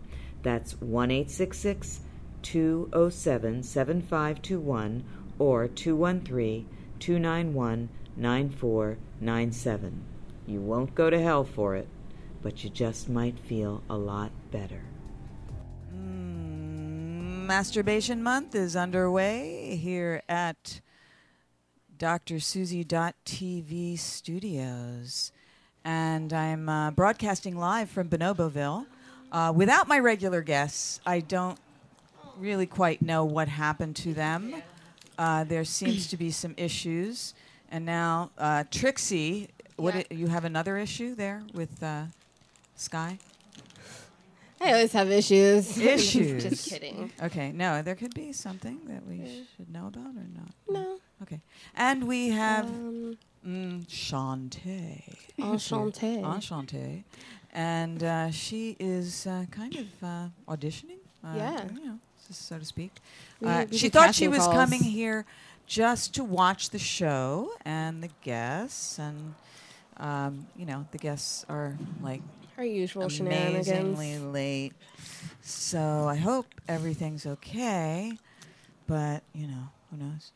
Speaker 1: That's 1 866 207 7521 or 213 291 9497. You won't go to hell for it, but you just might feel a lot better.
Speaker 3: Masturbation Month is underway here at drsuzy.tv studios. And I'm uh, broadcasting live from Bonoboville uh, without my regular guests. I don't really quite know what happened to them. Uh, there seems to be some issues. And now, uh, Trixie, what
Speaker 5: Yeah.
Speaker 3: i- you have another issue there with uh, Sky?
Speaker 5: I always have issues.
Speaker 3: Issues.
Speaker 5: Just kidding.
Speaker 3: Okay, no, there could be something that we should know about or not.
Speaker 5: No.
Speaker 3: Okay. And we have
Speaker 5: Um,
Speaker 3: mm, Shantae.
Speaker 5: enchanté.
Speaker 3: Enchante. And uh, she is uh, kind of uh, auditioning. Uh,
Speaker 5: Yeah.
Speaker 3: You know, s- so to speak.
Speaker 5: We-
Speaker 3: uh,
Speaker 5: we
Speaker 3: she
Speaker 5: do
Speaker 3: thought she
Speaker 5: casting
Speaker 3: was
Speaker 5: calls.
Speaker 3: coming here just to watch the show and the guests. And, um, you know, the guests are like
Speaker 5: Our usual
Speaker 3: amazingly
Speaker 5: shenanigans.
Speaker 3: late. So I hope everything's okay, but you know who knows.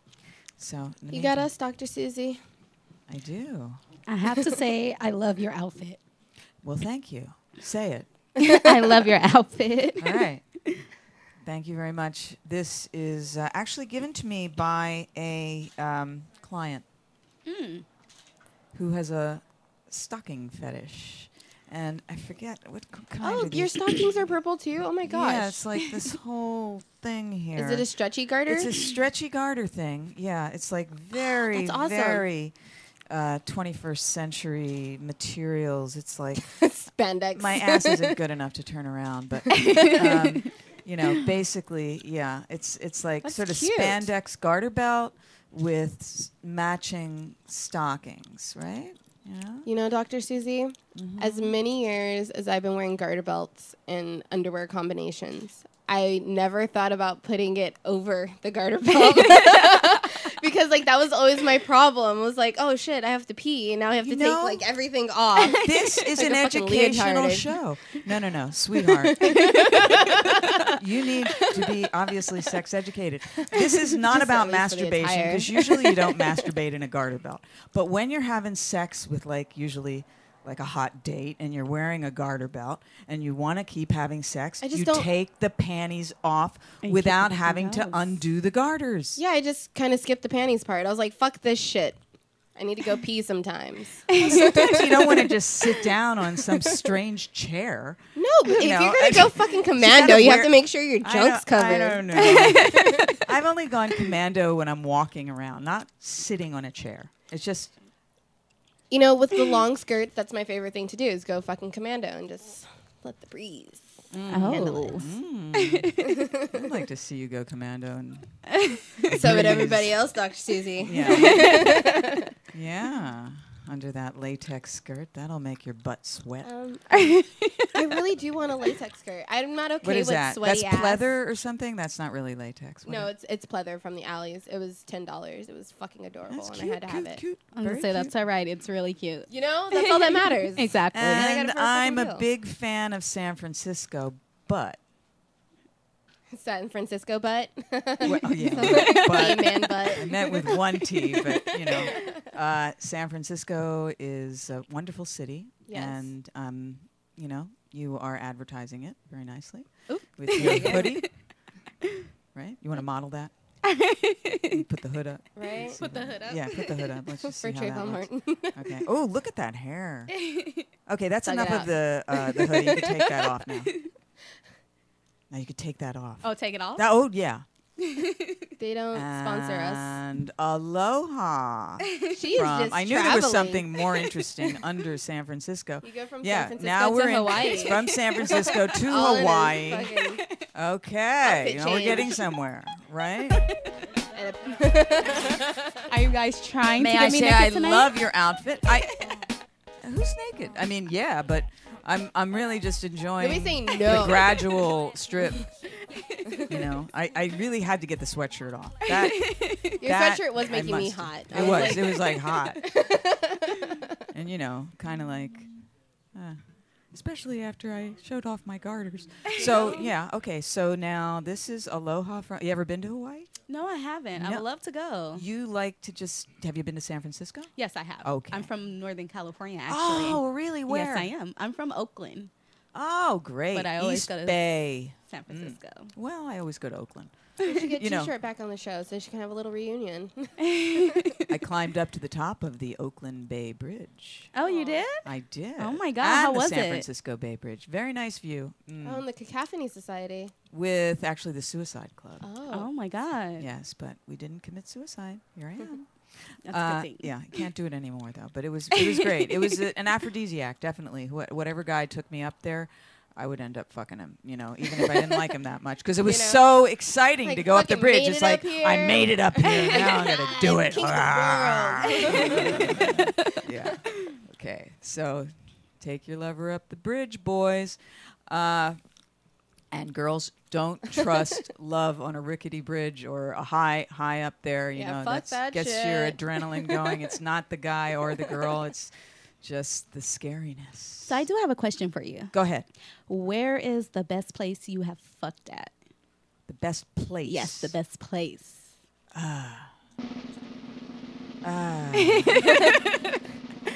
Speaker 3: So in the
Speaker 5: You got
Speaker 3: meantime-
Speaker 5: us, Dr. Susie.
Speaker 3: I do.
Speaker 7: I have to say, I love your outfit.
Speaker 3: Well, thank you. Say it.
Speaker 7: I love your outfit.
Speaker 3: All right. Thank you very much. This is uh, actually given to me by a um, client
Speaker 5: Hmm.
Speaker 3: who has a stocking fetish, and I forget what c- kind.
Speaker 5: Oh,
Speaker 3: of
Speaker 5: your
Speaker 3: these-
Speaker 5: stockings are purple too? Oh my gosh.
Speaker 3: Yeah, it's like this whole thing here.
Speaker 5: Is it a stretchy garter?
Speaker 3: It's a stretchy garter thing. Yeah, it's like very,
Speaker 5: That's awesome.
Speaker 3: very uh, 21st century materials. It's like
Speaker 5: Spandex.
Speaker 3: my ass isn't good enough to turn around, but um, you know, basically, yeah, it's it's like
Speaker 5: That's
Speaker 3: sort of
Speaker 5: cute.
Speaker 3: spandex garter belt with s- matching stockings, right? Yeah.
Speaker 5: You know, Dr. Susie,
Speaker 3: Mm-hmm.
Speaker 5: as many years as I've been wearing garter belts and underwear combinations, I never thought about putting it over the garter belt because, like, that was always my problem. Was like, oh shit, I have to pee, and now I have
Speaker 3: You
Speaker 5: to
Speaker 3: know-
Speaker 5: take like everything off.
Speaker 3: This is
Speaker 5: Like
Speaker 3: an
Speaker 5: a fucking
Speaker 3: educational
Speaker 5: leotard.
Speaker 3: show. No, no, no, sweetheart. you need to be obviously sex educated. This is not
Speaker 5: Just
Speaker 3: about
Speaker 5: at least for the
Speaker 3: masturbation
Speaker 5: attire.
Speaker 3: because usually you don't masturbate in a garter belt. But when you're having sex with like usually like a hot date and you're wearing a garter belt and you want to keep having sex,
Speaker 5: I just
Speaker 3: you
Speaker 5: don't-
Speaker 3: take the panties off
Speaker 7: And keep
Speaker 3: without
Speaker 7: everything
Speaker 3: having to
Speaker 7: else.
Speaker 3: undo the garters.
Speaker 5: yeah, I just kind of skipped the panties part. I was like, fuck this shit. I need to go pee sometimes.
Speaker 3: Sometimes you don't want to just sit down on some strange chair.
Speaker 5: No, but if
Speaker 3: know,
Speaker 5: you're gonna
Speaker 3: I-
Speaker 5: go fucking commando,
Speaker 3: gotta
Speaker 5: you have
Speaker 3: wear-
Speaker 5: to make sure your
Speaker 3: I
Speaker 5: junk's
Speaker 3: don't-
Speaker 5: covered.
Speaker 3: I don't know. I've only gone commando when I'm walking around, not sitting on a chair. It's just
Speaker 5: You know, with the long skirt, that's my favorite thing to do is go fucking commando and just let the breeze.
Speaker 7: Oh.
Speaker 3: I'd like to see you go commando and
Speaker 5: So would
Speaker 3: Breeze.
Speaker 5: everybody else, Dr. Susie.
Speaker 3: yeah, yeah, under that latex skirt, that'll make your butt sweat.
Speaker 5: Um, I I really do want a latex skirt. I'm not okay
Speaker 3: what is
Speaker 5: with
Speaker 3: that?
Speaker 5: sweaty
Speaker 3: That's
Speaker 5: ass.
Speaker 3: pleather or something? That's not really latex. What
Speaker 5: No,
Speaker 3: is-
Speaker 5: it's it's pleather from the alleys. It was ten dollars. It was fucking adorable,
Speaker 3: that's
Speaker 5: and
Speaker 3: cute,
Speaker 5: I had to
Speaker 3: cute,
Speaker 5: have it.
Speaker 3: cute.
Speaker 7: I'm gonna
Speaker 3: very
Speaker 7: say
Speaker 3: cute.
Speaker 7: that's all right. It's really cute.
Speaker 5: You know, that's all that matters.
Speaker 7: Exactly.
Speaker 5: I got it
Speaker 3: And
Speaker 5: for a
Speaker 3: I'm
Speaker 5: fucking
Speaker 3: a
Speaker 5: deal.
Speaker 3: big fan of San Francisco, but
Speaker 5: San Francisco butt.
Speaker 3: well, yeah,
Speaker 5: Gay
Speaker 3: but
Speaker 5: man
Speaker 3: I
Speaker 5: butt.
Speaker 3: met with one T, but you know, uh, San Francisco is a wonderful city,
Speaker 5: Yes.
Speaker 3: and um, you know, you are advertising it very nicely
Speaker 5: Oop.
Speaker 3: with your hoodie. Right? You want to model that? You put the hood up.
Speaker 5: Right?
Speaker 7: Put the hood up.
Speaker 3: Yeah, put the hood up. Let's just
Speaker 5: For
Speaker 3: see how that
Speaker 5: Trayvon
Speaker 3: looks.
Speaker 5: Martin.
Speaker 3: Okay. Oh, look at that hair. Okay, that's
Speaker 5: Tug it
Speaker 3: enough of
Speaker 5: out.
Speaker 3: the uh, the hoodie. You can take that off now. Now you can take that off.
Speaker 7: Oh, take it off.
Speaker 3: That- oh yeah.
Speaker 5: they don't Oh, sponsor us.
Speaker 3: And aloha.
Speaker 5: She is
Speaker 3: Uh, from-
Speaker 5: just
Speaker 3: I knew there was
Speaker 5: traveling.
Speaker 3: something more interesting under San Francisco.
Speaker 5: You go from
Speaker 3: yeah,
Speaker 5: San Francisco
Speaker 3: now we're
Speaker 5: to
Speaker 3: in,
Speaker 5: Hawaii.
Speaker 3: it's from San Francisco to
Speaker 5: All in a
Speaker 3: Hawaii.
Speaker 5: fucking-
Speaker 3: Okay,
Speaker 5: outfit
Speaker 3: you know, we're
Speaker 5: change.
Speaker 3: getting somewhere, right?
Speaker 5: and a-
Speaker 7: Are you guys trying
Speaker 3: May
Speaker 7: to get
Speaker 3: I
Speaker 7: me
Speaker 3: say
Speaker 7: naked
Speaker 3: I
Speaker 7: tonight?
Speaker 3: love your outfit? I who's naked? I mean, yeah, but I'm I'm really just enjoying
Speaker 5: Let me say
Speaker 3: the
Speaker 5: no.
Speaker 3: gradual strip. You know, I, I really had to get the sweatshirt off. That
Speaker 5: Your
Speaker 3: that
Speaker 5: sweatshirt was
Speaker 3: I
Speaker 5: making me
Speaker 3: must-
Speaker 5: hot. I
Speaker 3: It was.
Speaker 5: like-
Speaker 3: it was like hot. and you know, kind of like, uh, especially after I showed off my garters. So yeah, okay. So now this is Aloha from. You ever been to Hawaii?
Speaker 7: No, I haven't. I
Speaker 3: No.
Speaker 7: would love to go.
Speaker 3: You like to just? Have you been to San Francisco?
Speaker 7: Yes, I have.
Speaker 3: Okay.
Speaker 7: I'm from Northern California, actually.
Speaker 3: Oh, really? Where?
Speaker 7: Yes, I am. I'm from Oakland,
Speaker 3: Oh, great.
Speaker 7: But I always
Speaker 3: East
Speaker 7: go to-
Speaker 3: Bay.
Speaker 7: San Francisco.
Speaker 3: Well, I always go to Oakland.
Speaker 5: We should get
Speaker 3: you know.
Speaker 5: T-shirt back on the show so she can have a little reunion.
Speaker 3: I climbed up to the top of the Oakland Bay Bridge.
Speaker 7: Oh, you did?
Speaker 3: I did.
Speaker 7: Oh my God,
Speaker 3: And
Speaker 7: how
Speaker 3: the
Speaker 7: was
Speaker 3: San
Speaker 7: it?
Speaker 3: Francisco Bay Bridge. Very nice view. Mm.
Speaker 5: oh, in the Cacophony Society.
Speaker 3: With actually the Suicide Club.
Speaker 7: Oh
Speaker 5: Oh,
Speaker 7: my God.
Speaker 3: Yes, but we didn't commit suicide. Here I am.
Speaker 7: That's a
Speaker 3: Uh,
Speaker 7: good thing.
Speaker 3: Yeah, I can't do it anymore though. But it was it was great. It was a, an aphrodisiac, definitely. Wh- whatever guy took me up there, I would end up fucking him. You know, even if I didn't like him that much, because it was
Speaker 5: know?
Speaker 3: so exciting
Speaker 5: Like,
Speaker 3: to go up the
Speaker 5: fucking
Speaker 3: bridge.
Speaker 5: made
Speaker 3: It's
Speaker 5: it up
Speaker 3: like I
Speaker 5: here.
Speaker 3: made it up here. Now I'm gonna do it.
Speaker 5: King of the
Speaker 3: Ah.
Speaker 5: world.
Speaker 3: yeah. Okay. So take your lover up the bridge, boys. Uh, and girls, don't trust love on a rickety bridge or a high high up there. You
Speaker 5: Yeah,
Speaker 3: know,
Speaker 5: fuck
Speaker 3: that's
Speaker 5: that
Speaker 3: gets your
Speaker 5: shit.
Speaker 3: adrenaline going. It's not the guy or the girl. It's just the scariness.
Speaker 7: So I do have a question for you.
Speaker 3: Go ahead.
Speaker 7: Where is the best place you have fucked at?
Speaker 3: The best place.
Speaker 7: Yes, the best place.
Speaker 5: you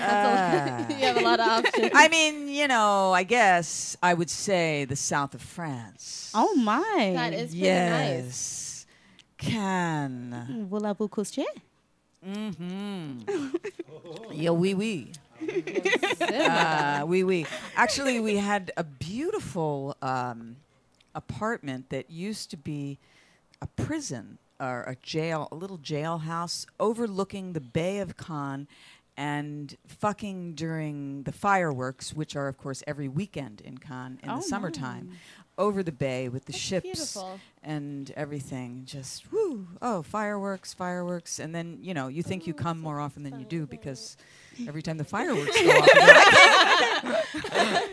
Speaker 5: have a lot of options.
Speaker 3: I mean, you know, I guess I would say the south of France.
Speaker 7: Oh my.
Speaker 5: That is pretty nice.
Speaker 3: yes. Can.
Speaker 7: Voulez-vous coucher?
Speaker 3: Mm-hmm. yeah, wee wee.
Speaker 5: Sim.
Speaker 3: Uh, wee wee. Actually, we had a beautiful um, apartment that used to be a prison or a jail, a little jailhouse overlooking the Bay of Cannes and fucking during the fireworks, which are, of course, every weekend in Cannes in
Speaker 7: Oh,
Speaker 3: the summertime, over the bay with the ships
Speaker 5: beautiful.
Speaker 3: and everything just woo oh fireworks fireworks and then you know you think you come more often than you do because every time the fireworks go off you're like,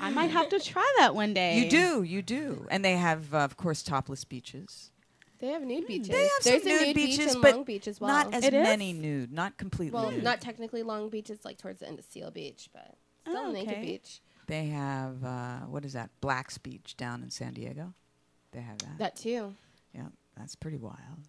Speaker 7: I might have to try that one day.
Speaker 3: you do you do and they have uh, of course topless beaches
Speaker 5: They have nude beaches.
Speaker 3: they have
Speaker 5: There's
Speaker 3: some
Speaker 5: a
Speaker 3: nude,
Speaker 5: nude
Speaker 3: beaches
Speaker 5: beach in
Speaker 3: but
Speaker 5: Long Beach as well.
Speaker 3: not as
Speaker 7: It is?
Speaker 3: many nude not completely
Speaker 5: well,
Speaker 3: nude.
Speaker 5: not technically Long Beach. It's like towards the end of Seal Beach, but still
Speaker 7: Oh,
Speaker 5: naked
Speaker 7: okay.
Speaker 5: beach.
Speaker 3: they have uh, what is that Black's Beach down in San Diego they have that,
Speaker 5: That too.
Speaker 3: yeah
Speaker 7: Mm-hmm,
Speaker 3: that's pretty wild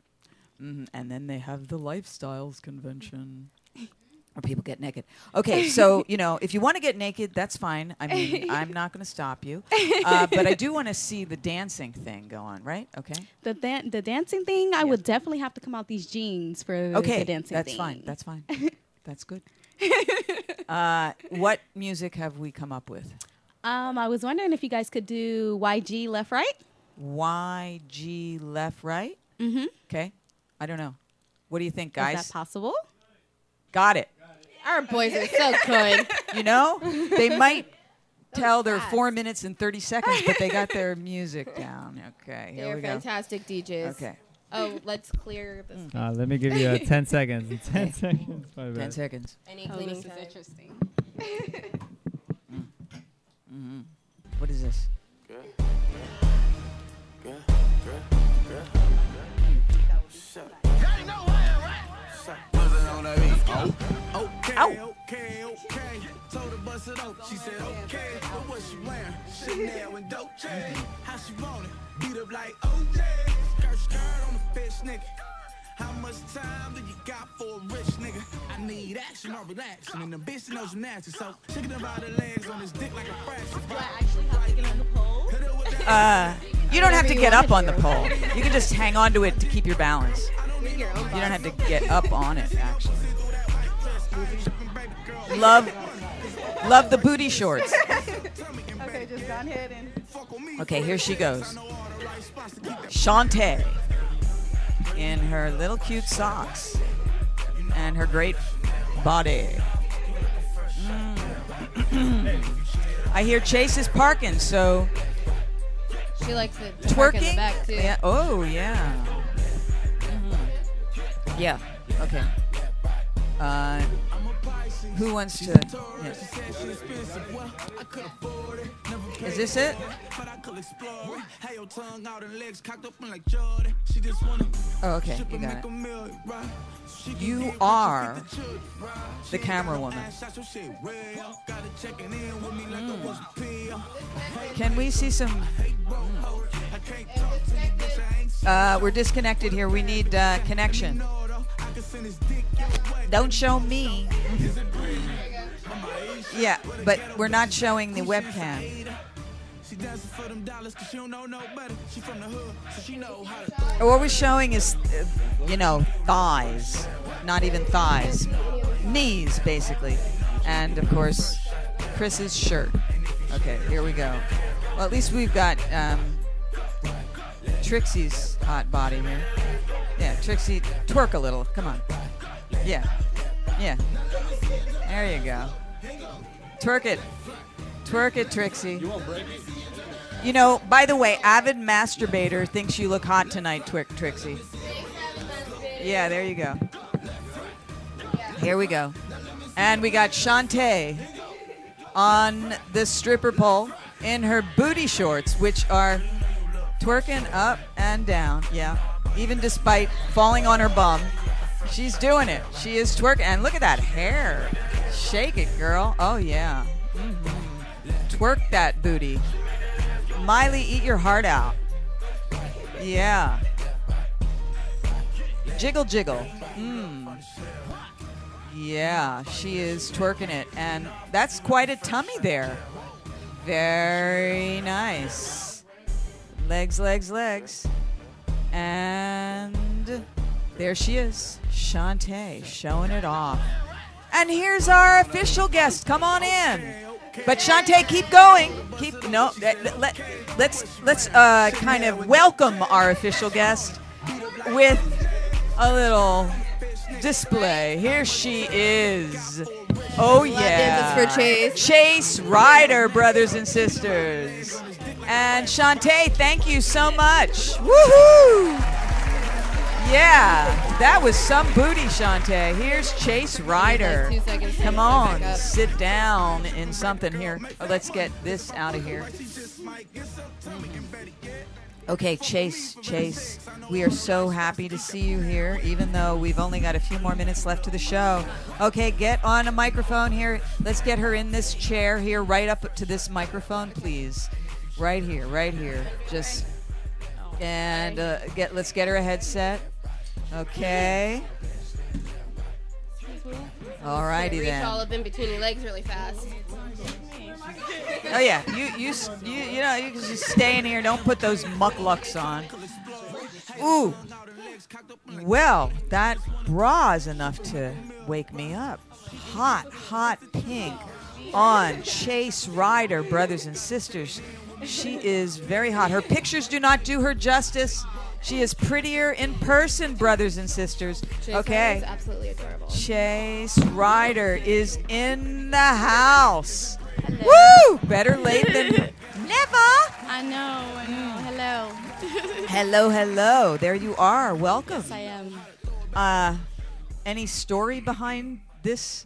Speaker 3: hmm and then they have the lifestyles convention or people get naked. Okay, so you know, if you want to get naked, that's fine. I mean, I'm not going to stop you, uh, but I do want to see the dancing thing go on, right? Okay.
Speaker 7: The dan- the dancing thing, I would definitely have to come out these jeans for
Speaker 3: Okay,
Speaker 7: the dancing
Speaker 3: that's
Speaker 7: thing.
Speaker 3: fine. That's fine. That's good. uh, what music have we come up with?
Speaker 7: um, I was wondering if you guys could do YG left right.
Speaker 3: YG left right.
Speaker 7: Mm-hmm.
Speaker 3: Okay. I don't know. What do you think,
Speaker 7: Is
Speaker 3: guys?
Speaker 7: that possible?
Speaker 3: Got it.
Speaker 5: Our boys are so good.
Speaker 3: You know, they might tell their four minutes and thirty seconds, but they got their music down. Okay, here
Speaker 5: They're
Speaker 3: we go.
Speaker 5: fantastic DJs.
Speaker 3: Okay,
Speaker 5: Oh, let's clear this.
Speaker 4: Uh, let me give you uh, 10 seconds. 10 seconds. My
Speaker 3: ten
Speaker 4: bad.
Speaker 3: seconds.
Speaker 5: Any
Speaker 7: Oh,
Speaker 5: cleaning
Speaker 7: this is
Speaker 5: time.
Speaker 7: interesting.
Speaker 3: What is this?
Speaker 8: Ow. Okay, okay. Told her bust it open. She said, okay. But what she wearing? Chanel and Dolce. How she want it? Beat up like OJ. Skirt, skirt on the fish, nigga. How much time do you got for a rich nigga? I need action, I'm relaxing, and the bitch knows gymnastics, so she can divide her legs on his dick like a fraction.
Speaker 3: Uh, you don't have
Speaker 5: Whatever
Speaker 3: to
Speaker 5: you
Speaker 3: get
Speaker 5: wanna
Speaker 3: up on
Speaker 5: do.
Speaker 3: the pole. You can just hang on to it to keep your balance.
Speaker 5: Make your own
Speaker 3: You
Speaker 5: box.
Speaker 3: don't have to get up on it. Actually, love, love the booty shorts.
Speaker 7: Okay, just go ahead and
Speaker 3: Okay, here she goes. Shantae in her little cute socks and her great body. Mm. I hear Chase is parking, so
Speaker 5: She likes it twerking.
Speaker 3: twerking.
Speaker 5: in the back too.
Speaker 3: Yeah. Oh yeah. Mhm. Yeah. Okay. Uh, who wants to? yes. Is this it?
Speaker 8: But I could explore it. Had your tongue out and legs cocked up like Jordan. She just wanna
Speaker 3: Oh, okay.
Speaker 8: ship
Speaker 3: You
Speaker 8: and
Speaker 3: got
Speaker 8: make
Speaker 3: it.
Speaker 8: a million, right? She can
Speaker 3: You
Speaker 8: get rich and
Speaker 3: are
Speaker 8: get the children, right?
Speaker 3: the camera woman.
Speaker 8: Ass out, so shit real. Gotta check it in with me like
Speaker 3: Mm.
Speaker 8: I was a pill.
Speaker 3: Can we see
Speaker 8: I
Speaker 3: some?
Speaker 8: can't talk to you, bitch. I ain't seen
Speaker 3: Uh, we're disconnected here. We need uh, connection.
Speaker 8: no though. I can send his dick your way.
Speaker 3: Don't show me. Mm-hmm. yeah, but we're not showing the webcam.
Speaker 8: She dancing for them dollars cause she don't know no better. She from the hood, so she know how to
Speaker 3: What we're showing is, uh, you know, thighs, not even thighs, knees basically, and of course, Chris's shirt. Okay, here we go. Well, at least we've got um, Trixie's hot body here. Yeah, Trixie, twerk a little. Come on. Yeah, yeah. There you go. Twerk it. Twerk it, Trixie. You know, by the way, avid masturbator thinks you look hot tonight, Twick Trixie. Yeah, there you go. Here we go. And we got Shantae on the stripper pole in her booty shorts, which are twerking up and down. Yeah. Even despite falling on her bum, she's doing it. She is twerking. And look at that hair. Shake it, girl. Oh, yeah. Mhm. Twerk that booty. Miley, eat your heart out. Yeah. Jiggle, jiggle. Mm. Yeah, she is twerking it. And that's quite a tummy there. Very nice. Legs, legs, legs. And there she is, Shantae, showing it off. And here's our official guest. Come on in. But Shantae, keep going. Keep no. Let, let, let's let's uh, kind of welcome our official guest with a little display. Here she is. Oh yeah.
Speaker 5: dances for Chase.
Speaker 3: Chase Ryder, brothers and sisters. And Shantae, thank you so much. Woohoo! Yeah, that was some booty, Shantae. Here's Chase Ryder.
Speaker 5: Two seconds.
Speaker 3: Come
Speaker 5: to back
Speaker 3: on,
Speaker 5: up.
Speaker 3: sit down in something here. Oh, let's get this out of here. Okay, Chase, Chase, we are so happy to see you here, even though we've only got a few more minutes left to the show. Okay, get on a microphone here. Let's get her in this chair here, right up to this microphone, please. Right here, right here. Just and uh, get. Let's get her a headset. Okay. All righty
Speaker 5: reach
Speaker 3: then.
Speaker 5: all up in between your legs really fast.
Speaker 3: Oh yeah, you you s- you you know you can just stay in here. Don't put those mucklucks on. Ooh. Well, that bra is enough to wake me up. Hot, hot pink on Chase Ryder, brothers and sisters. She is very hot. Her pictures do not do her justice. She is prettier in person, brothers and sisters.
Speaker 5: Jason
Speaker 3: okay.
Speaker 5: is absolutely adorable.
Speaker 3: Chase Ryder is in the house. Woo! Better late than never.
Speaker 7: I know. I know. Hello.
Speaker 3: Hello, hello. There you are. Welcome.
Speaker 7: Yes, I am.
Speaker 3: Uh, any story behind this?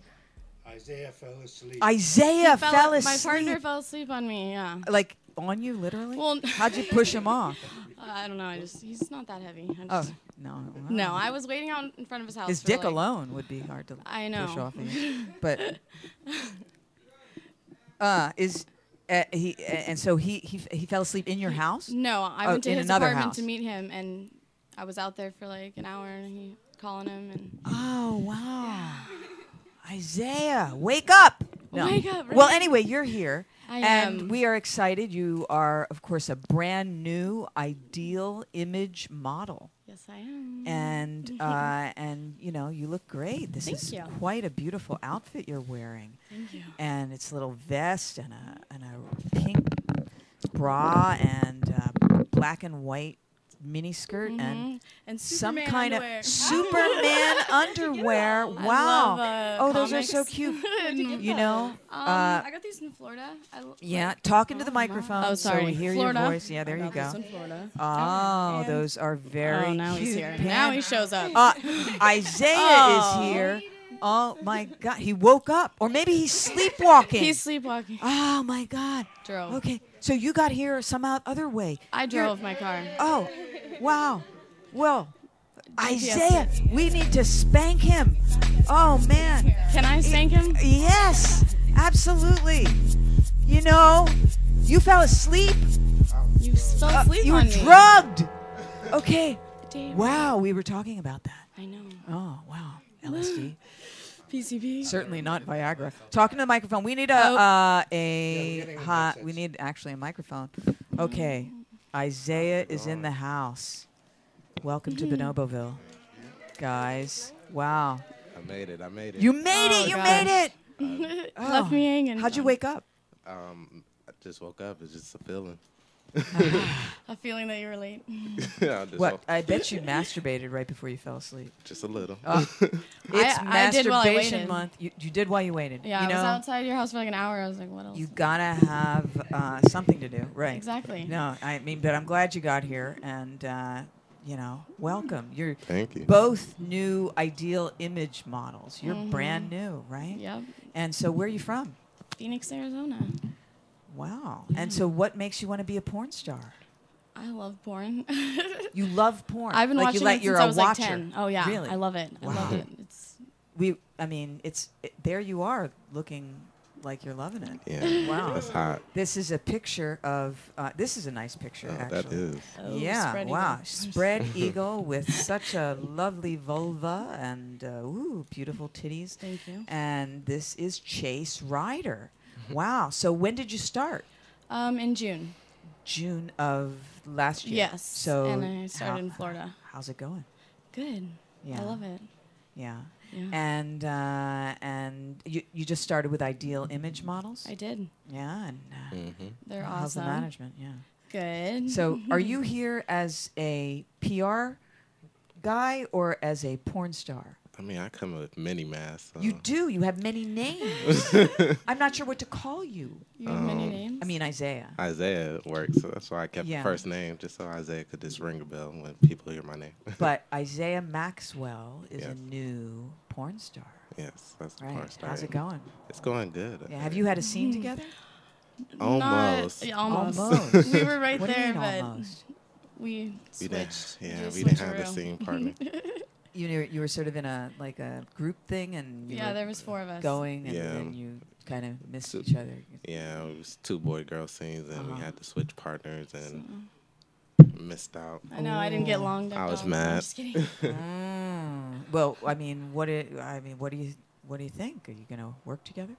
Speaker 2: Isaiah fell asleep.
Speaker 3: Isaiah
Speaker 7: He
Speaker 3: fell,
Speaker 7: My
Speaker 3: asleep.
Speaker 7: partner fell asleep on me. Yeah.
Speaker 3: Like on you, literally.
Speaker 7: Well,
Speaker 3: how'd you push him off?
Speaker 7: I don't know. I just he's not that heavy. I
Speaker 3: Oh
Speaker 7: just,
Speaker 3: no. wow.
Speaker 7: No, I was waiting out in front of his house.
Speaker 3: His
Speaker 7: for,
Speaker 3: dick
Speaker 7: like-
Speaker 3: alone would be hard to
Speaker 7: I
Speaker 3: push
Speaker 7: know.
Speaker 3: off. Of you. But uh, is uh, he? Uh, and so he, he he fell asleep in your house.
Speaker 7: No, I
Speaker 3: Oh,
Speaker 7: went to
Speaker 3: in
Speaker 7: his
Speaker 3: another
Speaker 7: apartment
Speaker 3: house.
Speaker 7: to meet him, and I was out there for like an hour, and he calling him and
Speaker 3: Oh wow. Isaiah, wake up.
Speaker 7: Wake up,
Speaker 3: Well,
Speaker 7: right?
Speaker 3: anyway, you're here.
Speaker 7: I
Speaker 3: and
Speaker 7: am.
Speaker 3: we are excited. You are, of course, a brand new ideal image model.
Speaker 7: yes, I am.
Speaker 3: And uh, and you know, you look great. This
Speaker 7: Mm-hmm. Thank
Speaker 3: is
Speaker 7: you.
Speaker 3: quite a beautiful outfit you're wearing.
Speaker 7: Thank you.
Speaker 3: And it's a little vest and a and a pink bra and uh, black and white mini skirt and
Speaker 7: Mhm. and
Speaker 3: some
Speaker 7: Superman
Speaker 3: kind
Speaker 7: underwear.
Speaker 3: of Superman underwear.
Speaker 7: I
Speaker 3: Wow.
Speaker 7: love, uh,
Speaker 3: oh, those are so
Speaker 7: comics.
Speaker 3: cute.
Speaker 7: Where'd you get
Speaker 3: you
Speaker 7: those?
Speaker 3: know,
Speaker 7: Um,
Speaker 3: uh,
Speaker 7: I got these in Florida. I l-
Speaker 3: yeah,
Speaker 7: like-
Speaker 3: talk into the
Speaker 7: Oh, my.
Speaker 3: microphone
Speaker 7: Oh,
Speaker 3: so
Speaker 7: sorry.
Speaker 3: we hear your
Speaker 7: Florida.
Speaker 3: voice. Yeah,
Speaker 7: I
Speaker 3: there you
Speaker 7: got this
Speaker 3: go.
Speaker 7: in Florida.
Speaker 3: Oh,
Speaker 7: And-
Speaker 3: those are very
Speaker 7: Oh, now
Speaker 3: cute.
Speaker 7: he's here.
Speaker 3: pants.
Speaker 7: Now he shows up.
Speaker 3: Uh, Isaiah
Speaker 7: Oh.
Speaker 3: is here. Oh my God, he woke up, or maybe he's sleepwalking.
Speaker 7: He's sleepwalking.
Speaker 3: oh my God.
Speaker 7: Drove.
Speaker 3: Okay, so you got here somehow other way.
Speaker 7: I
Speaker 3: You're-
Speaker 7: drove my car.
Speaker 3: Oh, wow. Well,
Speaker 7: GPS
Speaker 3: Isaiah, we need to spank him. Oh man.
Speaker 7: Can I thank him?
Speaker 3: Yes, absolutely. You know, you fell asleep.
Speaker 7: You fell
Speaker 3: Uh,
Speaker 7: asleep
Speaker 3: you were
Speaker 7: on me.
Speaker 3: drugged. Okay.
Speaker 7: Damn.
Speaker 3: Wow, we were talking about that.
Speaker 7: I know.
Speaker 3: Oh, wow. LSD.
Speaker 7: PCB.
Speaker 3: Certainly not Viagra. Talking to the microphone. We need a
Speaker 7: Oh.
Speaker 3: uh, a hot. We need actually a microphone. Okay, Isaiah is in the house. Welcome
Speaker 7: Mm-hmm.
Speaker 3: to Bonoboville, guys. Wow,
Speaker 9: I made it. I made it.
Speaker 3: you made
Speaker 7: Oh,
Speaker 3: it. You
Speaker 7: gosh.
Speaker 3: made it.
Speaker 7: Left me hanging.
Speaker 3: Oh. How'd you wake up?
Speaker 9: Um, I just woke up. It's just a feeling.
Speaker 7: A feeling that you were late.
Speaker 9: I just
Speaker 3: What?
Speaker 9: woke-
Speaker 3: I bet you masturbated right before you fell asleep.
Speaker 9: Just a little.
Speaker 3: Uh. It's
Speaker 7: I did
Speaker 3: masturbation
Speaker 7: while I waited.
Speaker 3: month. You, you did while you waited.
Speaker 7: Yeah,
Speaker 3: you
Speaker 7: I
Speaker 3: know,
Speaker 7: was outside your house for like an hour. I was like, what else?
Speaker 3: you gotta have uh, something to do, right?
Speaker 7: Exactly.
Speaker 3: No, I mean, but I'm glad you got here, and uh, you know, welcome. You're
Speaker 9: Thank you.
Speaker 3: both new ideal image models. You're
Speaker 7: Mm-hmm.
Speaker 3: brand new, right?
Speaker 7: Yep.
Speaker 3: And so, where are you from?
Speaker 7: Phoenix, Arizona.
Speaker 3: Wow.
Speaker 7: Mm-hmm.
Speaker 3: And so, what makes you want to be a porn star?
Speaker 7: I love porn.
Speaker 3: You love porn.
Speaker 7: I've been
Speaker 3: like
Speaker 7: watching
Speaker 3: you like,
Speaker 7: it
Speaker 3: you're
Speaker 7: since
Speaker 3: a
Speaker 7: I was
Speaker 3: watcher.
Speaker 7: like 10. Oh, yeah.
Speaker 3: Really?
Speaker 7: I love it. I love
Speaker 3: Wow.
Speaker 7: it. It's
Speaker 3: We. I mean, it's it, there. You are looking like you're loving it.
Speaker 9: Yeah.
Speaker 3: Wow.
Speaker 9: That's hot.
Speaker 3: This is a picture of. Uh, this is a nice picture,
Speaker 9: Oh,
Speaker 3: actually.
Speaker 9: that is.
Speaker 7: Oh,
Speaker 3: yeah,
Speaker 7: spread
Speaker 3: wow.
Speaker 7: eagle.
Speaker 3: Spread eagle with such a lovely vulva and uh, ooh, beautiful titties.
Speaker 7: Thank you.
Speaker 3: And this is Chase Ryder. Wow. So when did you start?
Speaker 7: um in June.
Speaker 3: June of last year.
Speaker 7: Yes,
Speaker 3: So
Speaker 7: and I started
Speaker 3: how-
Speaker 7: in Florida.
Speaker 3: How's it going?
Speaker 7: Good.
Speaker 3: Yeah.
Speaker 7: I love it.
Speaker 3: Yeah.
Speaker 7: Yeah.
Speaker 3: And uh, and you you just started with ideal image models.
Speaker 7: I did.
Speaker 3: yeah. And uh,
Speaker 7: They're
Speaker 3: how's
Speaker 7: awesome.
Speaker 3: the management? Yeah.
Speaker 7: Good.
Speaker 3: So, are you here as a PR guy or as a porn star?
Speaker 9: I mean, I come with mini mass. So.
Speaker 3: You do. You have many names. I'm not sure what to call you.
Speaker 7: you have
Speaker 9: Um,
Speaker 7: many names?
Speaker 3: I mean, Isaiah.
Speaker 9: Isaiah works, so that's why I kept
Speaker 3: Yeah.
Speaker 9: the first name, just so Isaiah could just ring a bell when people hear my name.
Speaker 3: But Isaiah Maxwell is a
Speaker 9: Yes.
Speaker 3: new porn star.
Speaker 9: yes, that's the
Speaker 3: Right.
Speaker 9: first name.
Speaker 3: How's it going?
Speaker 9: It's going good.
Speaker 3: Yeah, have you had a scene together?
Speaker 9: Almost.
Speaker 7: Not, yeah, almost.
Speaker 3: Mm. Almost.
Speaker 7: we were right
Speaker 3: what
Speaker 7: there,
Speaker 3: do you mean
Speaker 7: but
Speaker 3: almost?
Speaker 7: we
Speaker 9: We
Speaker 7: switched.
Speaker 9: didn't, yeah,
Speaker 7: Just
Speaker 9: we didn't have the
Speaker 7: switcheroo.
Speaker 9: same partner.
Speaker 3: You were, you were sort of in a like a group thing, and you
Speaker 7: Yeah,
Speaker 3: were
Speaker 7: there was four of us.
Speaker 3: going, and
Speaker 9: Yeah.
Speaker 3: then you kind of missed
Speaker 9: So-
Speaker 3: each other.
Speaker 9: yeah, it was two boy girl scenes, and
Speaker 3: Uh-huh.
Speaker 9: we had to switch partners and missed out.
Speaker 7: I know I didn't
Speaker 3: Oh.
Speaker 7: get long.
Speaker 9: I was
Speaker 7: I'm
Speaker 9: mad.
Speaker 7: just kidding.
Speaker 3: Mm. Well, I mean, what it, I mean, what do you What do you think? Are you going to work together?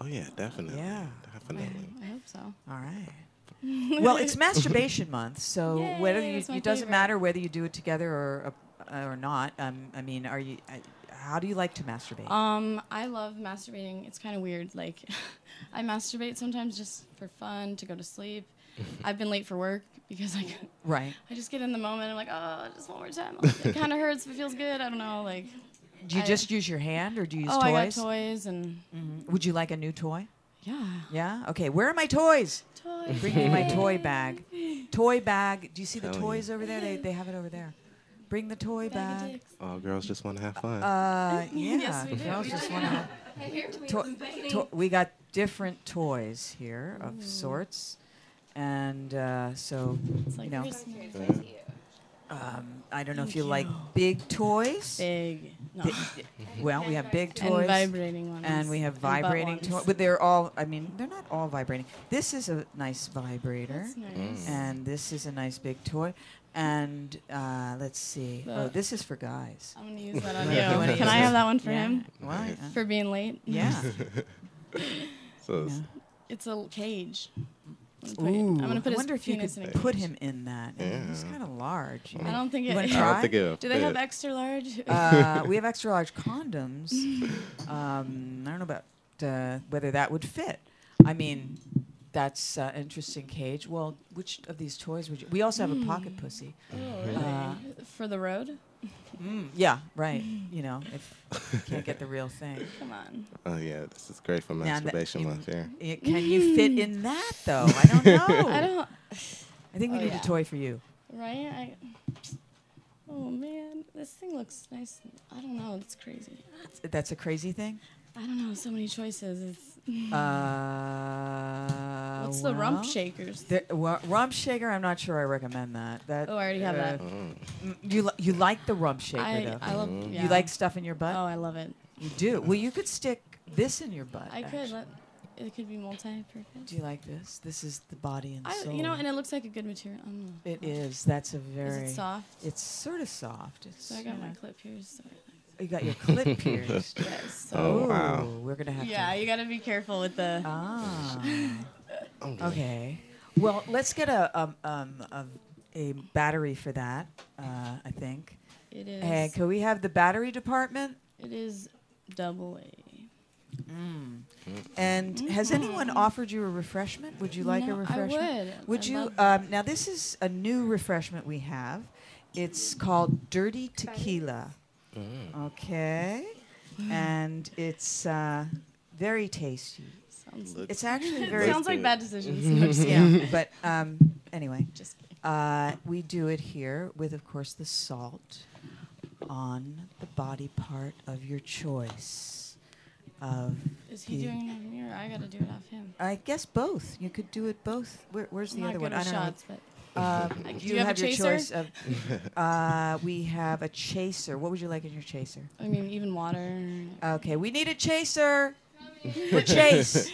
Speaker 9: Oh yeah, definitely.
Speaker 3: Yeah.
Speaker 9: Definitely.
Speaker 10: I hope so.
Speaker 3: All right. well, it's masturbation month, so whether
Speaker 10: Yay,
Speaker 3: you,
Speaker 10: that's my
Speaker 3: it doesn't
Speaker 10: favorite.
Speaker 3: matter whether you do it together or uh, or not. Um, I mean, are you? Uh, how do you like to masturbate?
Speaker 10: Um, I love masturbating. It's kind of weird. Like, I masturbate sometimes just for fun to go to sleep. I've been late for work because I,
Speaker 3: right.
Speaker 10: I just get in the moment. I'm like, oh, just one more time. It kind of hurts, but feels good. I don't know. Like,
Speaker 3: Do you
Speaker 10: I-
Speaker 3: just use your hand, or do you use
Speaker 10: oh,
Speaker 3: toys?
Speaker 10: I got toys and
Speaker 3: Would you like a new toy?
Speaker 10: yeah,
Speaker 3: Yeah. Okay. Where are my toys?
Speaker 10: Toys.
Speaker 3: Bring me my toy bag. Toy bag. Do you see the
Speaker 9: Hell yeah.
Speaker 3: toys over there? They, they have it over there. Bring the toy bag.
Speaker 9: All Oh, girls just want to have fun.
Speaker 3: Uh, yeah.
Speaker 10: Yes, we do.
Speaker 3: girls
Speaker 10: We
Speaker 3: just
Speaker 10: do.
Speaker 3: want to.
Speaker 10: I hear toys
Speaker 3: to-
Speaker 10: and banging.
Speaker 3: to- we got different toys here of sorts, and uh, so you know, um, I don't know if
Speaker 10: Thank
Speaker 3: you, like
Speaker 10: you.
Speaker 3: big toys.
Speaker 10: big. No.
Speaker 3: Bi- well, we have big
Speaker 10: And
Speaker 3: toys
Speaker 10: vibrating ones.
Speaker 3: and we have
Speaker 10: And butt
Speaker 3: vibrating
Speaker 10: ones.
Speaker 3: toys, but they're all. I mean, they're not all vibrating. This is a nice vibrator,
Speaker 10: That's nice. Mm.
Speaker 3: and this is a nice big toy, and uh, let's see. oh,
Speaker 10: Look.
Speaker 3: this is for guys.
Speaker 10: I'm gonna use that on
Speaker 3: Right. You wanna
Speaker 10: you. Can
Speaker 3: use
Speaker 10: I
Speaker 3: it?
Speaker 10: have that one for
Speaker 3: Yeah.
Speaker 10: him?
Speaker 3: Why? Uh,
Speaker 10: For being late.
Speaker 3: yeah.
Speaker 9: so it's-
Speaker 10: It's a cage. I'm gonna put it-
Speaker 3: Ooh,
Speaker 10: I'm gonna put
Speaker 3: I
Speaker 10: his
Speaker 3: wonder if you
Speaker 10: penis in
Speaker 3: could
Speaker 10: a
Speaker 3: put
Speaker 10: cage.
Speaker 3: him in that. Yeah. He's
Speaker 9: Yeah.
Speaker 3: kind of large.
Speaker 10: I don't think
Speaker 3: you
Speaker 10: it.
Speaker 3: wanna
Speaker 9: I don't
Speaker 3: try?
Speaker 9: think it'll
Speaker 10: Do they have
Speaker 9: fit.
Speaker 10: extra large?
Speaker 3: uh, we have extra large condoms. um, I don't know about uh, whether that would fit. I mean, that's uh, interesting cage. Well, which of these toys would you? We also have a pocket pussy.
Speaker 10: Oh, really?
Speaker 3: Uh,
Speaker 10: For the road?
Speaker 3: Mm, yeah, right. You know, if you can't get the real thing.
Speaker 10: Come on.
Speaker 9: oh yeah, this is great for
Speaker 3: Now that-
Speaker 9: masturbation
Speaker 3: you-
Speaker 9: month. Yeah.
Speaker 3: y- Can you fit in that though? I don't know.
Speaker 10: I don't.
Speaker 3: I think we
Speaker 10: Oh,
Speaker 3: need
Speaker 10: yeah.
Speaker 3: a toy for you.
Speaker 10: Right? I. Oh man, this thing looks nice. I don't know. It's crazy.
Speaker 3: That's a crazy thing.
Speaker 10: I don't know. So many choices. It's.
Speaker 3: Uh,
Speaker 10: Mm. What's the rump
Speaker 3: well,
Speaker 10: shakers?
Speaker 3: There, well, rump shaker. I'm not sure I recommend that. That
Speaker 10: Oh, I already have that.
Speaker 3: mm, You li- you like the rump shaker
Speaker 10: I,
Speaker 3: though.
Speaker 10: I love.
Speaker 9: Mm-hmm.
Speaker 10: yeah.
Speaker 3: You like stuff in your butt.
Speaker 10: Oh, I love it.
Speaker 3: You do. Well, you could stick this in your butt.
Speaker 10: I could.
Speaker 3: actually.
Speaker 10: Let, it could be multi-purpose.
Speaker 3: Do you like this? This is the body and
Speaker 10: I,
Speaker 3: soul.
Speaker 10: you know, and it looks like a good material. I don't know.
Speaker 3: it is. That's a
Speaker 10: Is
Speaker 3: very.
Speaker 10: it soft?
Speaker 3: It's sort of soft. It's,
Speaker 10: So I got
Speaker 3: you
Speaker 10: my
Speaker 3: know-
Speaker 10: clip here. So
Speaker 3: You got your clip pierced.
Speaker 10: yes.
Speaker 9: Oh, wow.
Speaker 3: Ooh, We're gonna have
Speaker 10: Yeah,
Speaker 3: to. Uh,
Speaker 10: you gotta be careful with the.
Speaker 3: Ah. okay. Well, let's get a um, um, a, a battery for that. Uh, I think.
Speaker 10: It is.
Speaker 3: And could we have the battery department?
Speaker 10: It is double A.
Speaker 3: And has anyone offered you a refreshment? Would you like
Speaker 10: Mm. No,
Speaker 3: a
Speaker 10: I
Speaker 3: refreshment?
Speaker 10: would. I
Speaker 3: you?
Speaker 10: love
Speaker 3: Um, now this is a new refreshment we have. It's called Dirty Tequila.
Speaker 9: Mm.
Speaker 3: Okay.
Speaker 10: Mm.
Speaker 3: And it's uh, very tasty.
Speaker 10: Sounds.
Speaker 9: Looks-
Speaker 3: It's actually
Speaker 10: It
Speaker 3: very.
Speaker 10: sounds like
Speaker 9: good.
Speaker 10: bad decisions. No, just kidding.
Speaker 3: yeah. But um, anyway,
Speaker 10: Just kidding.
Speaker 3: uh, we do it here with, of course, the salt on the body part of your choice. Of
Speaker 10: Is he
Speaker 3: the-
Speaker 10: doing it on me or I gotta do it off him?
Speaker 3: I guess both. You could do it both. Where, where's
Speaker 10: I'm
Speaker 3: the
Speaker 10: not
Speaker 3: other
Speaker 10: good
Speaker 3: one?
Speaker 10: with
Speaker 3: I don't
Speaker 10: shots,
Speaker 3: know. Um,
Speaker 10: Like, do
Speaker 3: you,
Speaker 10: you have a
Speaker 3: have, your
Speaker 10: chaser?
Speaker 3: choice of. Uh, we have a chaser. What would you like in your chaser?
Speaker 10: but I mean, even water.
Speaker 3: Okay, we need a chaser for Chase.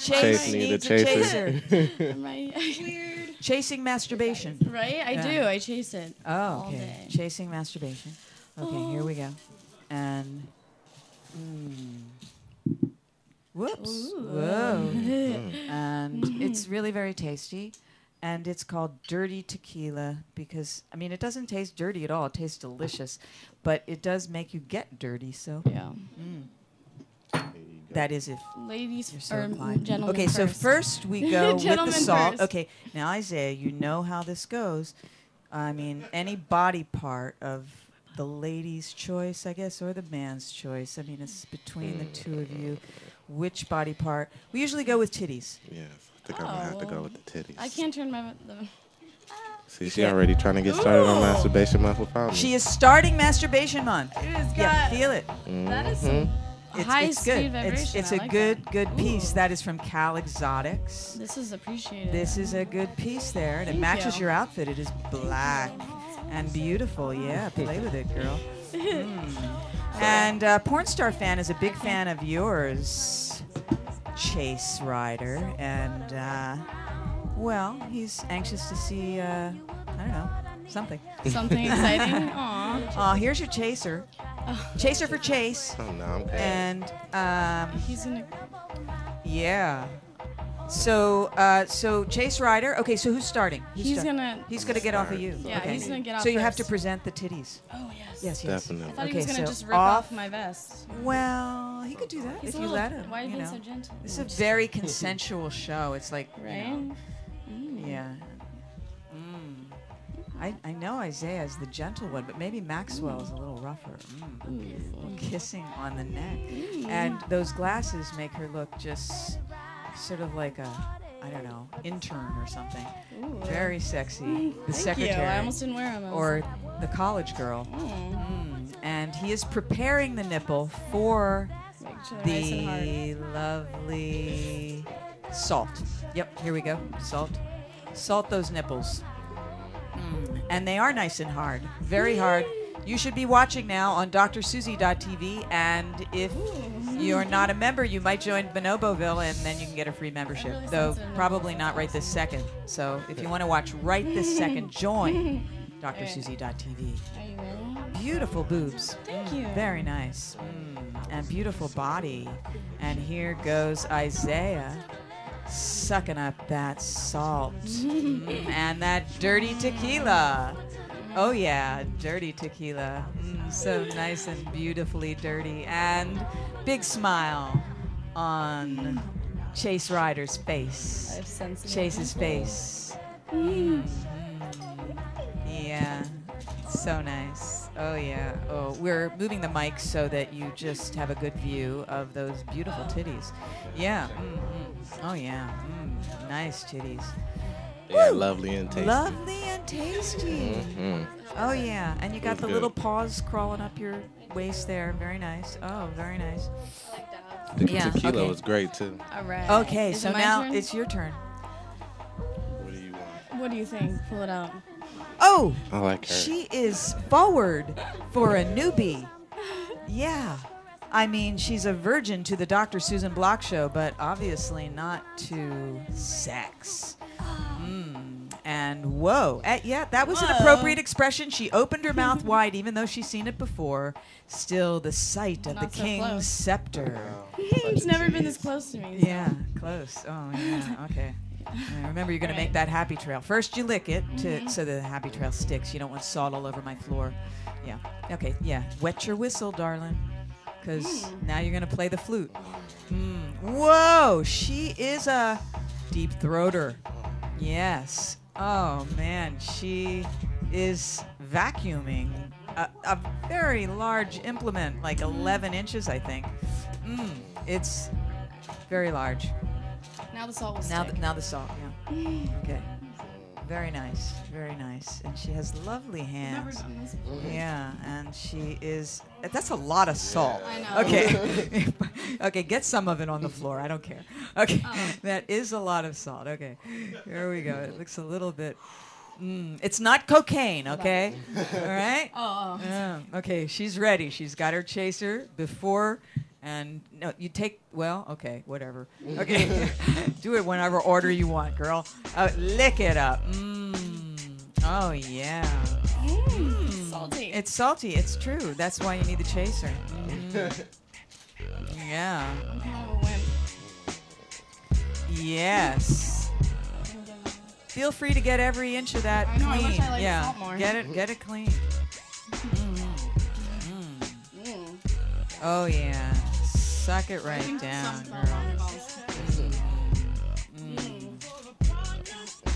Speaker 3: Chase
Speaker 9: need a
Speaker 3: needs a
Speaker 9: chaser.
Speaker 3: chaser.
Speaker 10: Am I weird?
Speaker 3: Chasing masturbation.
Speaker 10: Right? I
Speaker 3: Yeah.
Speaker 10: do. I chase it.
Speaker 3: Oh,
Speaker 10: all
Speaker 3: okay.
Speaker 10: day. Oh.
Speaker 3: Chasing masturbation. Okay, here we go. And. Mm, whoops.
Speaker 10: Ooh. Mm-hmm.
Speaker 3: Whoa. and it's really very tasty. And it's called dirty tequila because, I mean, it doesn't taste dirty at all. It tastes delicious, but it does make you get dirty. So
Speaker 10: Yeah.
Speaker 3: that is if
Speaker 10: Ladies
Speaker 3: you're
Speaker 10: or
Speaker 3: so
Speaker 10: m-
Speaker 3: inclined.
Speaker 10: gentlemen.
Speaker 3: okay, so first we go with the
Speaker 10: Gentlemen
Speaker 3: salt.
Speaker 10: first.
Speaker 3: Okay, now Isaiah, you know how this goes. I mean, any body part of the lady's choice, I guess, or the man's choice. I mean, it's between the two of you. Which body part? We usually go with titties.
Speaker 9: Yes. I think I'm gonna have to
Speaker 10: Oh.
Speaker 9: go with the titties.
Speaker 10: I can't turn my. The,
Speaker 9: See, she already trying to get started on
Speaker 10: Ooh.
Speaker 9: masturbation month without me.
Speaker 3: She is starting masturbation month.
Speaker 10: it has got.
Speaker 3: Yeah, feel it.
Speaker 10: That is some
Speaker 3: It's,
Speaker 10: high
Speaker 3: it's
Speaker 10: speed
Speaker 3: good.
Speaker 10: vibration.
Speaker 3: It's, it's
Speaker 10: I
Speaker 3: a
Speaker 10: like
Speaker 3: good,
Speaker 10: that.
Speaker 3: good piece.
Speaker 10: Ooh.
Speaker 3: That is from Cal Exotics.
Speaker 10: This is appreciated.
Speaker 3: This is a good piece there, and it
Speaker 10: Thank
Speaker 3: matches
Speaker 10: you.
Speaker 3: your outfit. It is black and beautiful. Yeah, play with it, girl. Mm. And uh, porn star fan is a big fan of yours, Chase Ryder, and uh, well, he's anxious to see. Uh, I don't know something.
Speaker 10: something exciting. Aw.
Speaker 3: Uh, here's your chaser.
Speaker 10: Oh,
Speaker 3: Chaser for Chase.
Speaker 9: Oh, no, I'm good.
Speaker 3: And um,
Speaker 7: he's in.
Speaker 3: Yeah. So uh, so Chase Ryder. Okay, so who's starting? Who's
Speaker 7: He's
Speaker 3: starting?
Speaker 7: gonna-
Speaker 3: He's
Speaker 7: I'm
Speaker 3: gonna
Speaker 7: gonna
Speaker 3: get off of
Speaker 7: start.
Speaker 3: you.
Speaker 7: Yeah,
Speaker 3: okay.
Speaker 7: he's gonna get off
Speaker 3: So you have to
Speaker 7: first.
Speaker 3: present the titties.
Speaker 7: Oh yes.
Speaker 3: Yes, yes.
Speaker 9: Definitely.
Speaker 7: I thought
Speaker 3: okay,
Speaker 7: he was gonna
Speaker 3: so
Speaker 7: just rip off, my vest.
Speaker 3: Well, he could do that
Speaker 7: He's
Speaker 3: if
Speaker 7: a
Speaker 3: you
Speaker 7: little-
Speaker 3: let him.
Speaker 7: Why are you
Speaker 3: you
Speaker 7: being
Speaker 3: know.
Speaker 7: so gentle?
Speaker 3: This is a very consensual show. It's like you
Speaker 7: Right?
Speaker 3: know, yeah. Mm. I, I know Isaiah is the gentle one, but maybe Maxwell is a little rougher. Mm. Little Kissing on the neck.
Speaker 7: Mm.
Speaker 3: And those glasses make her look just sort of like a, I don't know, intern or something.
Speaker 7: Ooh.
Speaker 3: Very sexy. The
Speaker 7: Thank you. I
Speaker 3: secretary.
Speaker 7: almost didn't wear 'em. I was-
Speaker 3: Or the college girl. Mm. And he is preparing the nipple for
Speaker 7: sure they're nice and hard.
Speaker 3: the lovely salt. Yep, here we go. Salt. Salt those nipples. Mm. And they are nice and hard. Very hard. You should be watching now on drsuzy.tv. And if you're not a member, you might join Bonoboville and then you can get a free membership.
Speaker 7: really
Speaker 3: Though
Speaker 7: sounds so nice.
Speaker 3: probably not right this second. So if you want to watch right this second, join
Speaker 7: Are
Speaker 3: drsuzy.tv.
Speaker 7: you ready?
Speaker 3: Beautiful boobs.
Speaker 7: Thank you.
Speaker 3: Very nice. Mm, And beautiful body. And here goes Isaiah sucking up that salt Mm, and that dirty tequila. Oh, yeah, dirty tequila. Mm, so nice and beautifully dirty. And big smile on Chase Ryder's face.
Speaker 7: I've sensed it.
Speaker 3: Chase's face.
Speaker 7: Mm.
Speaker 3: Mm. Yeah. So nice. Oh yeah. Oh, we're moving the mic so that you just have a good view of those beautiful titties. Yeah. Mm, mm. Oh yeah. Mm. Nice titties.
Speaker 9: Yeah, lovely and tasty.
Speaker 3: Lovely and tasty.
Speaker 9: Mm.
Speaker 3: Oh yeah. And you got
Speaker 9: Feels
Speaker 3: the
Speaker 9: good.
Speaker 3: little paws crawling up your waist there. Very nice. Oh, very nice.
Speaker 9: The
Speaker 3: Yeah,
Speaker 9: tequila
Speaker 3: okay.
Speaker 9: was great too.
Speaker 7: All right.
Speaker 3: Okay,
Speaker 7: Is it
Speaker 3: so
Speaker 7: my
Speaker 3: now
Speaker 7: turn?
Speaker 3: it's your turn.
Speaker 9: What do you want?
Speaker 7: What do you think? Pull it out.
Speaker 3: Oh,
Speaker 9: I like her.
Speaker 3: She is forward for a newbie. Yeah. I mean, she's a virgin to the Dr. Susan Block show, but obviously not to sex. Mm. And whoa. Eh, yeah, that was an
Speaker 7: Whoa.
Speaker 3: appropriate expression. She opened her mouth wide, even though she's seen it before. Still, the sight of
Speaker 7: Not
Speaker 3: the
Speaker 7: so
Speaker 3: king's
Speaker 7: close.
Speaker 3: scepter.
Speaker 7: He's never been this close to me. so-
Speaker 3: Yeah, close. Oh, yeah. Okay. Yeah, remember, you're gonna make that happy trail. First, you lick it to, so that the happy trail sticks. You don't want salt all over my floor. Yeah. Okay. Yeah. Wet your whistle, darling, because now you're gonna play the flute. Mm. Whoa! She is a deep throater. Yes. Oh man, she is vacuuming a, a very large implement, like 11 inches, I think. Mm. It's very large.
Speaker 7: Now the salt will
Speaker 3: Now,
Speaker 7: stick.
Speaker 3: th- now the salt. Yeah. Okay. Very nice. Very nice. And she has lovely
Speaker 7: Never
Speaker 3: hands.
Speaker 7: done this.
Speaker 3: Yeah. And she is. That's a lot of salt.
Speaker 7: I know.
Speaker 3: Okay. okay. Get some of it on the floor. I don't care. Okay.
Speaker 7: Oh.
Speaker 3: That is a lot of salt. Okay. Here we go. It looks a little bit. Mm, it's not cocaine. Okay. All right.
Speaker 7: Oh, oh.
Speaker 3: Yeah. Okay, she's ready. She's got her chaser before, and no, you take. Well, okay, whatever. Okay, do it whenever order you want, girl. Uh, lick it up. Mm. Oh yeah.
Speaker 7: Mm, salty.
Speaker 3: It's salty. It's true. That's why you need the chaser. Mm. Yeah.
Speaker 7: I'm kind of a wimp.
Speaker 3: Yes. Feel free to get every inch of that
Speaker 7: I know, I
Speaker 3: clean.
Speaker 7: wish I liked
Speaker 3: yeah.
Speaker 7: salt more. Mm-hmm.
Speaker 3: Get it. Get it clean.
Speaker 7: Mm.
Speaker 3: Oh yeah. Suck it
Speaker 7: I think
Speaker 3: right down,
Speaker 7: some salt
Speaker 3: girl. Mm.
Speaker 7: on the balls.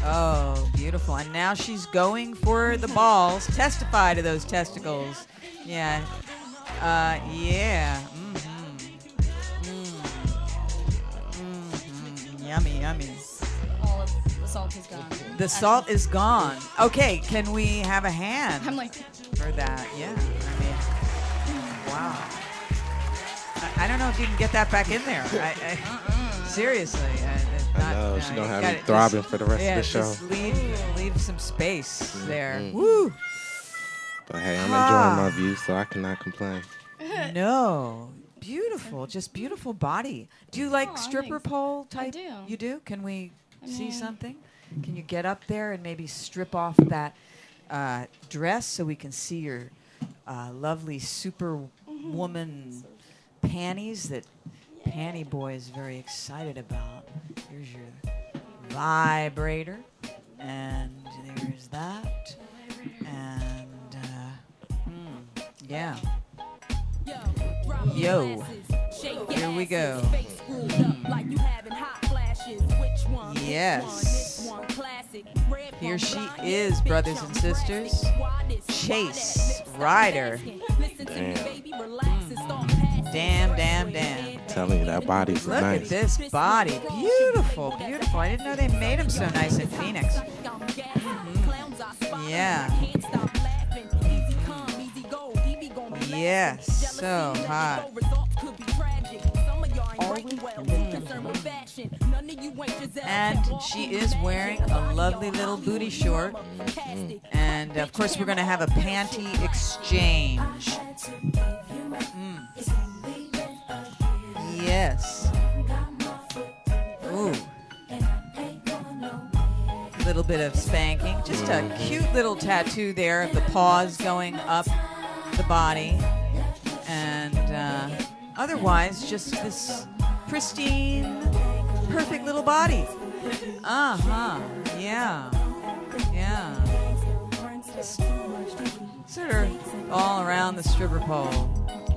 Speaker 3: Oh, beautiful. And now she's going for the balls. Testify to those testicles. Yeah. Uh, yeah. hmm hmm Yummy, yummy.
Speaker 7: All of the salt is gone.
Speaker 3: The salt is gone. Okay, can we have a hand?
Speaker 7: I'm like,
Speaker 3: for that. Yeah. I mean, wow. I, I don't know if you can get that back in there. I,
Speaker 7: Uh-uh.
Speaker 3: I, seriously. I, it's not,
Speaker 9: know, she
Speaker 3: no,
Speaker 9: gonna
Speaker 3: you
Speaker 9: have
Speaker 3: gotta
Speaker 9: me throbbing
Speaker 3: just-
Speaker 9: for the rest of
Speaker 3: yeah,
Speaker 9: the show. Mm-hmm.
Speaker 3: Just leave, leave some space there. Woo!
Speaker 9: But hey, I'm
Speaker 3: Ah.
Speaker 9: enjoying my view, so I cannot complain.
Speaker 3: No. Beautiful. Just beautiful body. Do you like
Speaker 7: Oh,
Speaker 3: stripper
Speaker 7: thanks.
Speaker 3: pole type?
Speaker 7: do.
Speaker 3: You do? Can we
Speaker 7: I
Speaker 3: see
Speaker 7: mean-
Speaker 3: something? Can you get up there and maybe strip off that uh, dress so we can see your uh, lovely super
Speaker 7: Mm-hmm.
Speaker 3: woman panties that Panty Boy is very excited about. Here's your vibrator, and there's that, and uh, hmm, yeah. Yo, here we go. Yes. Here she is, brothers and sisters. Chase Ryder.
Speaker 9: Damn.
Speaker 3: Damn, damn, damn.
Speaker 9: Telling you that body's
Speaker 3: Look
Speaker 9: nice.
Speaker 3: at this body. Beautiful, beautiful. I didn't know they made him so nice in Phoenix. Yeah. Yes, so hot. And she is wearing a lovely little booty short. And of course, we're going to have a panty exchange. Mm. Yes. Ooh. Little bit of spanking. Just a cute little tattoo there of the paws going up the body. And uh, otherwise, just this pristine, perfect little body. Uh huh. Yeah. Yeah. S- Sort of all around the stripper pole.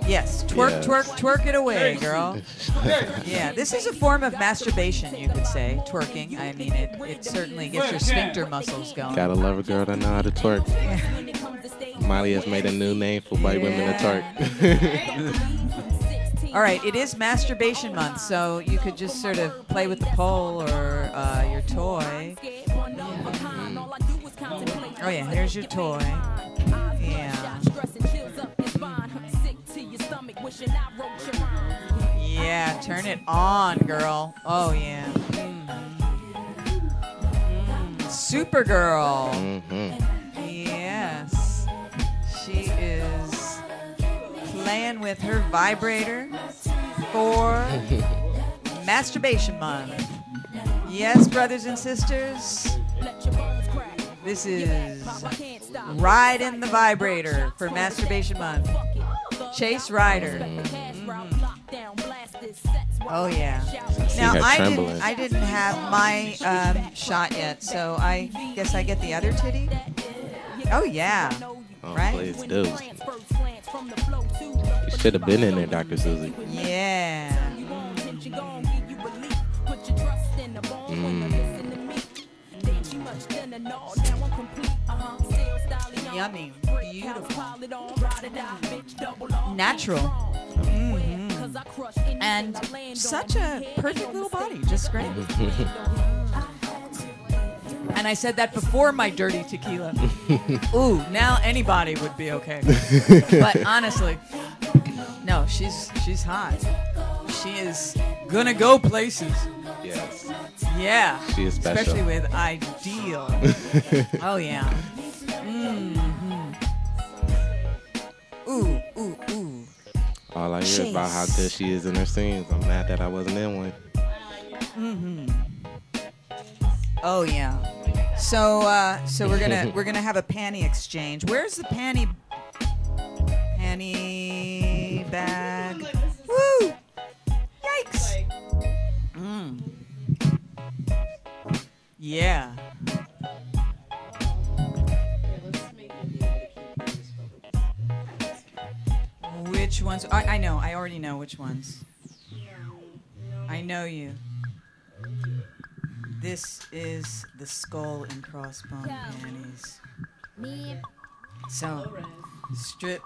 Speaker 3: Yes, twerk,
Speaker 9: Yes.
Speaker 3: twerk, twerk it away, girl. Yeah, this is a form of masturbation, you could say. Twerking. I mean, it, it certainly gets your sphincter muscles going.
Speaker 9: Gotta love a girl that know how to twerk. Molly has made a new name for white women to twerk.
Speaker 3: All right, it is masturbation month, so you could just sort of play with the pole or uh, your toy. Oh yeah, here's your toy. Yeah. Yeah, turn it on, girl. Oh yeah. Mm. Supergirl. Yes. She is playing with her vibrator for Masturbation Month. Yes, brothers and sisters. This is Ride in the Vibrator for Masturbation Month. Chase Rider. Oh yeah.
Speaker 9: See
Speaker 3: Now
Speaker 9: her
Speaker 3: I didn't,
Speaker 9: trembling.
Speaker 3: I didn't have my um, shot yet, so I guess I get the other titty. Oh yeah.
Speaker 9: Oh,
Speaker 3: right?
Speaker 9: please do. You should have been in there, Dr. Susie.
Speaker 3: Yeah.
Speaker 9: Mm.
Speaker 3: Uh-huh. Yummy. Beautiful. Natural. Mhm. And such a perfect little body. Just great. And I said that before my dirty tequila. Ooh, now anybody would be okay. but honestly, no, she's she's hot. She is gonna go places.
Speaker 9: Yes.
Speaker 3: Yeah.
Speaker 9: She is special.
Speaker 3: Especially with ideal. oh yeah. hmm Ooh, ooh, ooh.
Speaker 9: All I hear is about how
Speaker 3: Chase.
Speaker 9: good she is in her scenes. I'm mad that I wasn't in one.
Speaker 3: hmm Oh yeah. So uh, so we're gonna we're gonna have a panty exchange. Where's the panty panty bag? Woo! Yikes! Mm. Yeah. Which ones? I, I know. I already know which ones. I know you. This is the skull and crossbone panties. So, strip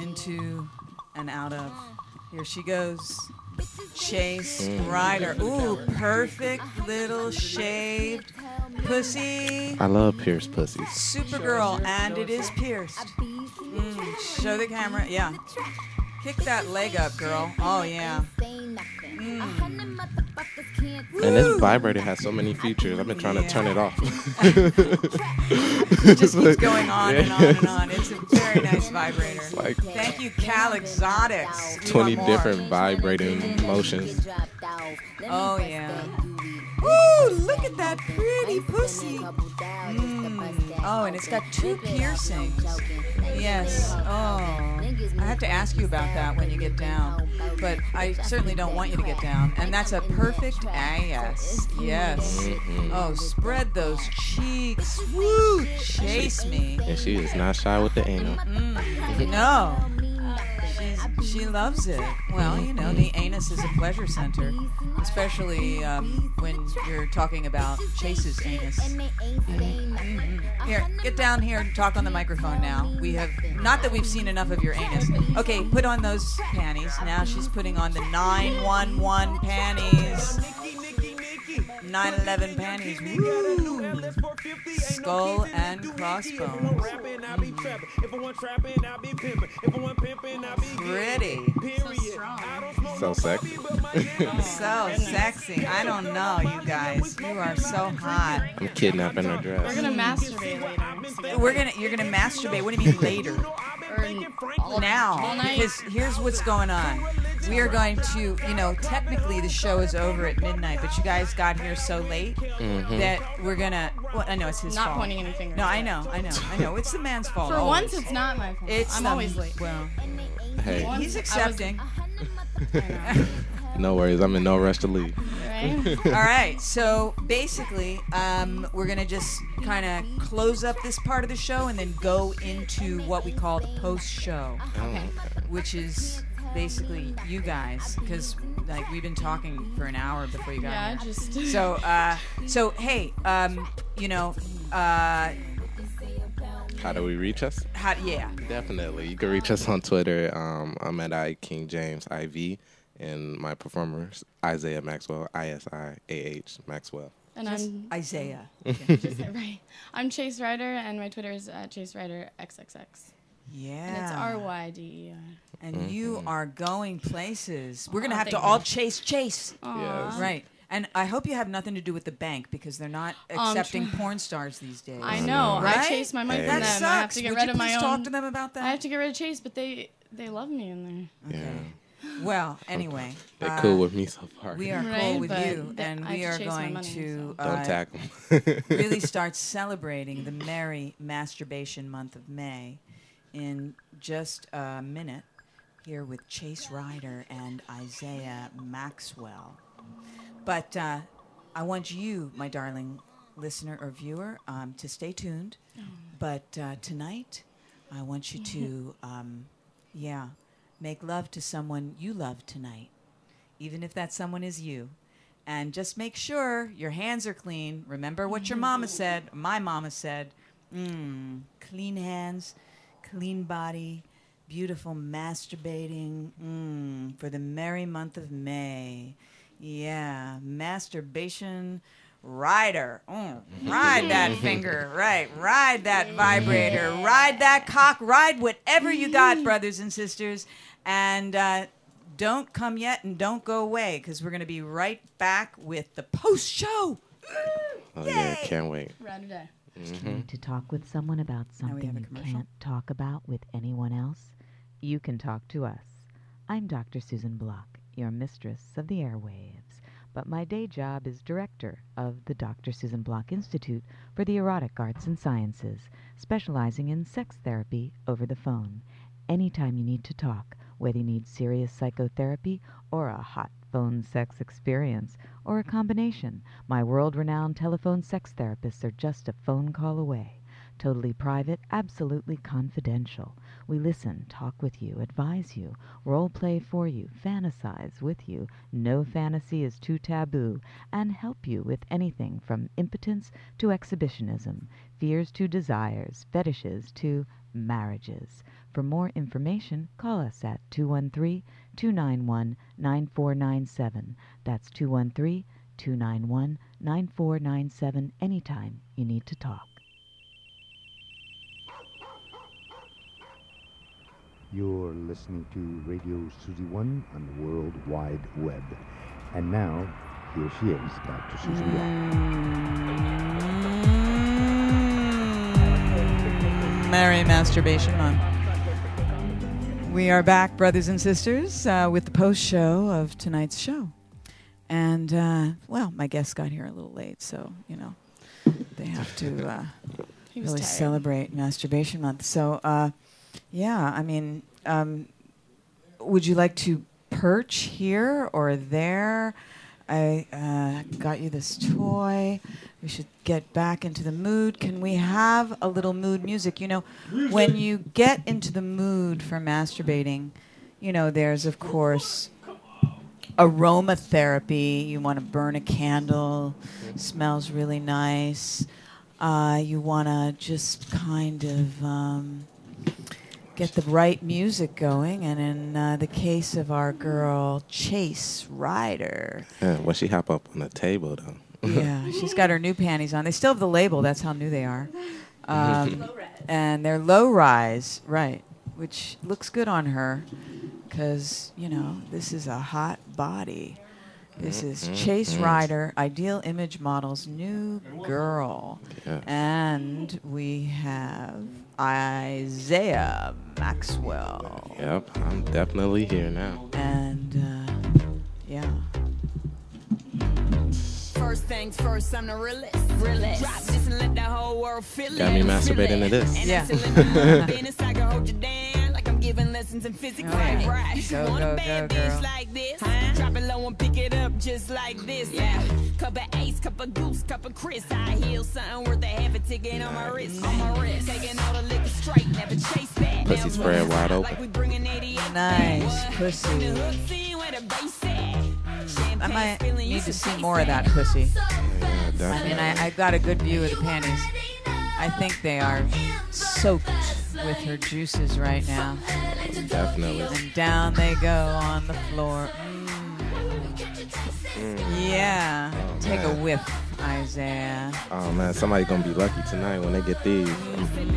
Speaker 3: into and out of. Here she goes. Chase
Speaker 9: Mm.
Speaker 3: Rider. Ooh, perfect little shaved pussy.
Speaker 9: I love Pierce pussies.
Speaker 3: Supergirl, and it is pierced. Mm, show the camera. Yeah. Kick that leg up, girl. Oh, yeah.
Speaker 9: And this vibrator has so many features. I've been trying to turn it off.
Speaker 3: It just keeps going on and on and on. It's a very nice vibrator.
Speaker 9: It's like
Speaker 3: Thank you, Cal Exotics. We
Speaker 9: 20
Speaker 3: want more.
Speaker 9: different vibrating motions.
Speaker 3: Oh yeah. Ooh, look at that pretty pussy. Mm. Oh, and it's got two piercings. Yes. Oh, I have to ask you about that when you get down. But I certainly don't want you to get down. And that's a perfect ah, yes. Yes.
Speaker 9: Mm-hmm.
Speaker 3: Oh, spread those cheeks. Woo! Chase me.
Speaker 9: And she is not shy with the anal.
Speaker 3: Mm. No. She's, she loves it. Well, you know, the anus is a pleasure center, especially um, when you're talking about Chase's anus. Mhm. Here, get down here and talk on the microphone now. We have, not that we've seen enough of your anus. Okay, put on those panties. Now she's putting on the 911 panties. 911 panties. Woo. Skull and crossbones. Pretty.
Speaker 9: So sexy.
Speaker 3: So sexy. I don't know, you guys. You are so hot.
Speaker 9: I'm kidnapping her dress.
Speaker 3: E.
Speaker 7: We're gonna masturbate later.
Speaker 3: We're gonna you're gonna masturbate. What do you mean later? now. Because here's what's going on. We are going to, you know, technically the show is over at midnight, but you guys got here so late
Speaker 9: Mhm.
Speaker 3: that we're gonna. Well, I know it's his
Speaker 7: Not
Speaker 3: fault.
Speaker 7: pointing any fingers
Speaker 3: No, I
Speaker 7: at
Speaker 3: know, I know, I know. It's the man's fault.
Speaker 7: For once,
Speaker 3: always.
Speaker 7: it's not my fault.
Speaker 3: It's
Speaker 7: I'm
Speaker 3: the-
Speaker 7: always late.
Speaker 3: Well,
Speaker 9: Hey.
Speaker 3: he's accepting.
Speaker 9: No worries. I'm in no rush to leave.
Speaker 3: All right. So basically, um, we're gonna just kind of close up this part of the show and then go into what we call the post-show,
Speaker 9: Okay.
Speaker 3: which is basically you guys, because like we've been talking for an hour before you got
Speaker 7: Yeah, I
Speaker 3: here.
Speaker 7: just-
Speaker 3: So, uh, so hey, um, you know, uh,
Speaker 9: How do we reach us?
Speaker 3: how? Yeah.
Speaker 9: Definitely. You can reach us on Twitter. Um, I'm at I King James IV, and my performers Isaiah Maxwell, I S I A H Maxwell.
Speaker 7: And
Speaker 3: Just
Speaker 7: I'm
Speaker 3: Isaiah.
Speaker 7: just right. I'm Chase Ryder, and my Twitter is at Chase Ryder XXX.
Speaker 3: Yeah.
Speaker 7: And it's R Y D E R.
Speaker 3: And you are going places. We're gonna
Speaker 7: Aw,
Speaker 3: have to
Speaker 7: Oh, thank
Speaker 3: all
Speaker 7: you.
Speaker 3: chase Chase.
Speaker 7: Um,
Speaker 9: Yes.
Speaker 3: Right. And I hope you have nothing to do with the bank because they're not
Speaker 7: Um,
Speaker 3: accepting
Speaker 7: tr-
Speaker 3: porn stars these days.
Speaker 7: I know.
Speaker 3: Right?
Speaker 7: I chase my money
Speaker 9: Hey.
Speaker 7: from
Speaker 3: That
Speaker 7: them.
Speaker 3: sucks.
Speaker 7: I have to get
Speaker 3: Would
Speaker 7: rid
Speaker 3: you
Speaker 7: of my
Speaker 3: please
Speaker 7: own.
Speaker 3: talk to them about that?
Speaker 7: I have to get rid of Chase, but they they love me in there.
Speaker 9: Yeah.
Speaker 3: Well, anyway,
Speaker 9: They're
Speaker 3: uh,
Speaker 9: cool with me so far.
Speaker 3: we are cool
Speaker 7: Right,
Speaker 3: with
Speaker 7: but
Speaker 3: you,
Speaker 7: th-
Speaker 3: and
Speaker 7: I
Speaker 3: we
Speaker 7: have to
Speaker 3: are
Speaker 7: chase my
Speaker 3: going
Speaker 7: money,
Speaker 3: to
Speaker 9: Don't
Speaker 3: uh,
Speaker 9: tackle 'em.
Speaker 3: really start celebrating the merry masturbation month of May in just a minute here with Chase Ryder and Isaiah Maxwell. But uh, I want you, my darling listener or viewer, um, to stay tuned.
Speaker 7: Oh.
Speaker 3: But uh, tonight, I want you to, um, yeah, make love to someone you love tonight, even if that someone is you. And just make sure your hands are clean. Remember what your mama said, my mama said. Mm, Mm-hmm. clean hands, clean body, beautiful masturbating mm, for the merry month of May. Yeah, masturbation rider. Mm, ride that finger, right? Ride that vibrator, ride that cock, ride whatever you got, brothers and sisters. And uh, don't come yet and don't go away because we're going to be right back with the post show.
Speaker 9: oh yeah, can't wait.
Speaker 7: Ride or die.
Speaker 9: Mm-hmm.
Speaker 1: need to talk with someone about something you can't talk about with anyone else, you can talk to us. I'm Dr. Susan Block, your mistress of the airwaves, but my day job is director of the Dr. Susan Block Institute for the Erotic Arts and Sciences, specializing in sex therapy over the phone. Anytime you need to talk, whether you need serious psychotherapy or a hot phone sex experience or a combination, my world renowned telephone sex therapists are just a phone call away. Totally private, absolutely confidential. We listen, talk with you, advise you, role play for you, fantasize with you. No fantasy is too taboo, and help you with anything from impotence to exhibitionism, fears to desires, fetishes to marriages. For more information, call us at 213 291 9497. That's 213 291 9497 anytime you need to talk.
Speaker 11: You're listening to Radio Susie One on the World Wide Web. And now, here she is, Dr. Susan
Speaker 3: Merry Masturbation Month. We are back, brothers and sisters, uh, with the post show of tonight's show. And, uh, well, my guests got here a little late, so, you know, they have to uh,
Speaker 7: He was
Speaker 3: really
Speaker 7: tired.
Speaker 3: celebrate Masturbation Month. So, uh, yeah, I mean, um, would you like to perch here or there? I uh, got you this toy. We should get back into the mood. Can we have a little mood music? You know, when you get into the mood for masturbating, you know, there's of course aromatherapy. You want to burn a candle, smells really nice. Uh, you want to just kind of um, get the right music going. And in uh, the case of our girl, Chase Ryder,
Speaker 9: Yeah, when she hop up on the table though.
Speaker 3: yeah, she's got her new panties on. They still have the label. That's how new they are. Um, and they're low rise, right? Which looks good on her, because you know this is a hot body. This is Chase
Speaker 12: Mhm.
Speaker 3: Ryder, Ideal Image Models, new girl, and we have Isaiah Maxwell.
Speaker 9: yep, I'm definitely here now.
Speaker 3: And uh, yeah.
Speaker 13: First things first, I'm the realest. realest. Drop this and let the whole world feel
Speaker 9: Got
Speaker 13: it.
Speaker 9: me masturbating to this.
Speaker 13: And
Speaker 9: Yeah.
Speaker 13: I'm still in my business. I can hold you down like I'm giving lessons in physics.
Speaker 3: Oh, yeah.
Speaker 13: Right, right. You
Speaker 3: Go,
Speaker 13: want
Speaker 3: go,
Speaker 13: a bad
Speaker 3: go, girl.
Speaker 13: bitch like this? Drop it low and pick it up just like this. Yeah. Cup of ace, cup of goose, cup of Chris. I heal something worth a half a ticket on my wrist. On my wrist. Taking all the liquor straight, never chase that.
Speaker 9: Pussy spread wide open.
Speaker 3: Nice pussy. I might need to see more of that pussy. I mean, I, I got a good view of the panties. I think they are soaked with her juices right now.
Speaker 9: Definitely.
Speaker 3: And down they go on the floor. Mm. Yeah.
Speaker 9: Oh,
Speaker 3: Take a
Speaker 9: man.
Speaker 3: whiff, Isaiah.
Speaker 9: Oh man, somebody gonna be lucky tonight when they get these.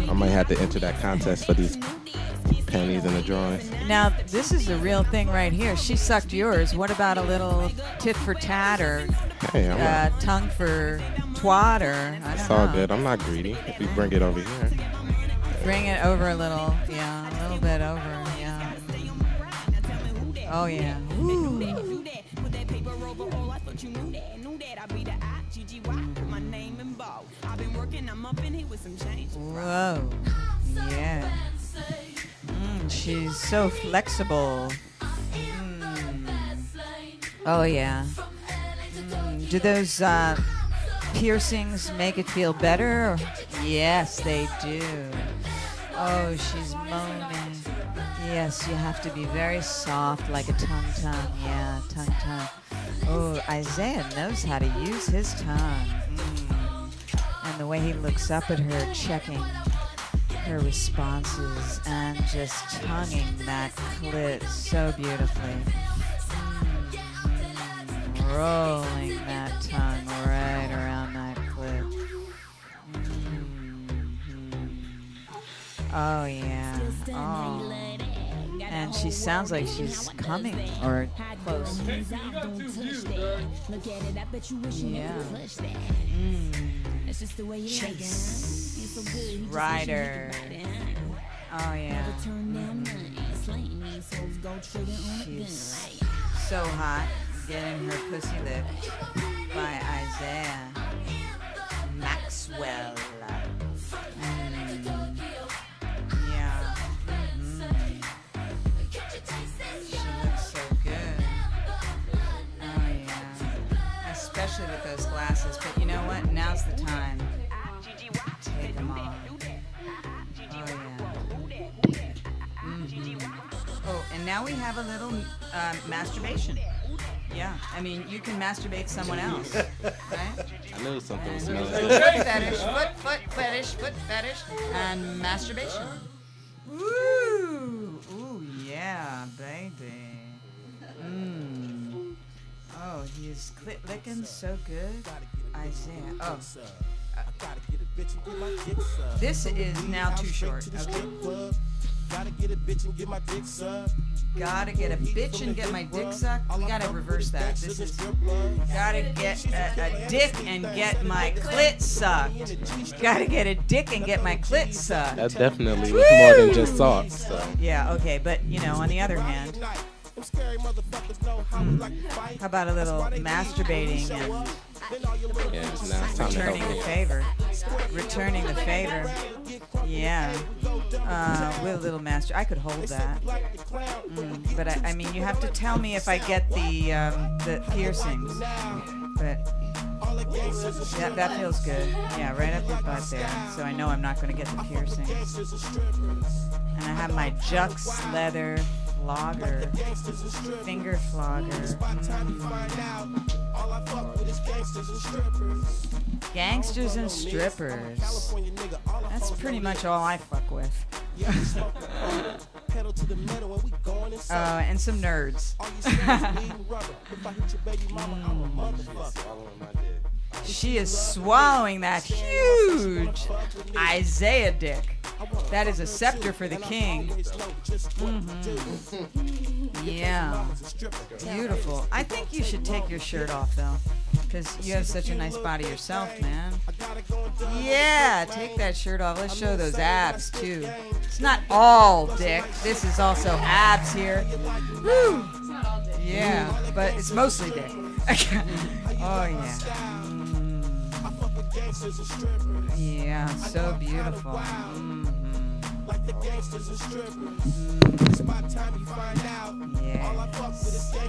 Speaker 9: I might have to enter that contest for these panties in the drawings.
Speaker 3: Now, this is the real thing right here. She sucked yours. What about a little tit for tat or
Speaker 9: Hey, I'm
Speaker 3: uh, tongue for twat or I
Speaker 9: It's
Speaker 3: don't
Speaker 9: all
Speaker 3: know.
Speaker 9: good. I'm not greedy. If you bring it over here.
Speaker 3: Bring it over a little. Yeah, a little bit over. Yeah. Oh, yeah. Ooh. Whoa. Yeah. Mm, she's so flexible. Mm. Oh, yeah. Mm, Do those uh, piercings make it feel better? Yes, they do. Oh, she's moaning. Yes, you have to be very soft, like a tongue tongue. Yeah, tongue tongue. Oh, Isaiah knows how to use his tongue. Mm. And the way he looks up at her, checking her responses and just tonguing that clit so beautifully Mm-hmm. rolling that tongue right around that clip. Mm-hmm. Oh yeah. Oh. And she sounds like she's coming or close. Yeah. Mm.
Speaker 13: Chase
Speaker 3: Rider. Oh yeah. She's so hot. Getting her pussy lip by Isaiah Maxwell. Mm. Yeah. Mm. She looks so good. Oh yeah. Especially with those glasses. But you know what? Now's the time. Take them off. Oh yeah. Mhm. Oh, and now we have a little um, masturbation. Yeah, I mean, you can masturbate someone else, right?
Speaker 9: I knew something was
Speaker 3: Foot
Speaker 9: smelling
Speaker 3: fetish, foot, foot fetish, foot fetish, and masturbation. Ooh, ooh, yeah, baby. Mm. Oh, he's clit licking so good. Isaiah. Oh. This is now too short. Okay.
Speaker 8: Gotta get a bitch and get my dick sucked.
Speaker 3: Gotta get a bitch and get my dick sucked. We gotta reverse that. This is gotta get a, a dick and get my clit sucked. Gotta get a dick and get my clit sucked.
Speaker 9: That definitely was more than just
Speaker 3: Woo!
Speaker 9: salt. So
Speaker 3: Yeah, okay, but you know, on the other hand, hmm, mm, how about a little masturbating and
Speaker 9: Yeah, it's now it's time to help
Speaker 3: Returning
Speaker 9: me.
Speaker 3: the favor. Returning the favor. Yeah. Uh, with a little master. I could hold that. Mm, but I, I mean, you have to tell me if I get the um, the piercings. But that, that feels good. Yeah, right up your butt there. So I know I'm not going to get the piercings. And I have my Jux leather flogger, finger flogger. Mm. Gangsters and strippers. That's pretty much all I fuck with. Uh, and some nerds. She is swallowing that huge Isaiah dick. That is a scepter for the king. Mhm. Yeah. Beautiful. I think you should take your shirt off, though, because you have such a nice body yourself, man. Yeah, take that shirt off. Let's show those abs, too. It's not all dick, this is also abs here. Woo! Yeah, but it's mostly dick. oh, yeah. Mm-hmm. Yeah, so beautiful. Mm-hmm. Yeah.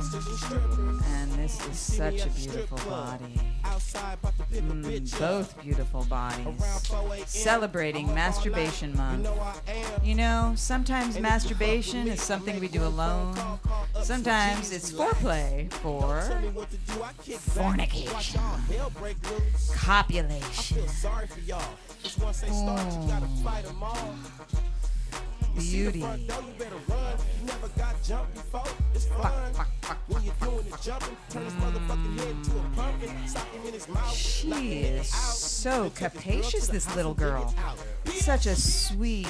Speaker 3: And this is such a beautiful body. Mm, both beautiful bodies. Celebrating Masturbation Month. You know, sometimes masturbation is something we do alone. Sometimes it's foreplay for fornication, copulation. Ooh. Beauty. She is so capacious, this little girl. Such a sweet,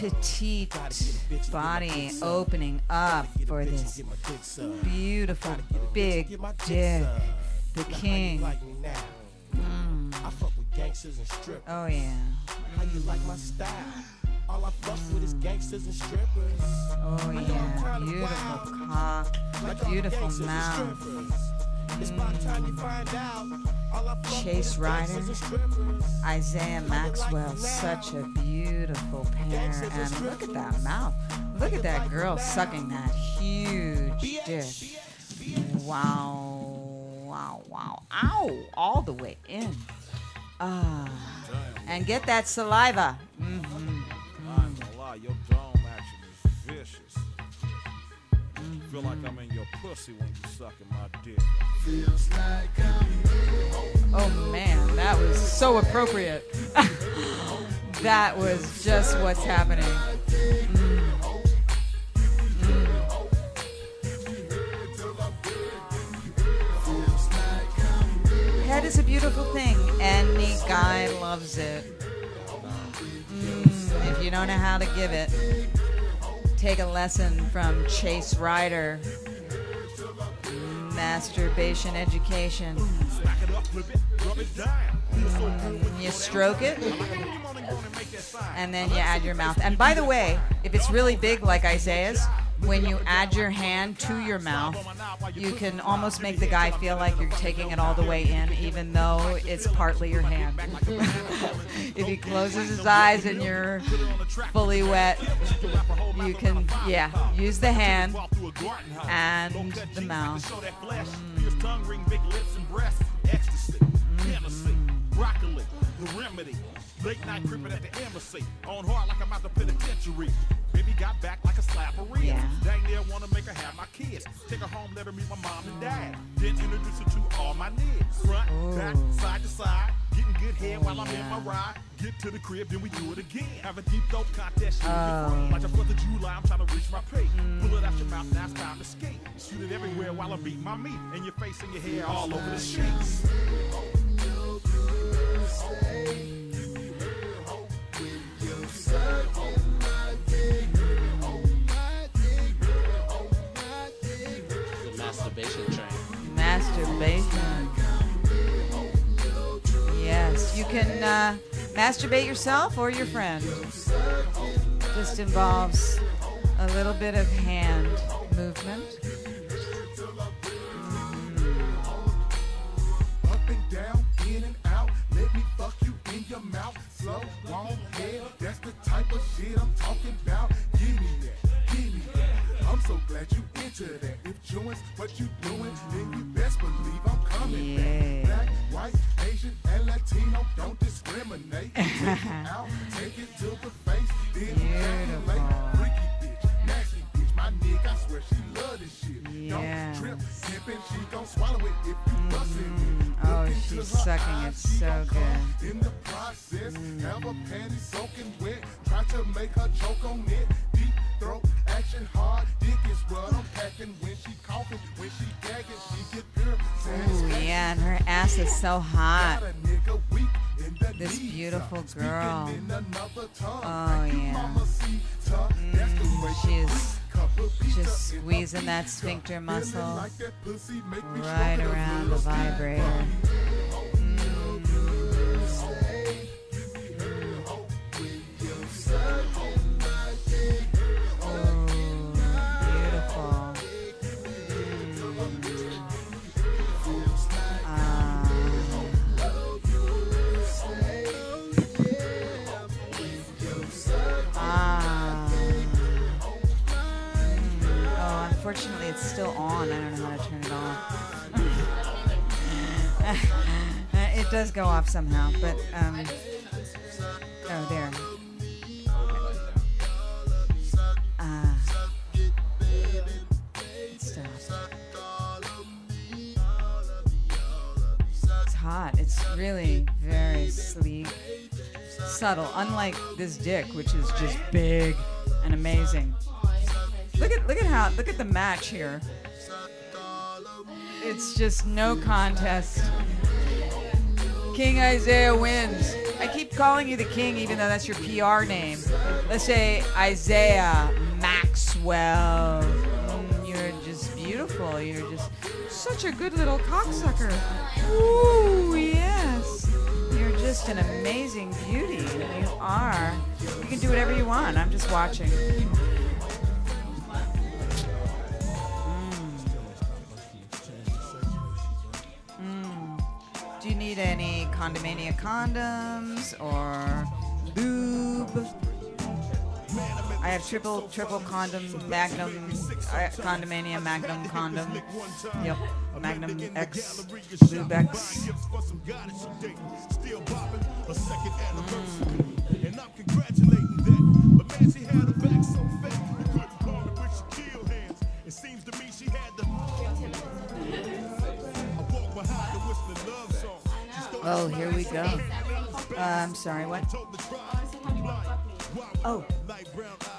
Speaker 3: petite body opening up for this beautiful big dick, the king. Mm. Oh, yeah. Oh, yeah. Beautiful cock, beautiful mouth. Mm. Chase Ryder, Isaiah Maxwell, such a beautiful pair. And look at that mouth. Look at that girl sucking that huge dick. Wow, wow, wow. Ow, all the way in. Ah. And get that saliva. Mhm.
Speaker 14: I'm gonna lie, your dome action is vicious. Feel like I'm in your pussy when you sucking my dick. Feels like
Speaker 3: Oh man, that was so appropriate. that was just what's happening. Mm. Mm. Head is a beautiful thing. Any guy loves it. Mm, if you don't know how to give it, take a lesson from Chase Ryder. Masturbation education. Mm, You stroke it, and then you add your mouth. And by the way, if it's really big like Isaiah's, when you add your hand to your mouth, you can almost make the guy feel like you're taking it all the way in, even though it's partly your hand. if he closes his eyes and you're fully wet, you can, yeah, use the hand and the mouth. Mm.
Speaker 14: pierced tongue ring, big lips and breasts. Ecstasy,
Speaker 3: Mm-hmm.
Speaker 14: Hennessy, broccoli, the remedy. Late night creeping at the embassy. On hard like I'm out the penitentiary. Baby got back like a slappery.
Speaker 15: Yeah.
Speaker 14: Dang near wanna make her have my kids. Take her home, let her meet my mom and dad. Then introduce her to all my needs. Front, back, side to side. Getting good head while I'm in my ride. Get to the crib, then we do it again. Have a deep throat contest. Shoot
Speaker 15: Oh,
Speaker 14: it from.
Speaker 15: yeah.
Speaker 14: Like the 4th of July, I'm trying to reach my pay. Pull it out your mouth, now it's time to skate. Shoot it everywhere while I beat my meat. And your face and your hair all over the sheets.
Speaker 12: The masturbation train.
Speaker 3: Masturbation. Yes, you can uh, masturbate yourself or your friend. Just involves a little bit of hand movement. Mm.
Speaker 16: glad you entered that. If joints what you doing, then you best believe I'm coming back. Black, white, Asian, and Latino, don't discriminate. Take it out, take it to the face, then calculate. Freaky bitch, nasty bitch, my nigga, I swear she love this shit.
Speaker 3: Yes.
Speaker 16: Don't trip, tipping, she gon' swallow it if you bustin' it.
Speaker 3: Oh,
Speaker 16: Look into
Speaker 3: she's
Speaker 16: her
Speaker 3: sucking it
Speaker 16: eyes, she
Speaker 3: so
Speaker 16: gon' come
Speaker 3: good.
Speaker 16: in the process. Have a panty soaking wet. Try to make her choke on it. Deep throat, action hard. Dick is what I'm packing when she coughing. When she gagging, she get pure
Speaker 3: Ooh,
Speaker 16: satisfaction.
Speaker 3: yeah, and her ass is so hot.
Speaker 16: Got a nigga weak in the
Speaker 3: This
Speaker 16: knees,
Speaker 3: beautiful
Speaker 16: uh, speaking
Speaker 3: girl.
Speaker 16: in another tongue.
Speaker 3: Oh,
Speaker 16: Thank you,
Speaker 3: yeah. Mm,
Speaker 16: mamacita. That's the way
Speaker 3: She
Speaker 16: you
Speaker 3: is
Speaker 16: freak. Cup of pizza
Speaker 3: just
Speaker 16: in the
Speaker 3: squeezing that
Speaker 16: pizza.
Speaker 3: sphincter
Speaker 16: Feeling
Speaker 3: muscle
Speaker 16: like that pussy make me
Speaker 3: right
Speaker 16: stroke it a Oh,
Speaker 3: around the
Speaker 16: little.
Speaker 3: vibrator. Mm. Beautiful. Mm. Ah. Oh, unfortunately, it's still on. I don't know how to turn it off. Uh, it does go off somehow, but um, oh, there. Ah, it stopped. It's hot. It's really very sleek, subtle. Unlike this dick, which is just big and amazing. Look at look at how look at the match here. It's just no contest. King Isaiah wins. I keep calling you the king, even though that's your PR name. Let's say Isaiah Maxwell. Mm, You're just beautiful. You're just such a good little cocksucker. Ooh, yes. You're just an amazing beauty. You are. You can do whatever you want. I'm just watching. Mm. Do you need any condomania condoms or lube? I have triple triple condom magnum uh, condomania magnum condom. Yep, magnum X lube X. Oh, here we go. Uh, I'm sorry, what? Oh,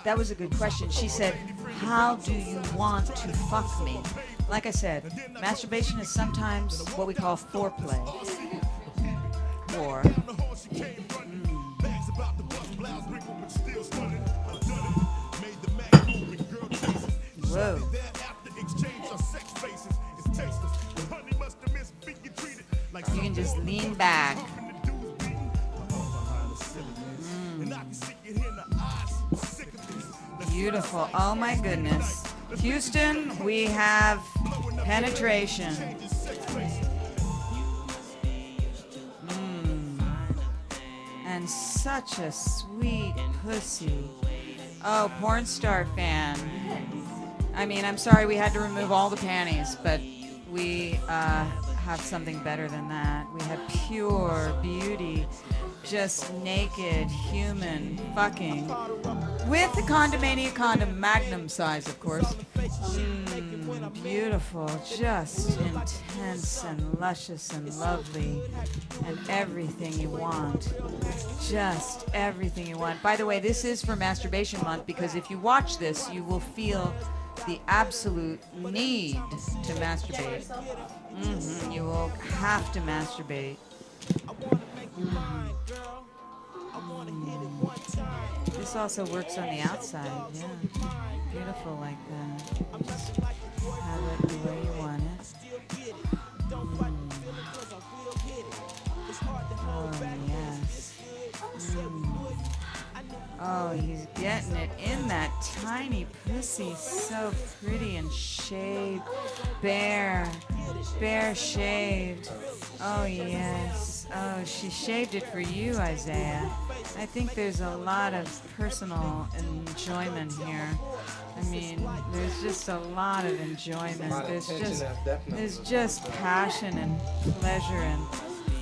Speaker 3: that was a good question. She said, How do you want to fuck me? Like I said, masturbation is sometimes what we call foreplay. Or. Whoa. You can just lean back. Beautiful. Oh my goodness. Houston, we have penetration. Mm. And such a sweet pussy. Oh, porn star fan. I mean, I'm sorry we had to remove all the panties, but we uh, have something better than that. We have pure beauty, just naked human fucking with the condomania condom, magnum size, of course. Mm, beautiful, just intense and luscious and lovely, and everything you want. Just everything you want. By the way, this is for masturbation month because if you watch this, you will feel the absolute need to masturbate. hmm You will have to masturbate. This also works on the outside, yeah. Beautiful like that. Just have it the way you want it. Mm. Oh, yes. Mm. Oh, he's getting it in that tiny pussy. So pretty and shaved. Bare. Bare shaved. Oh, yes. Oh, she shaved it for you, Isaiah. I think there's a lot of personal enjoyment here. I mean, there's There's just a lot of enjoyment.
Speaker 17: lot of
Speaker 3: There's
Speaker 17: tension,
Speaker 3: just
Speaker 17: that's definitely
Speaker 3: there's
Speaker 17: what's
Speaker 3: just
Speaker 17: going on.
Speaker 3: passion and pleasure and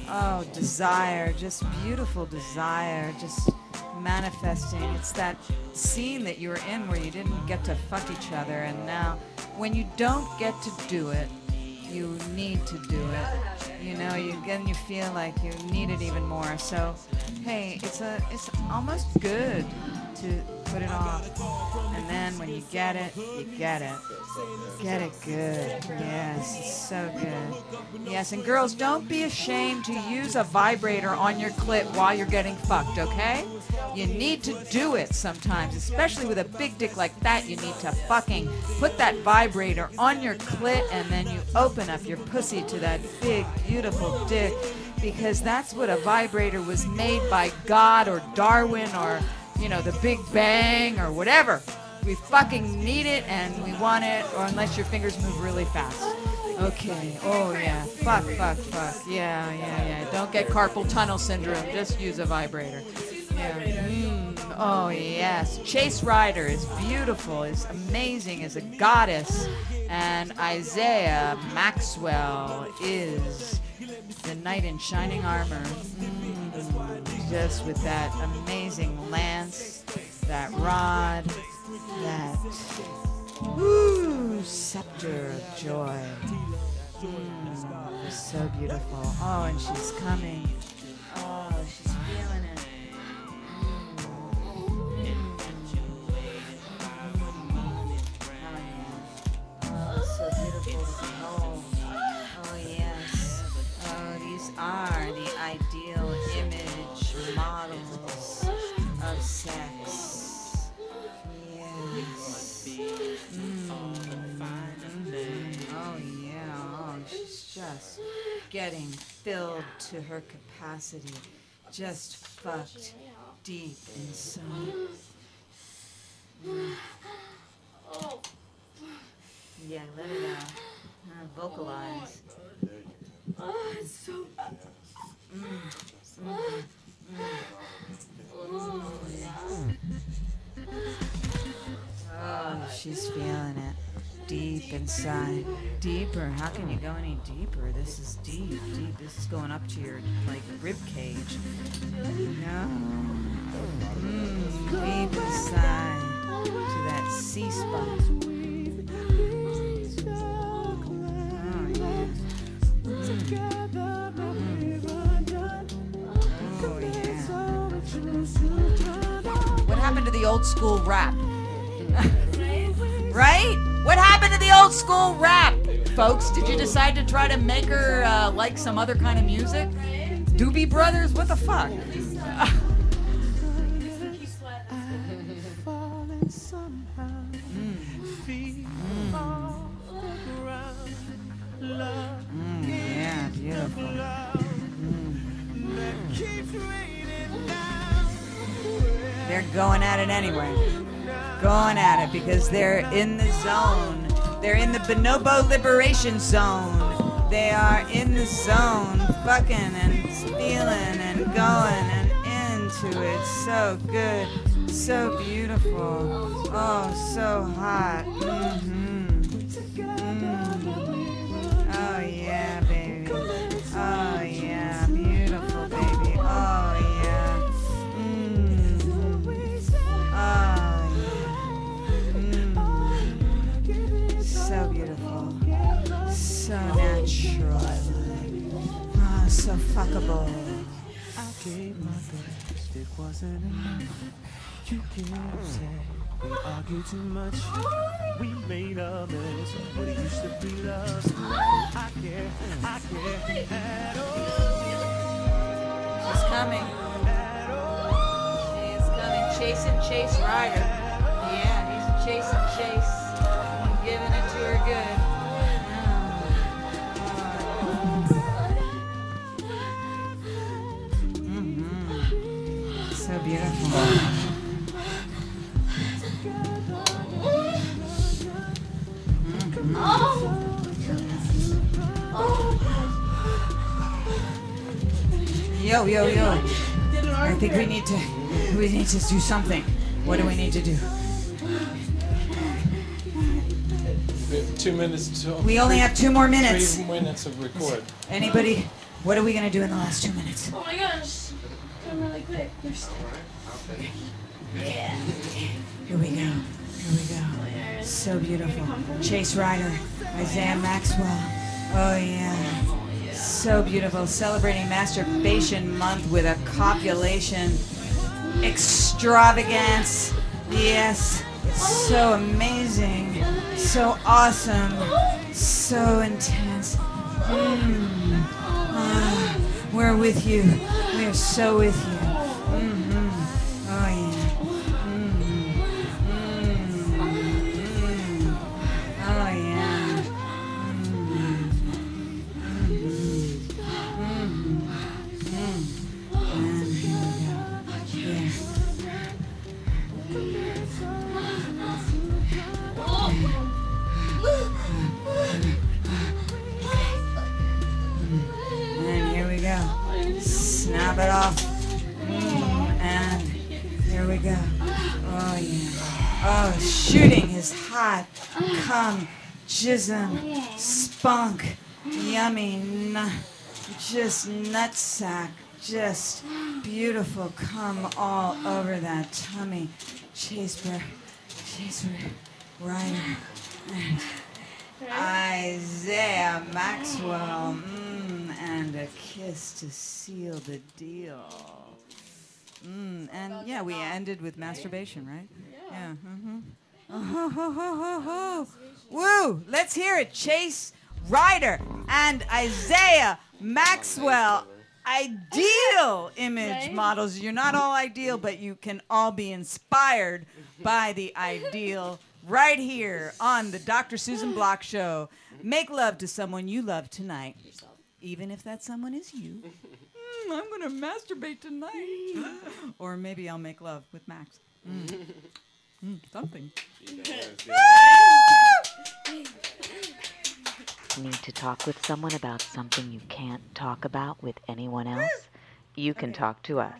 Speaker 3: oh desire, just beautiful desire, just manifesting. It's that scene that you were in where you didn't get to fuck each other, and now when you don't get to do it, you need to do it. You know, you then you feel like you need it even more. So, hey, it's a it's almost good to put it off, and then when you get it, you get it. Get it good. Yes, it's so good. Yes, and girls, don't be ashamed to use a vibrator on your clit while you're getting fucked, okay? You need to do it sometimes, especially with a big dick like that. You need to fucking put that vibrator on your clit and then you open up your pussy to that big, beautiful dick because that's what a vibrator was made by God or Darwin or, you know, the Big Bang or whatever. We fucking need it and we want it, or unless your fingers move really fast. Okay. Oh yeah. Fuck. Fuck. Fuck. Yeah. Yeah. Yeah. Don't get carpal tunnel syndrome. Just use a vibrator. Yeah. Mm. Oh yes. Chase Ryder is beautiful. Is amazing. Is a goddess. And Isaiah Maxwell is the knight in shining armor. Mm. Just with that amazing lance, that rod, that Woo, scepter of joy. Mm, so beautiful. Oh, and she's coming. Oh, she's feeling it. Mm. Oh, so beautiful. Oh, oh yes. Oh, these are the ideal image models of sex. Yes. Mm. Oh yeah. Oh, she's just getting filled to her capacity. Just fucked deep inside. Mm. Yeah, let it out. Uh, vocalize. Oh, it's so. Mm. Mm. Mm. Oh, she's feeling it deep inside. Deeper. How can you go any deeper? This is deep, deep. This is going up to your like rib cage. No. Mm, deep inside to that C spot. Oh,
Speaker 12: What happened to the old school rap? right? What happened to the old school rap, folks? Did you decide to try to make her uh, like some other kind of music? Doobie Brothers? What the fuck?
Speaker 3: Mm, yeah, beautiful. They're going at it anyway. Going at it because they're in the zone. They're in the bonobo liberation zone. They are in the zone, fucking and feeling and going and into it. So good, so beautiful. Oh, so hot. hmm Oh yeah, baby. Oh yeah, beautiful baby. Oh yeah. Mm. Oh yeah. Mm. So beautiful. So natural. Ah, so fuckable.
Speaker 8: I gave my best, it wasn't enough. You get upset, we argue too much. We made a mess, what it used to be us. I care, I care at all.
Speaker 12: She's coming. She is coming. Chase and Chase Ryder. Yeah, he's Chase and Chase. I'm giving it to her good. Mm-hmm.
Speaker 3: So beautiful. Yo, yo, yo. I think we need to we need to do something. What do we need to do?
Speaker 8: two minutes to.
Speaker 3: We only have two more minutes.
Speaker 8: Three minutes of record.
Speaker 3: Anybody, what are we gonna do in the last two minutes?
Speaker 12: Oh my gosh. Come really quick. Yeah.
Speaker 3: Here we go. Here we go. So beautiful. Chase Ryder, Isaiah Maxwell. Oh yeah. So beautiful. Celebrating Masturbation Month with a copulation extravagance. Yes. It's so amazing. So awesome. So intense. Mm. Ah, we're with you. We are so with you. Mhm. Oh, yeah. Mm. Mm. Mm. Oh, yeah. Mm. Mm. Mm. Mm. And here we go. Yeah. And here we go. Snap it off. Mm, And here we go. Oh yeah. Oh, shooting his hot cum, jism, spunk, yummy, nu- just nutsack, just beautiful cum all over that tummy. Chaser, chaser, Ryan, and Isaiah Maxwell. Mm, and a kiss to seal the deal. Mm, and yeah, we ended with masturbation, right? Yeah. Mm-hmm. Oh, ho, ho, ho, ho. Woo! Let's hear it. Chase Ryder and Isaiah Maxwell. Ideal image models. You're not all ideal, but you can all be inspired by the ideal right here on the Dr. Susan Block Show. Make love to someone you love tonight, even if that someone is you. Mm, I'm going to masturbate tonight. or maybe I'll make love with Max. Mm. Mm, something.
Speaker 1: Need to talk with someone about something you can't talk about with anyone else? You can talk to us.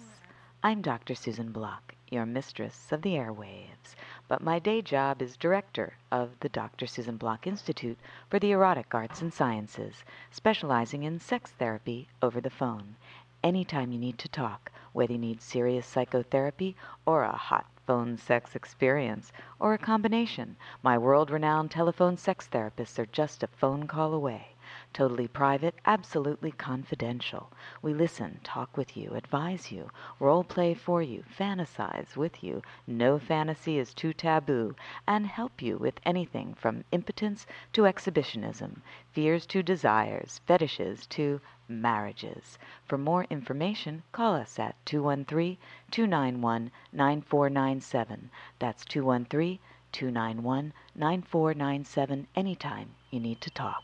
Speaker 1: I'm Dr. Susan Block, your mistress of the airwaves, but my day job is director of the Dr. Susan Block Institute for the Erotic Arts and Sciences, specializing in sex therapy over the phone. Anytime you need to talk, whether you need serious psychotherapy or a hot phone sex experience or a combination, my world renowned telephone sex therapists are just a phone call away. Totally private, absolutely confidential. We listen, talk with you, advise you, role play for you, fantasize with you. No fantasy is too taboo, and help you with anything from impotence to exhibitionism, fears to desires, fetishes to marriages. For more information, call us at 213 291 9497. That's 213 291 9497 anytime you need to talk.